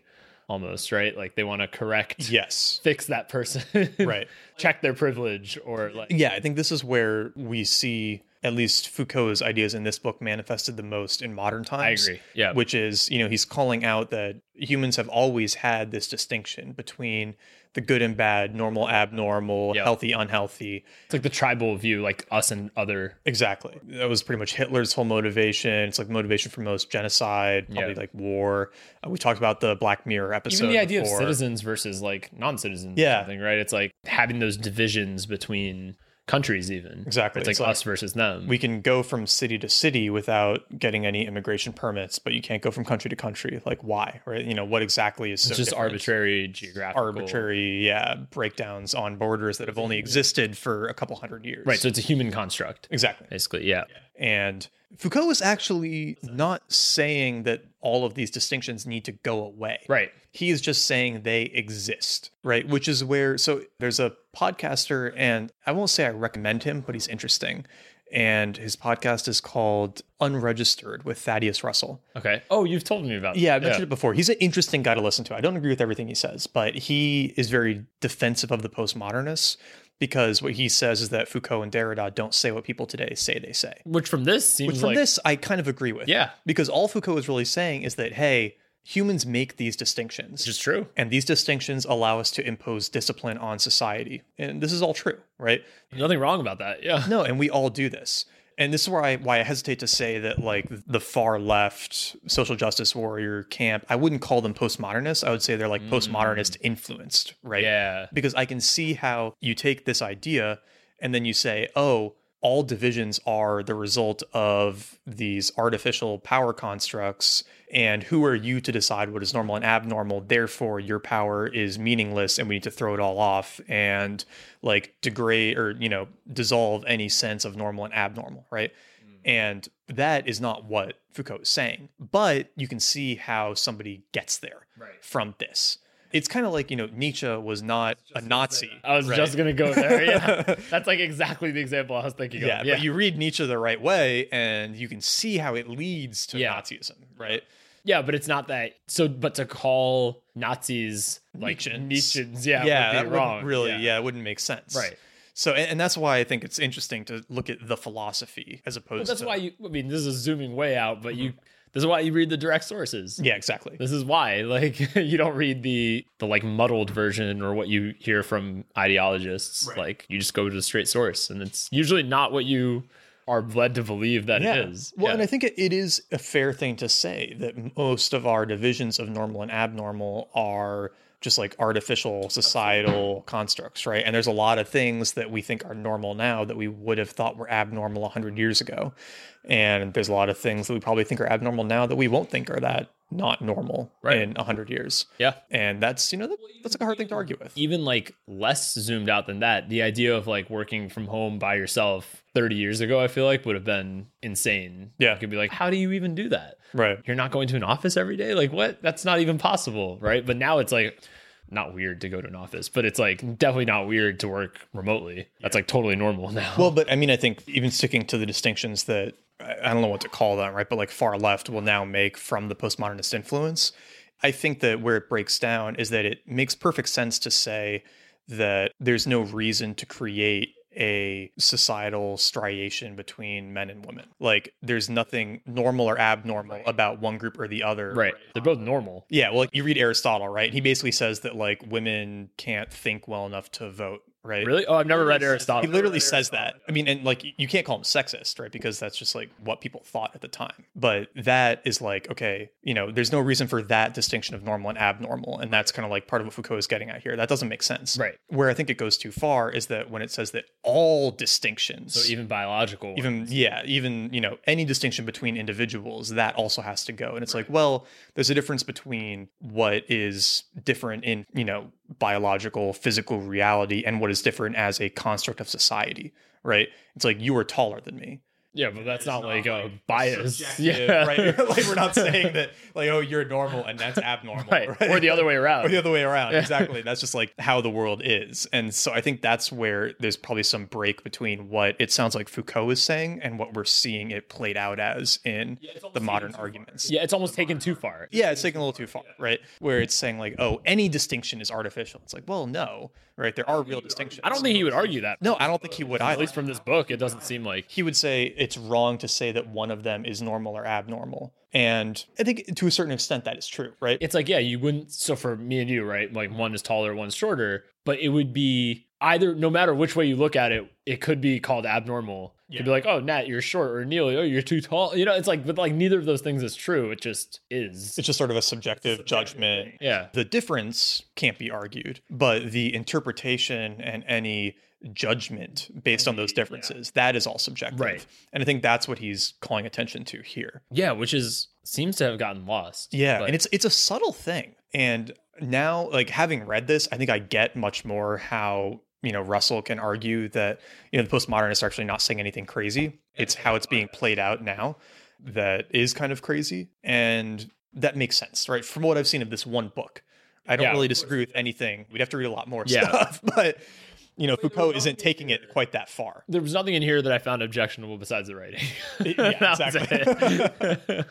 Speaker 1: almost, right? Like they want to correct,
Speaker 2: Yes.
Speaker 1: <laughs> fix that person, <laughs>
Speaker 2: Right.
Speaker 1: Check their privilege or like,
Speaker 2: Yeah, I think this is where we see at least Foucault's ideas in this book manifested the most in modern
Speaker 1: I
Speaker 2: times.
Speaker 1: agree. Yeah,
Speaker 2: Which is, you know, he's calling out that humans have always had this distinction between the good and bad, normal, abnormal,
Speaker 1: Yeah.
Speaker 2: healthy, unhealthy.
Speaker 1: it's like the tribal view, like us and other.
Speaker 2: Exactly. That was pretty much Hitler's whole motivation. It's like motivation for most genocide, probably
Speaker 1: Yeah.
Speaker 2: like war. Uh, we talked about the Black Mirror episode.
Speaker 1: Even the idea
Speaker 2: before.
Speaker 1: of citizens versus like non-citizens,
Speaker 2: Yeah.
Speaker 1: or something, right? It's like having those divisions between countries, even
Speaker 2: Exactly.
Speaker 1: It's like
Speaker 2: It's like
Speaker 1: us versus them.
Speaker 2: we can go from city to city without getting any immigration permits, but you can't go from country to country. Like why? Right? You know, what exactly is so
Speaker 1: it's just
Speaker 2: different?
Speaker 1: arbitrary geographical
Speaker 2: arbitrary yeah, breakdowns on borders that have only existed for a couple hundred years.
Speaker 1: Mm-hmm. right so it's a human construct
Speaker 2: exactly.
Speaker 1: basically yeah
Speaker 2: And Foucault is actually not saying that all of these distinctions need to go away.
Speaker 1: right
Speaker 2: He is just saying they exist, right? Which is where, so there's a podcaster, and I won't say I recommend him, but he's interesting. And his podcast is called Unregistered with Thaddeus Russell.
Speaker 1: okay oh you've told me about
Speaker 2: Yeah, I mentioned it before. He's an interesting guy to listen to. I don't agree with everything he says, but he is very defensive of the postmodernists because what he says is that Foucault and Derrida don't say what people today say they say.
Speaker 1: which from this seems
Speaker 2: Which from
Speaker 1: like
Speaker 2: this I kind of agree with.
Speaker 1: yeah
Speaker 2: Because all Foucault is really saying is that, hey, humans make these distinctions.
Speaker 1: which is true
Speaker 2: and these distinctions allow us to impose discipline on society. And this is all true, right?
Speaker 1: nothing wrong about that yeah
Speaker 2: No, and we all do this. And this is where I why I hesitate to say that like the far left social justice warrior camp, I wouldn't call them postmodernists. I would say they're like postmodernist influenced, <laughs> right?
Speaker 1: yeah
Speaker 2: Because I can see how you take this idea and then you say, "Oh, all divisions are the result of these artificial power constructs and who are you to decide what is normal and abnormal? Therefore, your power is meaningless and we need to throw it all off and like degrade or you know dissolve any sense of normal and abnormal right And that is not what Foucault is saying. But you can see how somebody gets there
Speaker 3: Right.
Speaker 2: from this. It's kind of like, you know, Nietzsche was not a Nazi.
Speaker 1: I was
Speaker 2: right?
Speaker 1: just gonna go there.
Speaker 2: <laughs>
Speaker 1: Yeah, that's like exactly the example I was thinking
Speaker 2: yeah,
Speaker 1: of. Yeah,
Speaker 2: but you read Nietzsche the right way and you can see how it leads to
Speaker 1: Yeah.
Speaker 2: Nazism, right?
Speaker 1: yeah, but it's not that. So, but to call Nazis like
Speaker 2: Nietzscheans.
Speaker 1: Nietzscheans, yeah,
Speaker 2: yeah,
Speaker 1: would
Speaker 2: that
Speaker 1: be
Speaker 2: wouldn't
Speaker 1: wrong.
Speaker 2: really, yeah. it wouldn't make sense.
Speaker 1: right.
Speaker 2: So, and, and that's why I think it's interesting to look at the philosophy as opposed
Speaker 1: But that's
Speaker 2: to.
Speaker 1: why you. I mean, this is zooming way out, but you. This is why you read the direct sources.
Speaker 2: yeah, exactly.
Speaker 1: This is why, like, <laughs> you don't read the the like muddled version or what you hear from ideologists.
Speaker 2: Right.
Speaker 1: Like, you just go to the straight source, and it's usually not what you are led to believe that it is.
Speaker 2: Well,
Speaker 1: Yeah.
Speaker 2: and I think it, it is a fair thing to say that most of our divisions of normal and abnormal are just like artificial societal constructs, right? And there's a lot of things that we think are normal now that we would have thought were abnormal 100 years ago. And there's a lot of things that we probably think are abnormal now that we won't think are that not normal
Speaker 1: Right.
Speaker 2: in 100 years.
Speaker 1: yeah.
Speaker 2: And that's, you know, that, that's like a hard thing to argue with.
Speaker 1: even like less zoomed out than that, the idea of like working from home by yourself 30 years ago, I feel like would have been insane.
Speaker 2: Yeah.
Speaker 1: You could be like, how do you even do that?
Speaker 2: Right.
Speaker 1: You're not going to an office every day? Like, what? That's not even possible. Right. But now it's like, not weird to go to an office, but it's like definitely not weird to work remotely. That's like totally normal <laughs> now.
Speaker 2: Well, but I mean, I think even sticking to the distinctions that I I don't know what to call them, right? But like far left will now make from the postmodernist influence. I think that where it breaks down is that it makes perfect sense to say that there's no reason to create a societal striation between men and women. Like there's nothing normal or abnormal about one group or the other.
Speaker 1: right. They're both normal.
Speaker 2: Yeah, well, like you read Aristotle, right? He basically says that like women can't think well enough to vote, right?
Speaker 1: Really? Oh, I've never read
Speaker 2: He
Speaker 1: Aristotle.
Speaker 2: literally says that. I mean, and like you can't call him sexist, right? Because that's just like what people thought at the time. But that is like, okay, you know, there's no reason for that distinction of normal and abnormal. And that's kind of like part of what Foucault is getting at here. That doesn't make sense.
Speaker 1: Right.
Speaker 2: Where I think it goes too far is that when it says that all distinctions,
Speaker 1: So even biological.
Speaker 2: even yeah even you know any distinction between individuals that also has to go and it's like well there's a difference between what is different in you know biological physical reality and what is different as a construct of society right it's like you are taller than me
Speaker 1: yeah, but that's
Speaker 3: It's
Speaker 1: not,
Speaker 3: not,
Speaker 1: like, a
Speaker 3: like,
Speaker 1: bias.
Speaker 3: subjective,
Speaker 1: Yeah. <laughs>
Speaker 2: right <laughs> like we're not saying that like oh you're normal and that's abnormal
Speaker 1: Right.
Speaker 2: right,
Speaker 1: Or the other way around.
Speaker 2: or Oh, the other way around
Speaker 1: Yeah.
Speaker 2: exactly that's just like how the world is and so i think that's where there's probably some break between what it sounds like foucault is saying and what we're seeing it played out as in the modern arguments
Speaker 1: Yeah, it's almost taken too far.
Speaker 2: yeah it's taking a little too far right where it's saying like oh any distinction is artificial it's like well no right there are real distinctions
Speaker 1: I don't think he would argue that.
Speaker 2: no i don't think he would
Speaker 1: At
Speaker 2: either
Speaker 1: least from this book, it doesn't seem like.
Speaker 2: he would say it's wrong to say that one of them is normal or abnormal and i think to a certain extent that is true right
Speaker 1: It's like, yeah, you wouldn't. So for me and you, right? Like one is taller, one's shorter, but it would be either, no matter which way you look at it, it could be called abnormal. It could be like, oh, Nat, you're short, or Neil, oh, you're too tall. You know, it's like, but like neither of those things is true. It just is.
Speaker 2: it's just sort of a subjective judgment
Speaker 1: Yeah.
Speaker 2: the difference can't be argued, but the interpretation and any judgment based on those differences, that is all subjective.
Speaker 1: Right.
Speaker 2: And I think that's what he's calling attention to here.
Speaker 1: Yeah, which is seems to have gotten lost.
Speaker 2: Yeah.
Speaker 1: But-
Speaker 2: and it's it's a subtle thing. And now, like having read this, I think I get much more how you know Russell can argue that you know the postmodernists are actually not saying anything crazy. It's how it's being played out now that is kind of crazy. And that makes sense, right? From what I've seen of this one book. I don't
Speaker 1: Yeah.
Speaker 2: really disagree with anything. We'd have to read a lot more
Speaker 1: Yeah.
Speaker 2: <laughs> stuff, but you know, Foucault isn't taking it quite that far.
Speaker 1: there was nothing in here that I found objectionable besides the writing.
Speaker 2: <laughs> Yeah,
Speaker 1: <laughs> That was
Speaker 2: exactly. <laughs>
Speaker 1: it.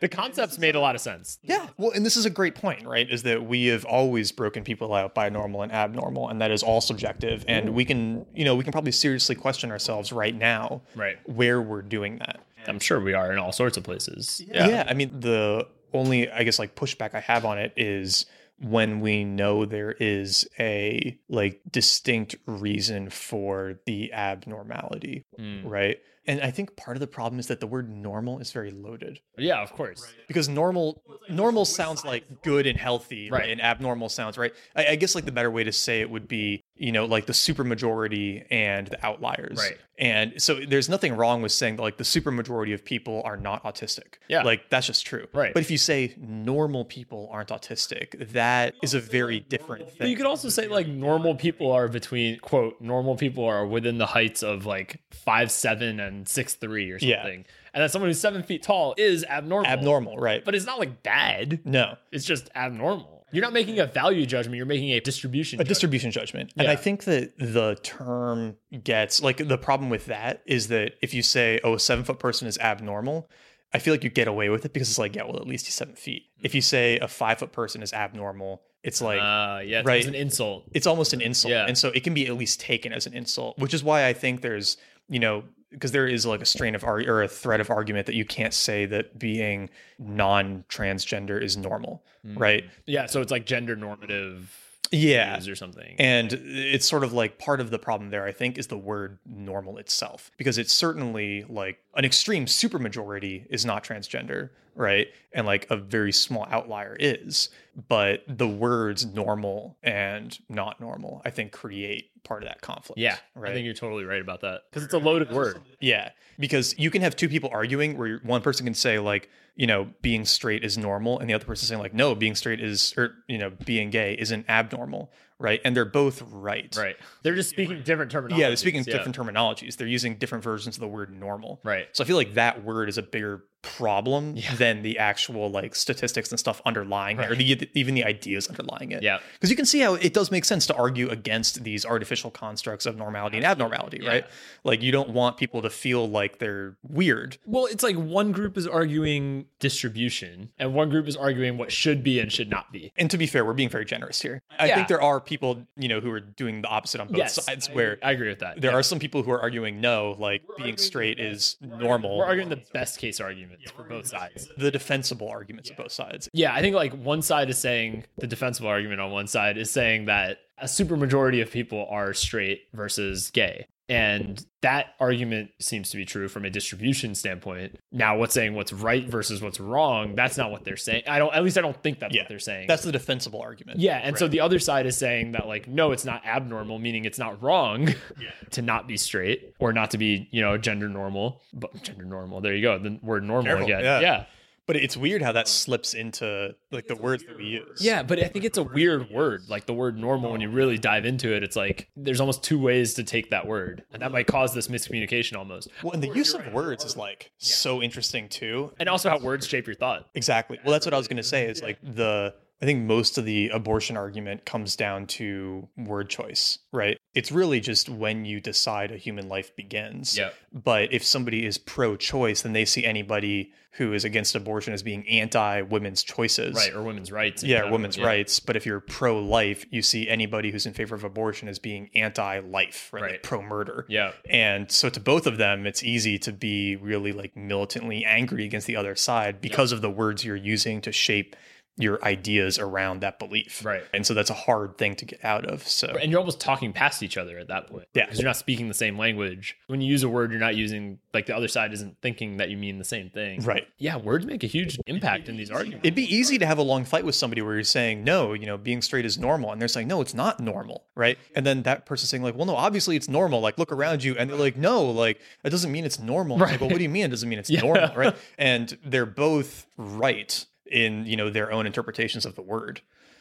Speaker 1: the concepts made a lot of sense.
Speaker 2: Yeah. Well, and this is a great point, right? Is that we have always broken people out by normal and abnormal, and that is all subjective. And we can, you know, we can probably seriously question ourselves right now
Speaker 1: Right.
Speaker 2: where we're doing that.
Speaker 1: I'm sure we are in all sorts of places.
Speaker 2: Yeah. I mean, the only, I guess, like pushback I have on it is when we know there is a like distinct reason for the abnormality,
Speaker 1: Mm.
Speaker 2: right? And I think part of the problem is that the word normal is very loaded.
Speaker 1: Yeah, of course.
Speaker 2: because normal normal sounds like good and healthy right,
Speaker 1: Right.
Speaker 2: and abnormal sounds right I, I guess like the better way to say it would be you know like the supermajority and the outliers
Speaker 1: Right.
Speaker 2: and so there's nothing wrong with saying that like the supermajority of people are not autistic
Speaker 1: Yeah.
Speaker 2: like that's just true
Speaker 1: Right.
Speaker 2: but if you say normal people aren't autistic that is a very different
Speaker 1: But
Speaker 2: thing
Speaker 1: you could also say like normal people are between quote normal people are within the heights of like five seven and and six three or
Speaker 2: Yeah.
Speaker 1: something, and that someone who's seven feet tall is abnormal.
Speaker 2: Abnormal, right?
Speaker 1: but it's not like bad.
Speaker 2: no,
Speaker 1: It's just abnormal. You're not making a value judgment. You're making a distribution.
Speaker 2: a
Speaker 1: judgment.
Speaker 2: distribution judgment. And I
Speaker 1: Yeah.
Speaker 2: think that the term gets like the problem with that is that if you say, oh, a seven foot person is abnormal, I feel like you get away with it because it's like, yeah, well, at least he's seven feet.
Speaker 1: Mm-hmm.
Speaker 2: If you say a five foot person is abnormal, it's like,
Speaker 1: Ah, yeah,
Speaker 2: right.
Speaker 1: It's an insult.
Speaker 2: it's almost an insult.
Speaker 1: Yeah.
Speaker 2: And so it can be at least taken as an insult, which is why I think there's, you know, because there is like a strain of ar- or a thread of argument that you can't say that being non transgender is normal,
Speaker 1: Hmm.
Speaker 2: right?
Speaker 1: Yeah, so it's like gender normative.
Speaker 2: Yeah.
Speaker 1: views or something.
Speaker 2: And it's sort of like part of the problem there, I think, is the word normal itself, because it's certainly like an extreme supermajority is not transgender, right? And like a very small outlier is. But the words normal and not normal, I think, create part of that conflict.
Speaker 1: yeah,
Speaker 2: Right.
Speaker 1: I think you're totally right about that because it's a loaded word.
Speaker 2: Yeah, because you can have two people arguing where one person can say like, you know, being straight is normal, and the other person saying like, no, being straight is or you know, being gay isn't abnormal, right? And they're both right.
Speaker 1: Right. They're just speaking different terminology.
Speaker 2: Yeah, they're speaking different terminologies. They're using different versions of the word normal.
Speaker 1: Right.
Speaker 2: So I feel like that word is a bigger problem than the actual like statistics and stuff underlying it, or the, even the ideas underlying it.
Speaker 1: Yeah.
Speaker 2: Because you can see how it does make sense to argue against these artificial constructs of normality and abnormality, right? Like you don't want people to feel like they're weird.
Speaker 1: Well, it's like one group is arguing distribution and one group is arguing what should be and should not be.
Speaker 2: And to be fair, we're being very generous here. I
Speaker 1: Yeah.
Speaker 2: think there are people, you know, who are doing the opposite on both
Speaker 1: Yes,
Speaker 2: sides
Speaker 1: I-
Speaker 2: where
Speaker 1: I agree with that.
Speaker 2: there
Speaker 1: Yeah.
Speaker 2: are some people who are arguing no, like being straight is normal.
Speaker 1: we're arguing the best case arguments for both sides.
Speaker 2: the defensible arguments of both sides.
Speaker 1: Yeah, I think like one side is saying the defensible argument on one side is saying that a supermajority of people are straight versus gay. And that argument seems to be true from a distribution standpoint. Now, what's saying what's right versus what's wrong, that's not what they're saying. I don't, at least I don't think that's
Speaker 2: Yeah,
Speaker 1: what they're saying.
Speaker 2: That's the defensible argument.
Speaker 1: yeah. And so the other side is saying that, like, no, it's not abnormal, meaning it's not wrong <laughs> to not be straight or not to be, you know, gender normal. But gender normal, there you go. The word normal
Speaker 2: Careful,
Speaker 1: again.
Speaker 2: yeah.
Speaker 1: yeah.
Speaker 2: But it's weird how
Speaker 1: Mm.
Speaker 2: that slips into like the words that we use.
Speaker 1: Yeah, but I think it's a weird word. Like the word normal, when you really dive into it, it's like there's almost two ways to take that word. And
Speaker 2: Mm-hmm.
Speaker 1: that might cause this miscommunication almost.
Speaker 2: Well, and the use of words is like so interesting too.
Speaker 1: And also how words shape your thought.
Speaker 2: Exactly. Well, that's what I was going to say is like the I think most of the abortion argument comes down to word choice, right? It's really just when you decide a human life begins.
Speaker 1: Yeah.
Speaker 2: But if somebody is pro choice, then they see anybody who is against abortion as being anti women's choices.
Speaker 1: Right. Or women's rights. in
Speaker 2: yeah,
Speaker 1: general,
Speaker 2: women's rights. But if you're pro life, you see anybody who's in favor of abortion as being anti life, right?
Speaker 1: Right.
Speaker 2: pro murder.
Speaker 1: Yeah.
Speaker 2: And so to both of them, it's easy to be really like militantly angry against the other side because of the words you're using to shape your ideas around that belief.
Speaker 1: Right.
Speaker 2: And so that's a hard thing to get out of. So
Speaker 1: And you're almost talking past each other at that point.
Speaker 2: Yeah.
Speaker 1: Because you're not speaking the same language. When you use a word, you're not using, like, the other side isn't thinking that you mean the same thing.
Speaker 2: right.
Speaker 1: Yeah. Words make a huge impact in these arguments.
Speaker 2: It'd be easy to have a long fight with somebody where you're saying, no, you know, being straight is normal. And they're saying, no, it's not normal. Right. And then that person saying, like, well, no, obviously it's normal. Like, look around you. And they're like, no, like, that doesn't mean it's normal. Right. Like, well, what do you mean it doesn't
Speaker 1: <laughs>
Speaker 2: mean it's normal? Right. And they're both right in, you know, their own interpretations of the word.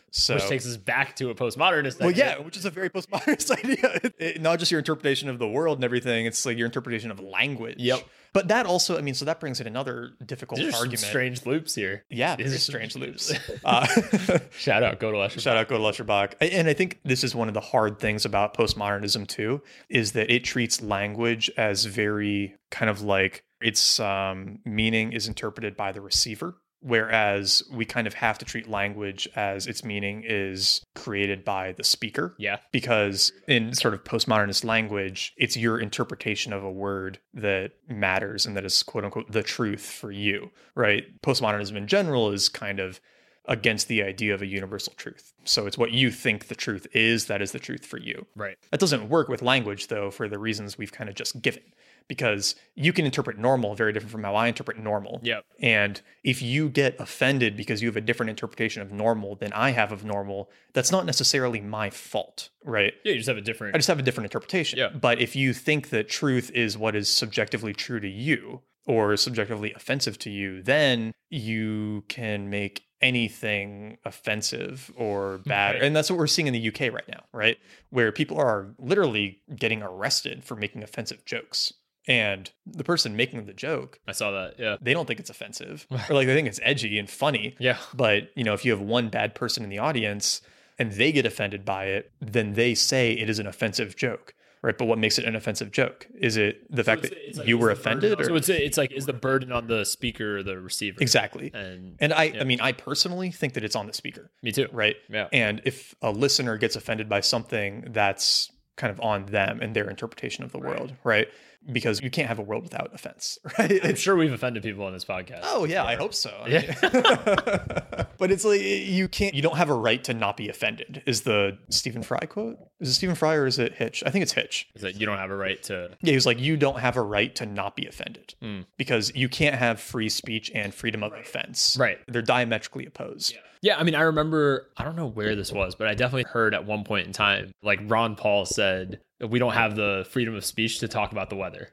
Speaker 2: So,
Speaker 1: Which takes us back to a postmodernist.
Speaker 2: well,
Speaker 1: idea.
Speaker 2: yeah, which is a very postmodernist <laughs> idea. It- it- not just your interpretation of the world and everything, it's like your interpretation of language.
Speaker 1: Yep.
Speaker 2: But that also, I mean, so that brings in another difficult
Speaker 1: These are some
Speaker 2: argument.
Speaker 1: strange loops here.
Speaker 2: yeah,
Speaker 1: These
Speaker 2: these
Speaker 1: are
Speaker 2: are
Speaker 1: some-
Speaker 2: strange loops. <laughs> Uh,
Speaker 1: Shout out, go to Lesher.
Speaker 2: Shout out, go to Lescherbach. A- And I think this is one of the hard things about postmodernism too, is that it treats language as very kind of like its um, meaning is interpreted by the receiver, whereas we kind of have to treat language as its meaning is created by the speaker.
Speaker 1: Yeah.
Speaker 2: Because in sort of postmodernist language, it's your interpretation of a word that matters and that is quote unquote the truth for you, right? Postmodernism in general is kind of against the idea of a universal truth. So it's what you think the truth is that is the truth for you.
Speaker 1: Right.
Speaker 2: That doesn't work with language though for the reasons we've kind of just given because you can interpret normal very different from how I interpret normal.
Speaker 1: Yep.
Speaker 2: And if you get offended because you have a different interpretation of normal than I have of normal, that's not necessarily my fault, right?
Speaker 1: Yeah, you just have a different.
Speaker 2: I just have a different interpretation.
Speaker 1: Yeah.
Speaker 2: But if you think that truth is what is subjectively true to you or subjectively offensive to you, then you can make anything offensive or bad.
Speaker 1: Right.
Speaker 2: And that's what we're seeing in the UK right now, right? Where people are literally getting arrested for making offensive jokes. And the person making the joke,
Speaker 1: I saw that. Yeah.
Speaker 2: they don't think it's offensive. or like they think it's edgy and funny.
Speaker 1: Yeah.
Speaker 2: But, you know, if you have one bad person in the audience and they get offended by it, then they say it is an offensive joke. Right. But what makes it an offensive joke? Is it the fact
Speaker 1: it's-
Speaker 2: that
Speaker 1: it's like-
Speaker 2: you
Speaker 1: it's
Speaker 2: were
Speaker 1: the burden
Speaker 2: offended?
Speaker 1: So
Speaker 2: Or?
Speaker 1: it's it's like is the burden on the speaker or the receiver?
Speaker 2: exactly.
Speaker 1: And
Speaker 2: And I, I mean, I personally think that it's on the speaker,
Speaker 1: me too.
Speaker 2: right?
Speaker 1: Yeah.
Speaker 2: And if a listener gets offended by something, that's kind of on them and their interpretation of the world, right? Because you can't have a world without offense, <laughs> right?
Speaker 1: I'm
Speaker 2: It's,
Speaker 1: sure we've offended people on this podcast.
Speaker 2: oh yeah, I
Speaker 1: before.
Speaker 2: hope so. I
Speaker 1: <laughs>
Speaker 2: mean- but it's like you can't, you don't have a right to not be offended. Is the Stephen Fry quote? Is it Stephen Fry or is it Hitch? I think it's Hitch.
Speaker 1: Is that you don't have a right to
Speaker 2: Yeah, he was like, you don't have a right to not be offended
Speaker 1: Mm.
Speaker 2: because you can't have free speech and freedom of offense.
Speaker 1: Right.
Speaker 2: They're diametrically opposed.
Speaker 1: Yeah, I mean, I remember, I don't know where this was, but I definitely heard at one point in time, like Ron Paul said, we don't have the freedom of speech to talk about the weather.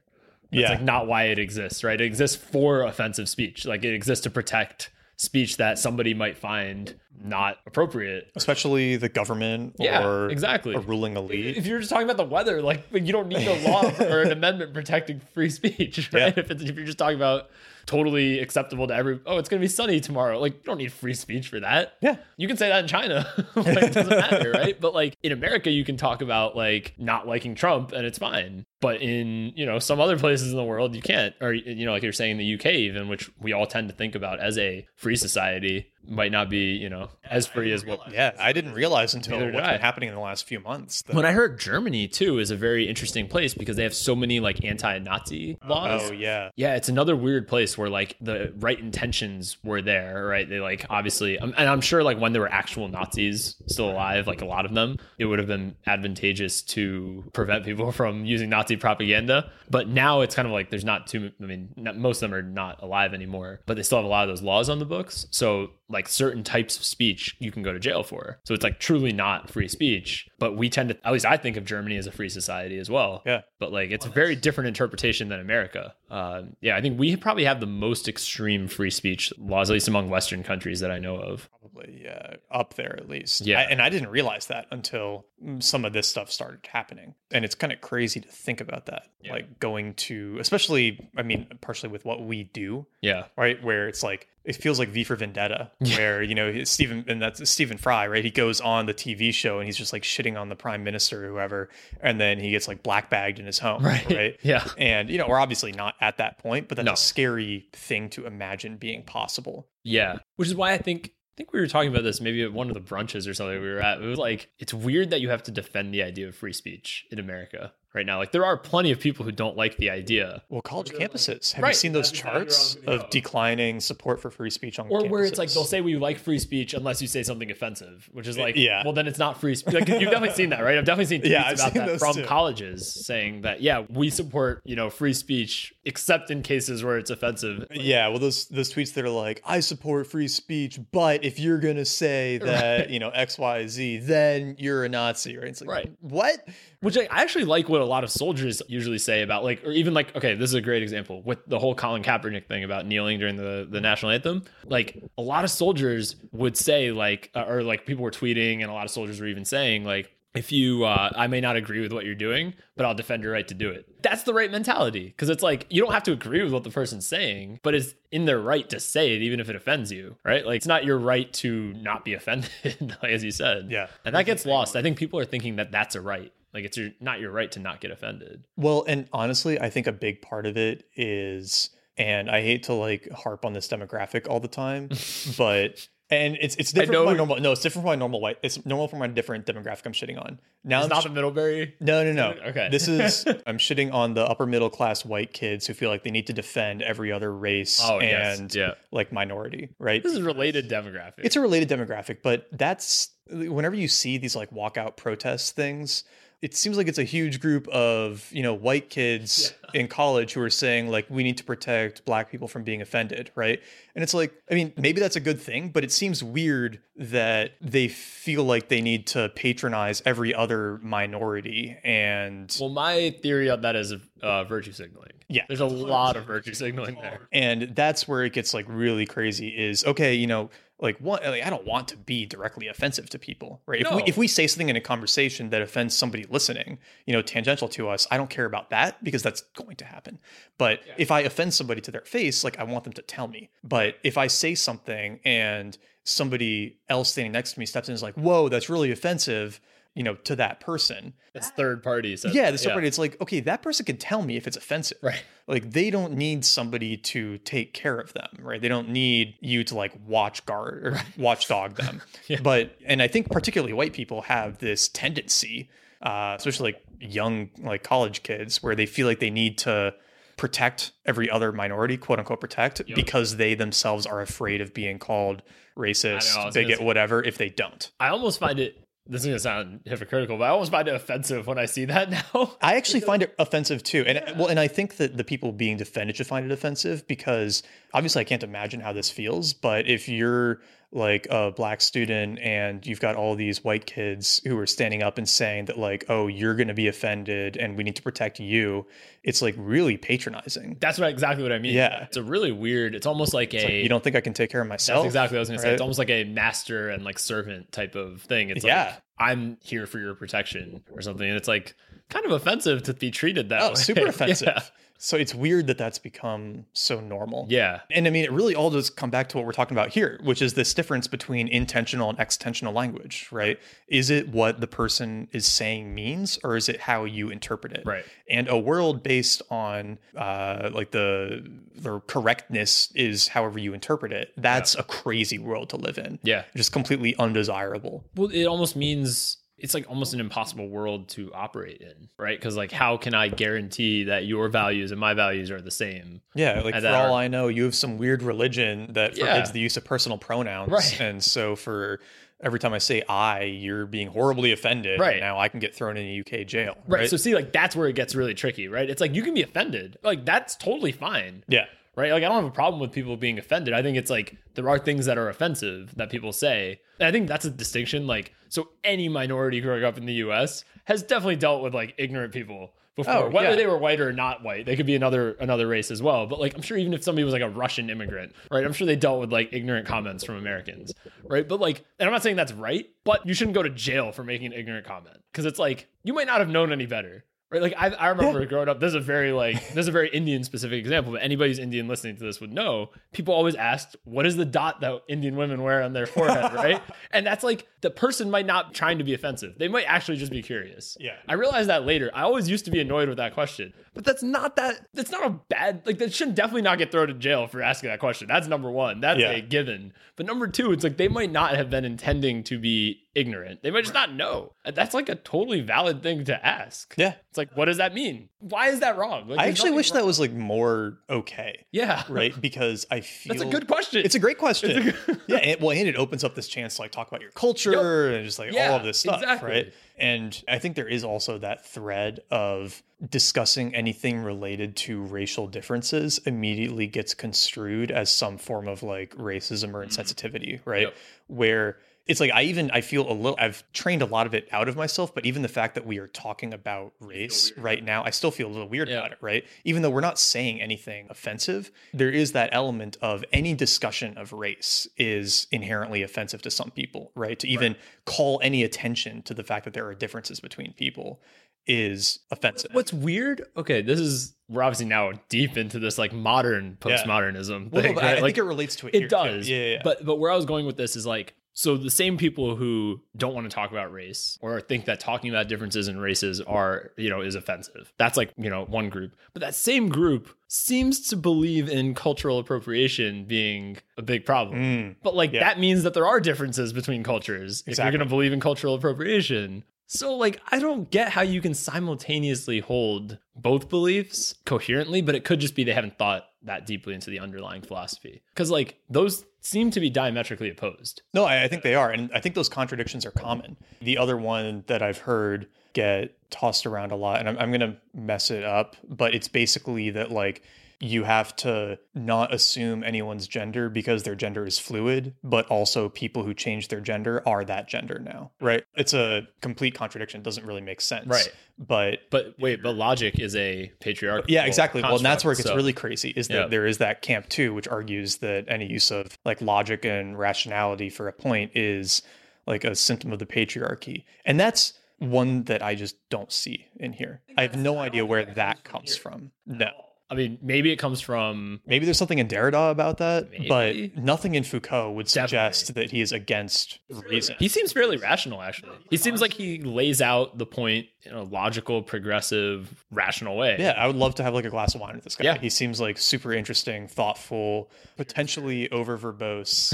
Speaker 1: That's
Speaker 2: Yeah.
Speaker 1: like not why it exists, right? It exists for offensive speech. Like it exists to protect speech that somebody might find not appropriate.
Speaker 2: especially the government
Speaker 1: Yeah,
Speaker 2: or
Speaker 1: exactly.
Speaker 2: a ruling elite.
Speaker 1: If you're just talking about the weather, like you don't need a
Speaker 2: <laughs>
Speaker 1: law or an amendment protecting free speech, <laughs> right?
Speaker 2: Yeah.
Speaker 1: If, it's, if you're just talking about totally acceptable to every, oh, it's going to be sunny tomorrow, like you don't need free speech for that.
Speaker 2: Yeah.
Speaker 1: You can say that in China. <laughs> like, it doesn't matter,
Speaker 2: <laughs>
Speaker 1: right? But like in America, you can talk about like not liking Trump and it's fine. But in, you know, some other places in the world, you can't. Or, you know, like you're saying in the UK, even, which we all tend to think about as a free society, might not be, you know, as free as what.
Speaker 2: Yeah, I didn't realize until
Speaker 1: Neither did
Speaker 2: what's
Speaker 1: I.
Speaker 2: been happening in the last few months. That,
Speaker 1: When I heard Germany too is a very interesting place because they have so many like anti-Nazi laws.
Speaker 2: oh yeah,
Speaker 1: Yeah, it's another weird place where like the right intentions were there, right? They like obviously, um, and I'm sure like when there were actual Nazis still alive, like a lot of them, it would have been advantageous to prevent people <laughs> from using Nazi propaganda. But now it's kind of like there's not too, I mean, not, most of them are not alive anymore, but they still have a lot of those laws on the books. So like certain types of speech you can go to jail for. So it's like truly not free speech. But we tend to, at least I think of Germany as a free society as well
Speaker 2: yeah.
Speaker 1: but like it's a very different interpretation than America. Um, yeah, I think we probably have the most extreme free speech laws, at least among Western countries that I know of.
Speaker 2: Probably yeah, up there at least.
Speaker 1: Yeah.
Speaker 2: I- and I didn't realize that until mm, some of this stuff started happening, and it's kind of crazy to think about that.
Speaker 1: Yeah.
Speaker 2: Like going to, especially, I mean, partially with what we do,
Speaker 1: <laughs> Yeah,
Speaker 2: right? Where it's like it feels like V for Vendetta,
Speaker 1: <laughs>
Speaker 2: where you know Stephen and that's Stephen Fry, right? He goes on the TV show and he's just like shitting on the prime minister or whoever, and then he gets like blackbagged in his home, right?
Speaker 1: <laughs> Yeah,
Speaker 2: And you know we're obviously not at that point, but that's
Speaker 1: No.
Speaker 2: a scary thing to imagine being possible.
Speaker 1: yeah. Which is why I think I think we were talking about this maybe at one of the brunches or something we were at. It was like it's weird that you have to defend the idea of free speech in America right now. Like there are plenty of people who don't like the idea,
Speaker 2: Well, college campuses, have you
Speaker 1: Right.
Speaker 2: seen those
Speaker 1: That's exactly where I was
Speaker 2: charts
Speaker 1: gonna go.
Speaker 2: of declining support for free speech on
Speaker 1: or where it's like
Speaker 2: campuses?
Speaker 1: they'll say we like free speech unless you say something offensive, which is like,
Speaker 2: Yeah.
Speaker 1: well then it's not free speech. Like, you've definitely seen that, right? I've definitely seen tweets
Speaker 2: <laughs> Yeah, I've
Speaker 1: about
Speaker 2: seen
Speaker 1: that
Speaker 2: those
Speaker 1: from
Speaker 2: too.
Speaker 1: colleges saying that, yeah, we support you know free speech except in cases where it's offensive.
Speaker 2: Yeah, well, those those tweets that are like, "I support free speech, but if you're
Speaker 1: <laughs>
Speaker 2: gonna say that you know X, Y, Z, then you're a Nazi," right? It's like,
Speaker 1: Right.
Speaker 2: What?
Speaker 1: Which I I actually like what a lot of soldiers usually say about like, or even like, okay, this is a great example with the whole Colin Kaepernick thing about kneeling during the, the national anthem. Like a lot of soldiers would say like, uh, or like people were tweeting and a lot of soldiers were even saying like, if you, uh, I may not agree with what you're doing, but I'll defend your right to do it. That's the right mentality because it's like you don't have to agree with what the person's saying, but it's in their right to say it, even if it offends you, right? Like it's not your right to not be offended, <laughs> like, as you said.
Speaker 2: Yeah.
Speaker 1: And that gets lost. I think people are thinking that that's a right. Like it's your, not your right to not get offended.
Speaker 2: Well, and honestly, I think a big part of it is, and I hate to like harp on this demographic all the time, but and it's it's different
Speaker 1: know-
Speaker 2: from my normal. No, it's different from my normal white. It's normal from my different demographic. I'm shitting on now.
Speaker 1: It's
Speaker 2: I'm
Speaker 1: not
Speaker 2: sh-
Speaker 1: the Middlebury.
Speaker 2: no, no, no.
Speaker 1: Okay.
Speaker 2: this
Speaker 1: <laughs>
Speaker 2: is I'm shitting on the upper middle class white kids who feel like they need to defend every other race and
Speaker 1: Oh, yeah.
Speaker 2: like minority, right?
Speaker 1: This is related demographic.
Speaker 2: It's a related demographic, but that's whenever you see these like walkout protest things, it seems like it's a huge group of, you know, white kids in college who are saying like we need to protect black people from being offended, right? And it's like, I mean, maybe that's a good thing, but it seems weird that they feel like they need to patronize every other minority and
Speaker 1: well, my theory on that is uh, virtue signaling.
Speaker 2: Yeah.
Speaker 1: There's a lot of virtue signaling there.
Speaker 2: and that's where it gets like really crazy is okay you know like what like, i don't want to be directly offensive to people right if we
Speaker 1: No.
Speaker 2: if we say something in a conversation that offends somebody listening you know tangential to us i don't care about that because that's going to happen but if i offend somebody to their face like i want them to tell me but if i say something and somebody else standing next to me steps in and is like whoa that's really offensive you know to that person
Speaker 1: That's third party. So
Speaker 2: yeah, the separate. It's like okay, that person can tell me if it's offensive.
Speaker 1: Right.
Speaker 2: Like they don't need somebody to take care of them. Right. They don't need you to like watch guard or watchdog them.
Speaker 1: <laughs>
Speaker 2: But and I think particularly white people have this tendency, uh, especially like young like college kids, where they feel like they need to protect every other minority, quote unquote protect, because they themselves are afraid of being called racist,
Speaker 1: I was gonna
Speaker 2: bigot,
Speaker 1: say-
Speaker 2: whatever, if they don't.
Speaker 1: I almost find it. This is gonna sound hypocritical, but I almost find it offensive when I see that <laughs> now.
Speaker 2: I actually find
Speaker 1: <laughs>
Speaker 2: it offensive too, and well, and I think that the people being defended should find it offensive because obviously I can't imagine how this feels. But if you're like a black student and you've got all these white kids who are standing up and saying that like, oh, you're going to be offended, and we need to protect you, it's like really patronizing.
Speaker 1: That's what exactly what I mean.
Speaker 2: Yeah.
Speaker 1: it's a really weird. It's almost like a.
Speaker 2: Like, you don't think I can take care of
Speaker 1: That's
Speaker 2: myself?
Speaker 1: exactly what I was gonna say.
Speaker 2: right?
Speaker 1: It's almost like a master and like servant type of thing. It's
Speaker 2: Yeah.
Speaker 1: like I'm here for your protection or something, and it's like kind of offensive to be treated that
Speaker 2: Oh,
Speaker 1: way.
Speaker 2: super offensive.
Speaker 1: <laughs> Yeah.
Speaker 2: So it's weird that that's become so normal.
Speaker 1: yeah.
Speaker 2: And I mean, it really all does come back to what we're talking about here, which is this difference between intentional and extensional language, right? Is it what the person is saying means, or is it how you interpret it?
Speaker 1: Right.
Speaker 2: And a world based on uh, like the the correctness is however you interpret it. That's a crazy world to live in.
Speaker 1: Yeah.
Speaker 2: Just completely undesirable.
Speaker 1: Well, it almost means it's like almost an impossible world to operate in, right? Because like, how can I guarantee that your values and my values are the same?
Speaker 2: Yeah, like
Speaker 1: And
Speaker 2: for
Speaker 1: that
Speaker 2: all
Speaker 1: are-
Speaker 2: I know, you have some weird religion that
Speaker 1: Yeah.
Speaker 2: forbids the use of personal pronouns,
Speaker 1: Right.
Speaker 2: and so for every time I say "I," you're being horribly offended. and
Speaker 1: Right.
Speaker 2: now, I can get thrown in a UK jail.
Speaker 1: Right. So see, like that's where it gets really tricky, right? It's like you can be offended. Like that's totally fine.
Speaker 2: yeah,
Speaker 1: Right? Like I don't have a problem with people being offended. I think it's like there are things that are offensive that people say. And I think that's a distinction. Like, so any minority growing up in the US has definitely dealt with like ignorant people before.
Speaker 2: Oh,
Speaker 1: Whether
Speaker 2: yeah.
Speaker 1: they were white or not white, they could be another another race as well. But like I'm sure even if somebody was like a Russian immigrant, right? I'm sure they dealt with like ignorant comments from Americans. Right. But like, and I'm not saying that's right, but you shouldn't go to jail for making an ignorant comment. Cause it's like you might not have known any better. Right. Like I, I remember growing up, this is a very like this is a very Indian specific example, but anybody who's Indian listening to this would know. People always asked, what is the dot that Indian women wear on their forehead, right? And that's like the person might not be trying to be offensive. They might actually just be curious.
Speaker 2: Yeah.
Speaker 1: I realized that later. I always used to be annoyed with that question. But that's not that that's not a bad like that should definitely not get thrown to jail for asking that question. That's number one. That's
Speaker 2: Yeah.
Speaker 1: a given. But number two, it's like they might not have been intending to be ignorant. They might just not know. And That's like a totally valid thing to ask.
Speaker 2: yeah.
Speaker 1: It's like, what does that mean? Why is that wrong? Like,
Speaker 2: I
Speaker 1: there's
Speaker 2: actually
Speaker 1: nothing
Speaker 2: wish
Speaker 1: wrong-
Speaker 2: that was like more okay, <laughs>
Speaker 1: Yeah. <laughs>
Speaker 2: right? Because I feel
Speaker 1: That's a good question.
Speaker 2: It's a great question. <laughs> yeah, and, well, and it opens up this chance to like talk about your culture and just like all
Speaker 1: Yeah,
Speaker 2: of this stuff,
Speaker 1: exactly.
Speaker 2: right? And I think there is also that thread of discussing anything related to racial differences immediately gets construed as some form of like racism or insensitivity,
Speaker 1: Mm-hmm.
Speaker 2: right?
Speaker 1: Yep.
Speaker 2: Where it's like I even I feel a little I've trained a lot of it out of myself, but even the fact that we are talking about race right now, I still feel a little weird
Speaker 1: Yeah.
Speaker 2: about it, right? Even though we're not saying anything offensive, there is that element of any discussion of race is inherently offensive to some people, right? To even call any attention to the fact that there are differences between people is offensive.
Speaker 1: What's weird? Okay, this is we're obviously now deep into this like modern postmodernism
Speaker 2: Well, no,
Speaker 1: thing.
Speaker 2: but I-
Speaker 1: right?
Speaker 2: I
Speaker 1: Like,
Speaker 2: think it relates to it. here,
Speaker 1: it
Speaker 2: too.
Speaker 1: does.
Speaker 2: Yeah, yeah, yeah.
Speaker 1: But but where I was going with this is like so the same people who don't want to talk about race or think that talking about differences in races are, you know, is offensive. That's like, you know, one group. But that same group seems to believe in cultural appropriation being a big problem.
Speaker 2: Mm.
Speaker 1: But like
Speaker 2: Yeah.
Speaker 1: that means that there are differences between cultures. If
Speaker 2: Exactly.
Speaker 1: you're going to believe in cultural appropriation. So like I don't get how you can simultaneously hold both beliefs coherently, but it could just be they haven't thought that deeply into the underlying philosophy. Cuz like those seem to be diametrically opposed.
Speaker 2: No, I, I think they are. And I think those contradictions are common. The other one that I've heard get tossed around a lot, and I'm, I'm going to mess it up, but it's basically that, like, you have to not assume anyone's gender because their gender is fluid, but also people who change their gender are that gender now, right? It's a complete contradiction. It doesn't really make sense.
Speaker 1: Right.
Speaker 2: But
Speaker 1: But wait, but logic is a patriarchal.
Speaker 2: yeah, exactly. Well, and that's where it
Speaker 1: construct,
Speaker 2: gets
Speaker 1: so-
Speaker 2: really crazy is that
Speaker 1: Yeah.
Speaker 2: there is that camp too, which argues that any use of like logic and rationality for a point is like a symptom of the patriarchy. And that's one that I just don't see in here. I have no idea where that comes from. No.
Speaker 1: I mean, maybe it comes from
Speaker 2: Maybe there's something in Derrida about that,
Speaker 1: Maybe.
Speaker 2: but nothing in Foucault would suggest that he is against reason.
Speaker 1: He seems fairly rational, actually. He seems like he lays out the point in a logical, progressive, rational way.
Speaker 2: Yeah, I would love to have like a glass of wine with this guy.
Speaker 1: Yeah.
Speaker 2: He seems like super interesting, thoughtful, potentially over verbose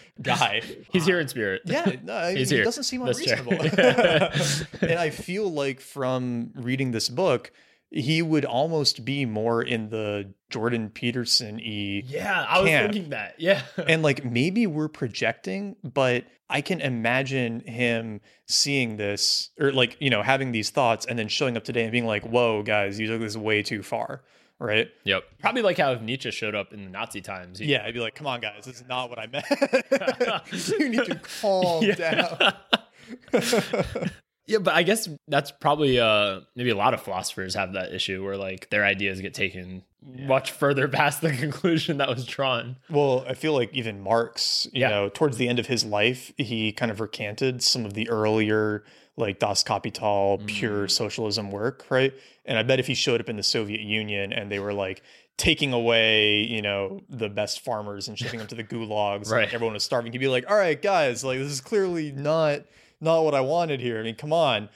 Speaker 1: <laughs>
Speaker 2: <laughs> guy.
Speaker 1: He's here in spirit. <laughs>
Speaker 2: Yeah, no, I mean,
Speaker 1: He's
Speaker 2: it
Speaker 1: here.
Speaker 2: doesn't seem
Speaker 1: That's fair.
Speaker 2: unreasonable. <laughs> and I feel like from reading this book, he would almost be more in the Jordan Peterson e
Speaker 1: Yeah, I was
Speaker 2: Camp.
Speaker 1: thinking that. Yeah.
Speaker 2: and like maybe we're projecting, but I can imagine him seeing this or like, you know, having these thoughts and then showing up today and being like, whoa, guys, you took this way too far. Right.
Speaker 1: Yep. Probably like how if Nietzsche showed up in the Nazi times. he-
Speaker 2: Yeah. I'd be like, come on, guys, this is not what
Speaker 1: <laughs>
Speaker 2: I meant. <laughs> you need to calm down.
Speaker 1: <laughs> yeah, but I guess that's probably uh maybe a lot of philosophers have that issue where like their ideas get taken much further <laughs> past the conclusion that was drawn.
Speaker 2: Well, I feel like even Marx, you
Speaker 1: Yeah.
Speaker 2: know, towards the end of his life, he kind of recanted some of the earlier like Das Kapital,
Speaker 1: Mm.
Speaker 2: pure socialism work, right? And I bet if he showed up in the Soviet Union and they were like taking away, you know, the best farmers and shipping them
Speaker 1: <laughs>
Speaker 2: to the gulags,
Speaker 1: Right.
Speaker 2: and everyone was starving, he'd be like, "All right, guys, like this is clearly not not what I wanted here. I mean, come on."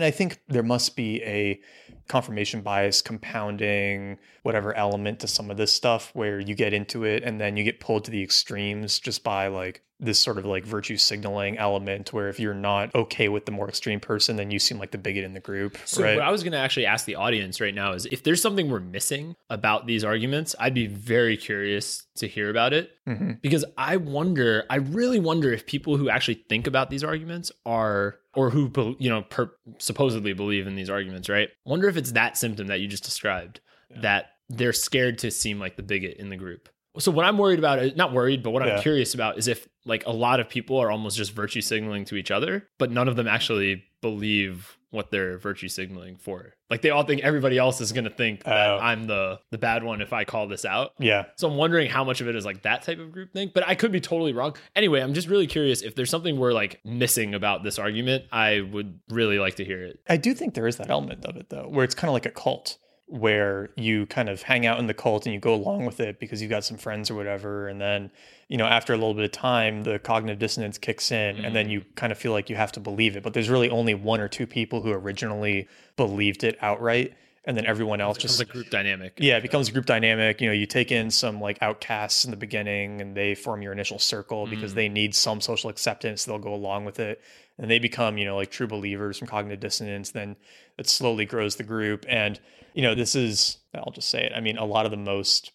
Speaker 2: And I think there must be a confirmation bias compounding whatever element to some of this stuff where you get into it and then you get pulled to the extremes just by like this sort of like virtue signaling element where if you're not okay with the more extreme person then you seem like the bigot in the group
Speaker 1: So
Speaker 2: right
Speaker 1: what I was going to actually ask the audience right now is if there's something we're missing about these arguments, I'd be very curious to hear about it
Speaker 2: Mhm.
Speaker 1: because I wonder, I really wonder if people who actually think about these arguments are or who bel- you know per, supposedly believe in these arguments, right? Wonder if it's that symptom that you just described that they're scared to seem like the bigot in the group. So what I'm worried about, is not worried, but what
Speaker 2: Yeah.
Speaker 1: I'm curious about is if like a lot of people are almost just virtue signaling to each other, but none of them actually believe what they're virtue signaling for. Like they all think everybody else is going to think that
Speaker 2: Oh.
Speaker 1: I'm the the bad one if I call this out.
Speaker 2: yeah
Speaker 1: So I'm wondering how much of it is like that type of group thing, but I could be totally wrong. Anyway, I'm just really curious if there's something we're like missing about this argument. I would really like to hear it.
Speaker 2: I do think there is that element of it though, where it's kind of like a cult, where you kind of hang out in the cult and you go along with it because you've got some friends or whatever, and then you know after a little bit of time, the cognitive dissonance kicks in, and then you kind of feel like you have to believe it. But there's really only one or two people who originally believed it outright, and then everyone else
Speaker 1: It's
Speaker 2: just
Speaker 1: a group dynamic.
Speaker 2: yeah, it becomes a group dynamic. You know, you take in some like outcasts in the beginning and they form your initial circle because
Speaker 1: Mm.
Speaker 2: they need some social acceptance. They'll go along with it. And they become, you know, like true believers from cognitive dissonance. Then it slowly grows the group. And, you know, this is, I'll just say it. I mean, a lot of the most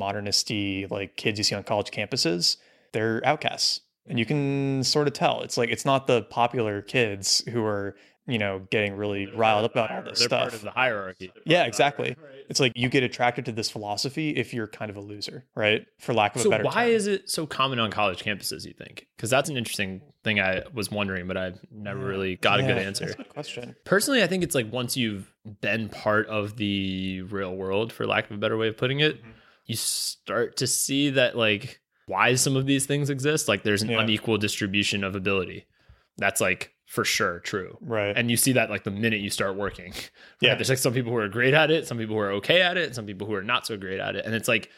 Speaker 2: postmodernisty like kids you see on college campuses, they're outcasts. And
Speaker 1: Mm.
Speaker 2: you can sort of tell. It's like, it's not the popular kids who are, you know, getting really riled up about all this
Speaker 1: They're
Speaker 2: stuff.
Speaker 1: part of the hierarchy.
Speaker 2: Yeah, exactly. It's like you get attracted to this philosophy if you're kind of a loser, right? For lack of a
Speaker 1: So
Speaker 2: better
Speaker 1: why
Speaker 2: term.
Speaker 1: is it so common on college campuses, you think? Because that's an interesting thing I was wondering, but I've never really got a good
Speaker 2: Yeah,
Speaker 1: answer.
Speaker 2: That's a good question.
Speaker 1: Personally, I think it's like once you've been part of the real world, for lack of a better way of putting it, you start to see that like why some of these things exist. Like there's an
Speaker 2: Yeah.
Speaker 1: unequal distribution of ability. That's like for sure true.
Speaker 2: Right.
Speaker 1: And you see that like the minute you start working. <laughs> Right?
Speaker 2: Yeah.
Speaker 1: There's like some people who are great at it, some people who are okay at it, and some people who are not so great at it. And it's like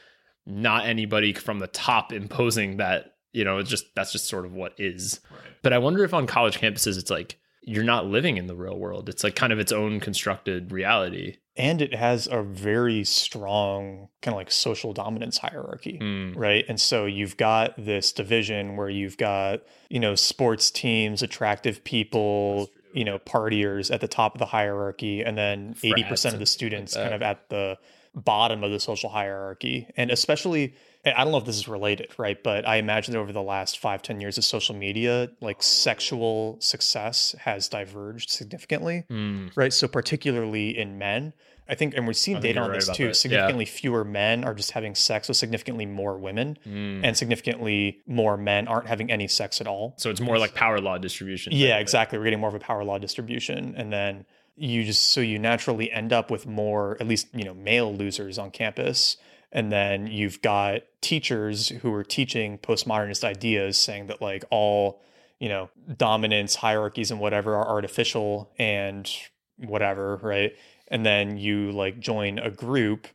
Speaker 1: not anybody from the top imposing that, you know, it's just that's just sort of what is. But I wonder if on college campuses it's like you're not living in the real world. It's like kind of its own constructed reality.
Speaker 2: and it has a very strong kind of like social dominance hierarchy.
Speaker 1: Mm.
Speaker 2: Right. And so you've got this division where you've got, you know, sports teams, attractive people, you know, partiers at the top of the hierarchy, and then 80%
Speaker 1: Frats
Speaker 2: of
Speaker 1: and
Speaker 2: the students
Speaker 1: that.
Speaker 2: kind of at the bottom of the social hierarchy. And especially, and I don't know if this is related, right? But I imagine that over the last five, 10 years of social media,
Speaker 1: Oh.
Speaker 2: like sexual success has diverged significantly,
Speaker 1: Mm,
Speaker 2: right? So, particularly in men, I think, and we've seen
Speaker 1: I think
Speaker 2: data
Speaker 1: you're
Speaker 2: on
Speaker 1: right
Speaker 2: this
Speaker 1: about
Speaker 2: too
Speaker 1: that. Yeah.
Speaker 2: significantly fewer men are just having sex with significantly more women,
Speaker 1: mm.
Speaker 2: and significantly more men aren't having any sex at all.
Speaker 1: so it's more like power law distribution.
Speaker 2: Yeah,
Speaker 1: type of
Speaker 2: exactly. We're getting more of a power law distribution, and then you just so you naturally end up with more, at least you know, male losers on campus, and then you've got teachers who are teaching postmodernist ideas, saying that like all you know dominance hierarchies and whatever are artificial and whatever, right? And then you like join a group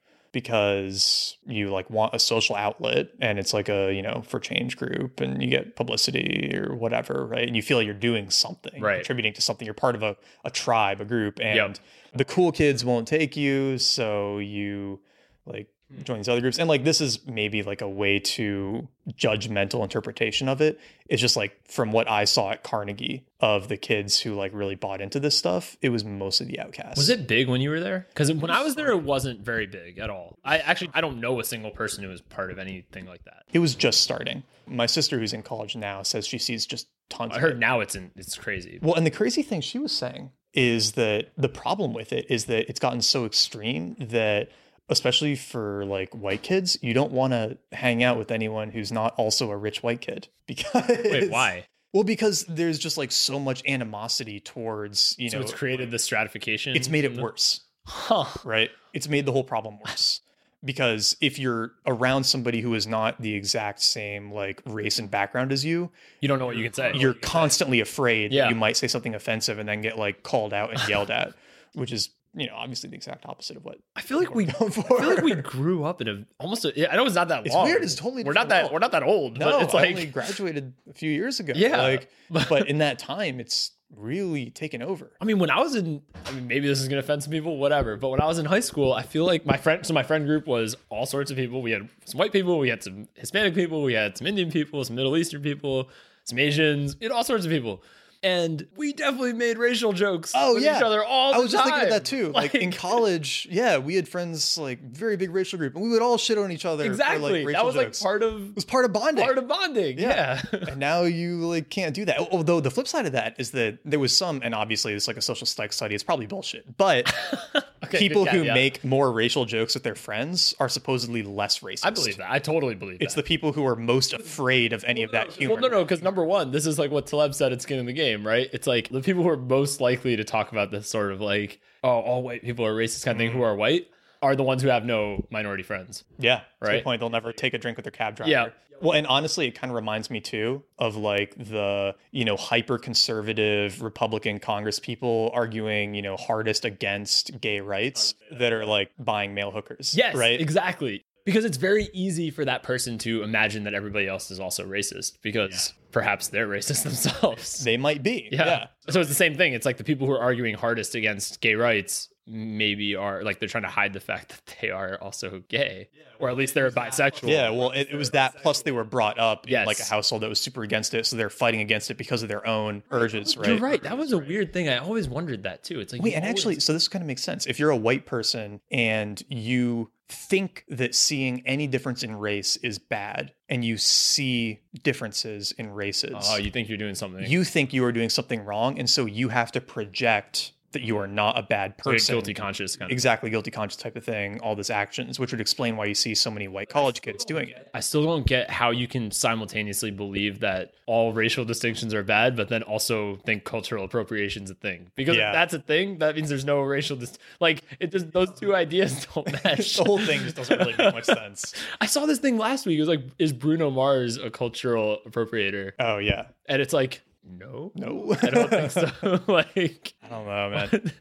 Speaker 2: because you like want a social outlet and it's like a you know for change group and you get publicity or whatever right and you feel you're doing something
Speaker 1: Right.
Speaker 2: contributing to something you're part of a, a tribe a group and
Speaker 1: Yep.
Speaker 2: the cool kids won't take you so you like
Speaker 1: Hmm.
Speaker 2: join these other groups and like this is maybe like a way to judgmental interpretation of it it's just like from what i saw at carnegie of the kids who like really bought into this stuff it was mostly the outcasts
Speaker 1: Was it big when you were there? Because when I was there, it wasn't very big at all. I actually I don't know a single person who was part of anything like that.
Speaker 2: It was just starting. My sister, who's in college now, says she sees just tons.
Speaker 1: I
Speaker 2: of
Speaker 1: heard
Speaker 2: it.
Speaker 1: now it's in it's crazy.
Speaker 2: Well, and the crazy thing she was saying is that the problem with it is that it's gotten so extreme that, especially for like white kids, you don't want to hang out with anyone who's not also a rich white kid <laughs> because.
Speaker 1: Wait, why?
Speaker 2: Well, because there's just like so much animosity towards you
Speaker 1: So
Speaker 2: know.
Speaker 1: it's created the stratification.
Speaker 2: it's made it worse
Speaker 1: Huh.
Speaker 2: right? It's made the whole problem worse. Because if you're around somebody who is not the exact same like race and background as you,
Speaker 1: You don't know what you can say.
Speaker 2: you're constantly afraid
Speaker 1: Yeah.
Speaker 2: that you might say something offensive and then get like called out and yelled at, which is you know obviously the exact opposite of what
Speaker 1: I feel like we.
Speaker 2: we're
Speaker 1: I
Speaker 2: going for.
Speaker 1: feel like we grew up in a almost. A, I know it's not that
Speaker 2: It's
Speaker 1: long.
Speaker 2: weird. It's totally
Speaker 1: we're not
Speaker 2: different
Speaker 1: that
Speaker 2: world.
Speaker 1: we're not that old.
Speaker 2: <laughs> no,
Speaker 1: but it's
Speaker 2: I only
Speaker 1: like
Speaker 2: graduated a few years ago.
Speaker 1: <laughs> Yeah.
Speaker 2: like but in that time, it's really taken over.
Speaker 1: I mean, when I was in, I mean, maybe this is gonna offend some people, whatever. But when I was in high school, I feel like my friend, so my friend group was all sorts of people. We had some white people, we had some Hispanic people, we had some Indian people, some Middle Eastern people, some Asians, you know, all sorts of people. And we definitely made racial jokes
Speaker 2: Oh
Speaker 1: with
Speaker 2: yeah,
Speaker 1: each other all the
Speaker 2: I was just thinking
Speaker 1: time.
Speaker 2: of that
Speaker 1: <laughs>
Speaker 2: too. Like, in college, yeah, we had friends like very big racial group, and we would all shit on each other. for,
Speaker 1: exactly.
Speaker 2: like,
Speaker 1: that
Speaker 2: racial
Speaker 1: was
Speaker 2: jokes.
Speaker 1: like part of
Speaker 2: It <laughs> was part of bonding.
Speaker 1: part of bonding. Yeah. <laughs>
Speaker 2: Yeah. and now you like can't do that. Although the flip side of that is that there was some, and obviously it's like a social psych study. It's probably bullshit, but
Speaker 1: <laughs> Okay,
Speaker 2: people
Speaker 1: good
Speaker 2: who
Speaker 1: caveat.
Speaker 2: make more racial jokes with their friends are supposedly less racist.
Speaker 1: I believe that. I totally believe
Speaker 2: It's
Speaker 1: that.
Speaker 2: the people who are most afraid of any of that humor.
Speaker 1: Well, no, no, because number one, this is like what Taleb said at Skin in the Game, right? It's like the people who are most likely to talk about this sort of like, oh, all white people are racist kind of
Speaker 2: Mm-hmm.
Speaker 1: thing who are white are the ones who have no minority friends.
Speaker 2: Yeah, that's a
Speaker 1: Right.
Speaker 2: Good point. They'll never take a drink with their cab driver.
Speaker 1: Yeah.
Speaker 2: Well, and honestly, it kind of reminds me too of like the you know hyper conservative Republican Congress people arguing you know hardest against gay rights that are like buying male hookers.
Speaker 1: Yes,
Speaker 2: Right.
Speaker 1: exactly. Because it's very easy for that person to imagine that everybody else is also racist because perhaps they're racist <laughs> themselves.
Speaker 2: They might be.
Speaker 1: yeah. So it's the same thing. It's like the people who are arguing hardest against gay rights maybe are like they're trying to hide the fact that they are also gay or at least they're bisexual.
Speaker 2: Yeah, well, it, it was that. Plus, they were brought up in
Speaker 1: Yes.
Speaker 2: like a household that was super against it, so they're fighting against it because of their own urges, right?
Speaker 1: You're right. That was a weird thing. I always wondered that too. It's like
Speaker 2: Wait,
Speaker 1: you
Speaker 2: and
Speaker 1: always-
Speaker 2: actually, so this kind of makes sense. If you're a white person and you think that seeing any difference in race is bad, and you see differences in races,
Speaker 1: oh, you think you're doing something?
Speaker 2: you Ah, think you are doing something wrong, and so you have to project that you are not a bad
Speaker 1: like a
Speaker 2: person.
Speaker 1: guilty conscience kind of.
Speaker 2: Exactly, guilty conscience type of thing, all these actions, which would explain why you see so many white college kids doing it.
Speaker 1: I still don't get how you can simultaneously believe that all racial distinctions are bad, but then also think cultural appropriation's a thing. Because
Speaker 2: Yeah.
Speaker 1: if that's a thing, that means there's no racial dis- like it just those two <laughs> ideas
Speaker 2: <laughs>
Speaker 1: don't match.
Speaker 2: The whole thing just doesn't really <laughs> make much sense.
Speaker 1: <laughs> I saw this thing last week. It was like, is Bruno Mars a cultural appropriator?
Speaker 2: Oh yeah,
Speaker 1: And it's like, no,
Speaker 2: no,
Speaker 1: I don't
Speaker 2: <laughs>
Speaker 1: think so. <laughs> like,
Speaker 2: I don't know, man.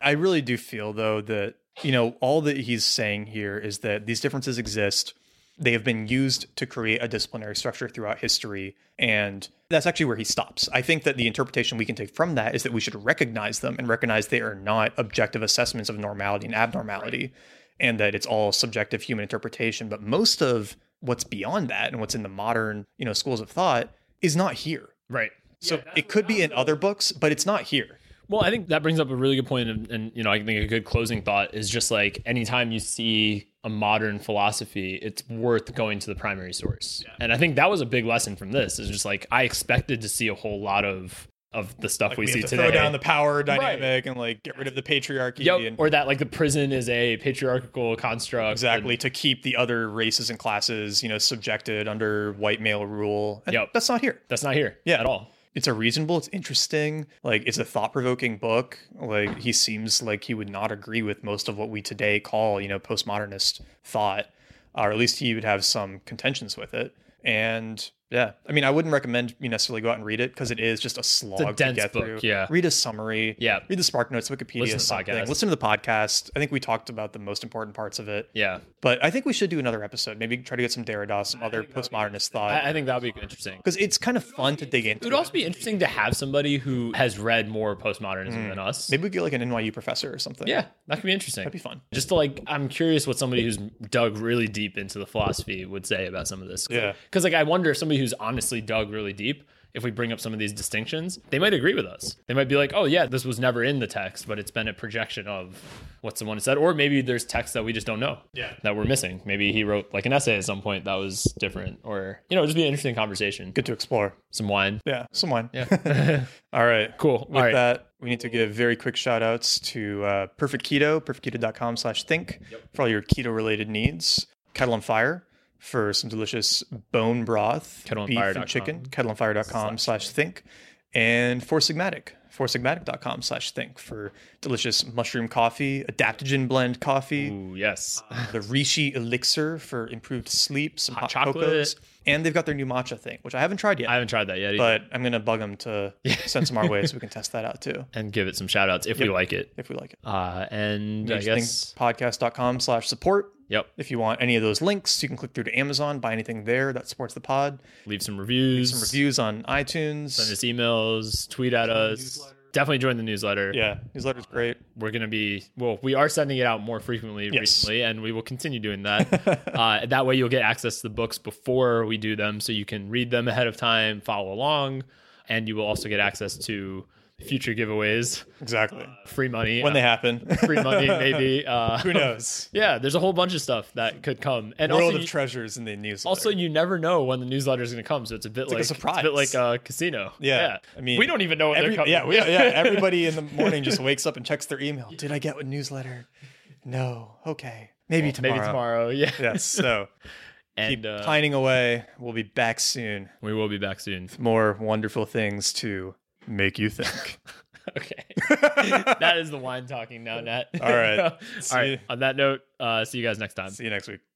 Speaker 2: I really do feel though that you know all that he's saying here is that these differences exist. They have been used to create a disciplinary structure throughout history, and that's actually where he stops. I think that the interpretation we can take from that is that we should recognize them and recognize they are not objective assessments of normality and abnormality, and that it's all subjective human interpretation. But most of what's beyond that and what's in the modern you know schools of thought is not here.
Speaker 1: right.
Speaker 2: So it could be in other books, but it's not here.
Speaker 1: Well, I think that brings up a really good point, and, and you know, I think a good closing thought is just like anytime you see a modern philosophy, it's worth going to the primary source. And I think that was a big lesson from this. Is just like I expected to see a whole lot of of the stuff
Speaker 2: Like,
Speaker 1: we,
Speaker 2: have
Speaker 1: see
Speaker 2: to
Speaker 1: today.
Speaker 2: Throw down the power dynamic and like get rid of the patriarchy.
Speaker 1: Yep.
Speaker 2: and
Speaker 1: Or that like the prison is a patriarchal construct.
Speaker 2: exactly to keep the other races and classes, you know, subjected under white male rule. And
Speaker 1: Yep.
Speaker 2: That's not here.
Speaker 1: That's not here.
Speaker 2: Yeah.
Speaker 1: At all.
Speaker 2: It's a reasonable. It's interesting. Like it's a thought provoking book. Like he seems like he would not agree with most of what we today call, you know, postmodernist thought, uh, or at least he would have some contentions with it. And yeah, I mean, I wouldn't recommend you necessarily go out and read it because it is just a slog
Speaker 1: dense
Speaker 2: to get
Speaker 1: book,
Speaker 2: through.
Speaker 1: yeah.
Speaker 2: read a summary.
Speaker 1: Yeah.
Speaker 2: read the Spark Notes, Wikipedia,
Speaker 1: Listen to the
Speaker 2: something.
Speaker 1: podcast.
Speaker 2: Listen to the podcast. I think we talked about the most important parts of it.
Speaker 1: Yeah.
Speaker 2: But I think we should do another episode. Maybe try to get some Derrida, some other postmodernist
Speaker 1: I, I
Speaker 2: thought,
Speaker 1: think that would be interesting.
Speaker 2: because it's kind of fun to dig
Speaker 1: It
Speaker 2: into.
Speaker 1: would also be interesting to have somebody who has read more postmodernism than us.
Speaker 2: Mm. Maybe we get like an NYU professor or something.
Speaker 1: Yeah, that could be interesting.
Speaker 2: that'd be fun.
Speaker 1: Just to like, I'm curious what somebody who's dug really deep into the philosophy would say about some of this.
Speaker 2: Yeah.
Speaker 1: Because like, I wonder if somebody who's honestly dug really deep, if we bring up some of these distinctions, they might agree with us. They might be like, oh yeah, this was never in the text, but it's been a projection of what someone has said. Or maybe there's text that we just don't know.
Speaker 2: Yeah.
Speaker 1: That we're missing. Maybe he wrote like an essay at some point that was different, or you know, it'd just be an interesting conversation.
Speaker 2: Good to explore.
Speaker 1: Some wine.
Speaker 2: Yeah, someone.
Speaker 1: Yeah.
Speaker 2: All
Speaker 1: <laughs>
Speaker 2: right.
Speaker 1: cool.
Speaker 2: With
Speaker 1: All right.
Speaker 2: that, we need to give very quick shout outs to uh, Perfect Keto, perfectketo.com slash think for all your keto related needs. Kettle on Fire for some delicious bone broth,
Speaker 1: Kettle on
Speaker 2: beef
Speaker 1: Fire.com.
Speaker 2: and chicken, kettleonfire.com slash think, and Four Sigmatic, foursigmatic.com slash think for delicious mushroom coffee, adaptogen blend coffee,
Speaker 1: Ooh, yes.
Speaker 2: the Rishi elixir for improved sleep, some hot,
Speaker 1: chocolate.
Speaker 2: chocos, and they've got their new matcha thing, which I haven't tried yet.
Speaker 1: I haven't tried that yet. either.
Speaker 2: but I'm gonna bug them to send some
Speaker 1: <laughs>
Speaker 2: our way so we can test that out too
Speaker 1: and give it some shout outs if we like it.
Speaker 2: if we like it.
Speaker 1: Uh, and I guess,
Speaker 2: Podcast.com slash support.
Speaker 1: yep,
Speaker 2: If you want any of those links, you can click through to Amazon, buy anything there that supports the pod.
Speaker 1: leave some reviews,
Speaker 2: Some reviews on iTunes.
Speaker 1: send us emails, tweet at us. Definitely join the newsletter.
Speaker 2: Yeah, newsletter's great.
Speaker 1: We're going to be, well, we are sending it out more frequently
Speaker 2: Yes.
Speaker 1: recently, and we will continue doing
Speaker 2: <laughs>
Speaker 1: that. uh, that way, you'll get access to the books before we do them, so you can read them ahead of time, follow along, and you will also get access to future giveaways,
Speaker 2: Exactly.
Speaker 1: free money.
Speaker 2: when they happen.
Speaker 1: Uh, <laughs> free
Speaker 2: <laughs>
Speaker 1: money, maybe. Uh,
Speaker 2: Who knows?
Speaker 1: Yeah, there's a whole bunch of stuff that could come. And
Speaker 2: World
Speaker 1: <laughs> also,
Speaker 2: of
Speaker 1: you-
Speaker 2: treasures in the newsletter.
Speaker 1: Also, you never know when the newsletter is going to come, so it's a bit like,
Speaker 2: like a surprise.
Speaker 1: It's a bit like a casino.
Speaker 2: Yeah, I mean,
Speaker 1: we don't even know when
Speaker 2: Every-
Speaker 1: Oh, they're coming.
Speaker 2: yeah, we, yeah,
Speaker 1: <laughs>
Speaker 2: everybody in the morning just wakes up and checks their email. Did I get a newsletter? No. Okay. Maybe tomorrow.
Speaker 1: maybe tomorrow. Yeah, <laughs>
Speaker 2: Yes. So keep
Speaker 1: and uh,
Speaker 2: pining away. We'll be back soon.
Speaker 1: we will be back soon.
Speaker 2: More wonderful things to make you think.
Speaker 1: <laughs>
Speaker 2: <laughs>
Speaker 1: Okay, that is the wine talking now, Nat.
Speaker 2: All
Speaker 1: <laughs>
Speaker 2: right.
Speaker 1: all
Speaker 2: See you.
Speaker 1: right. On that note, uh, see you guys next time.
Speaker 2: See you next week.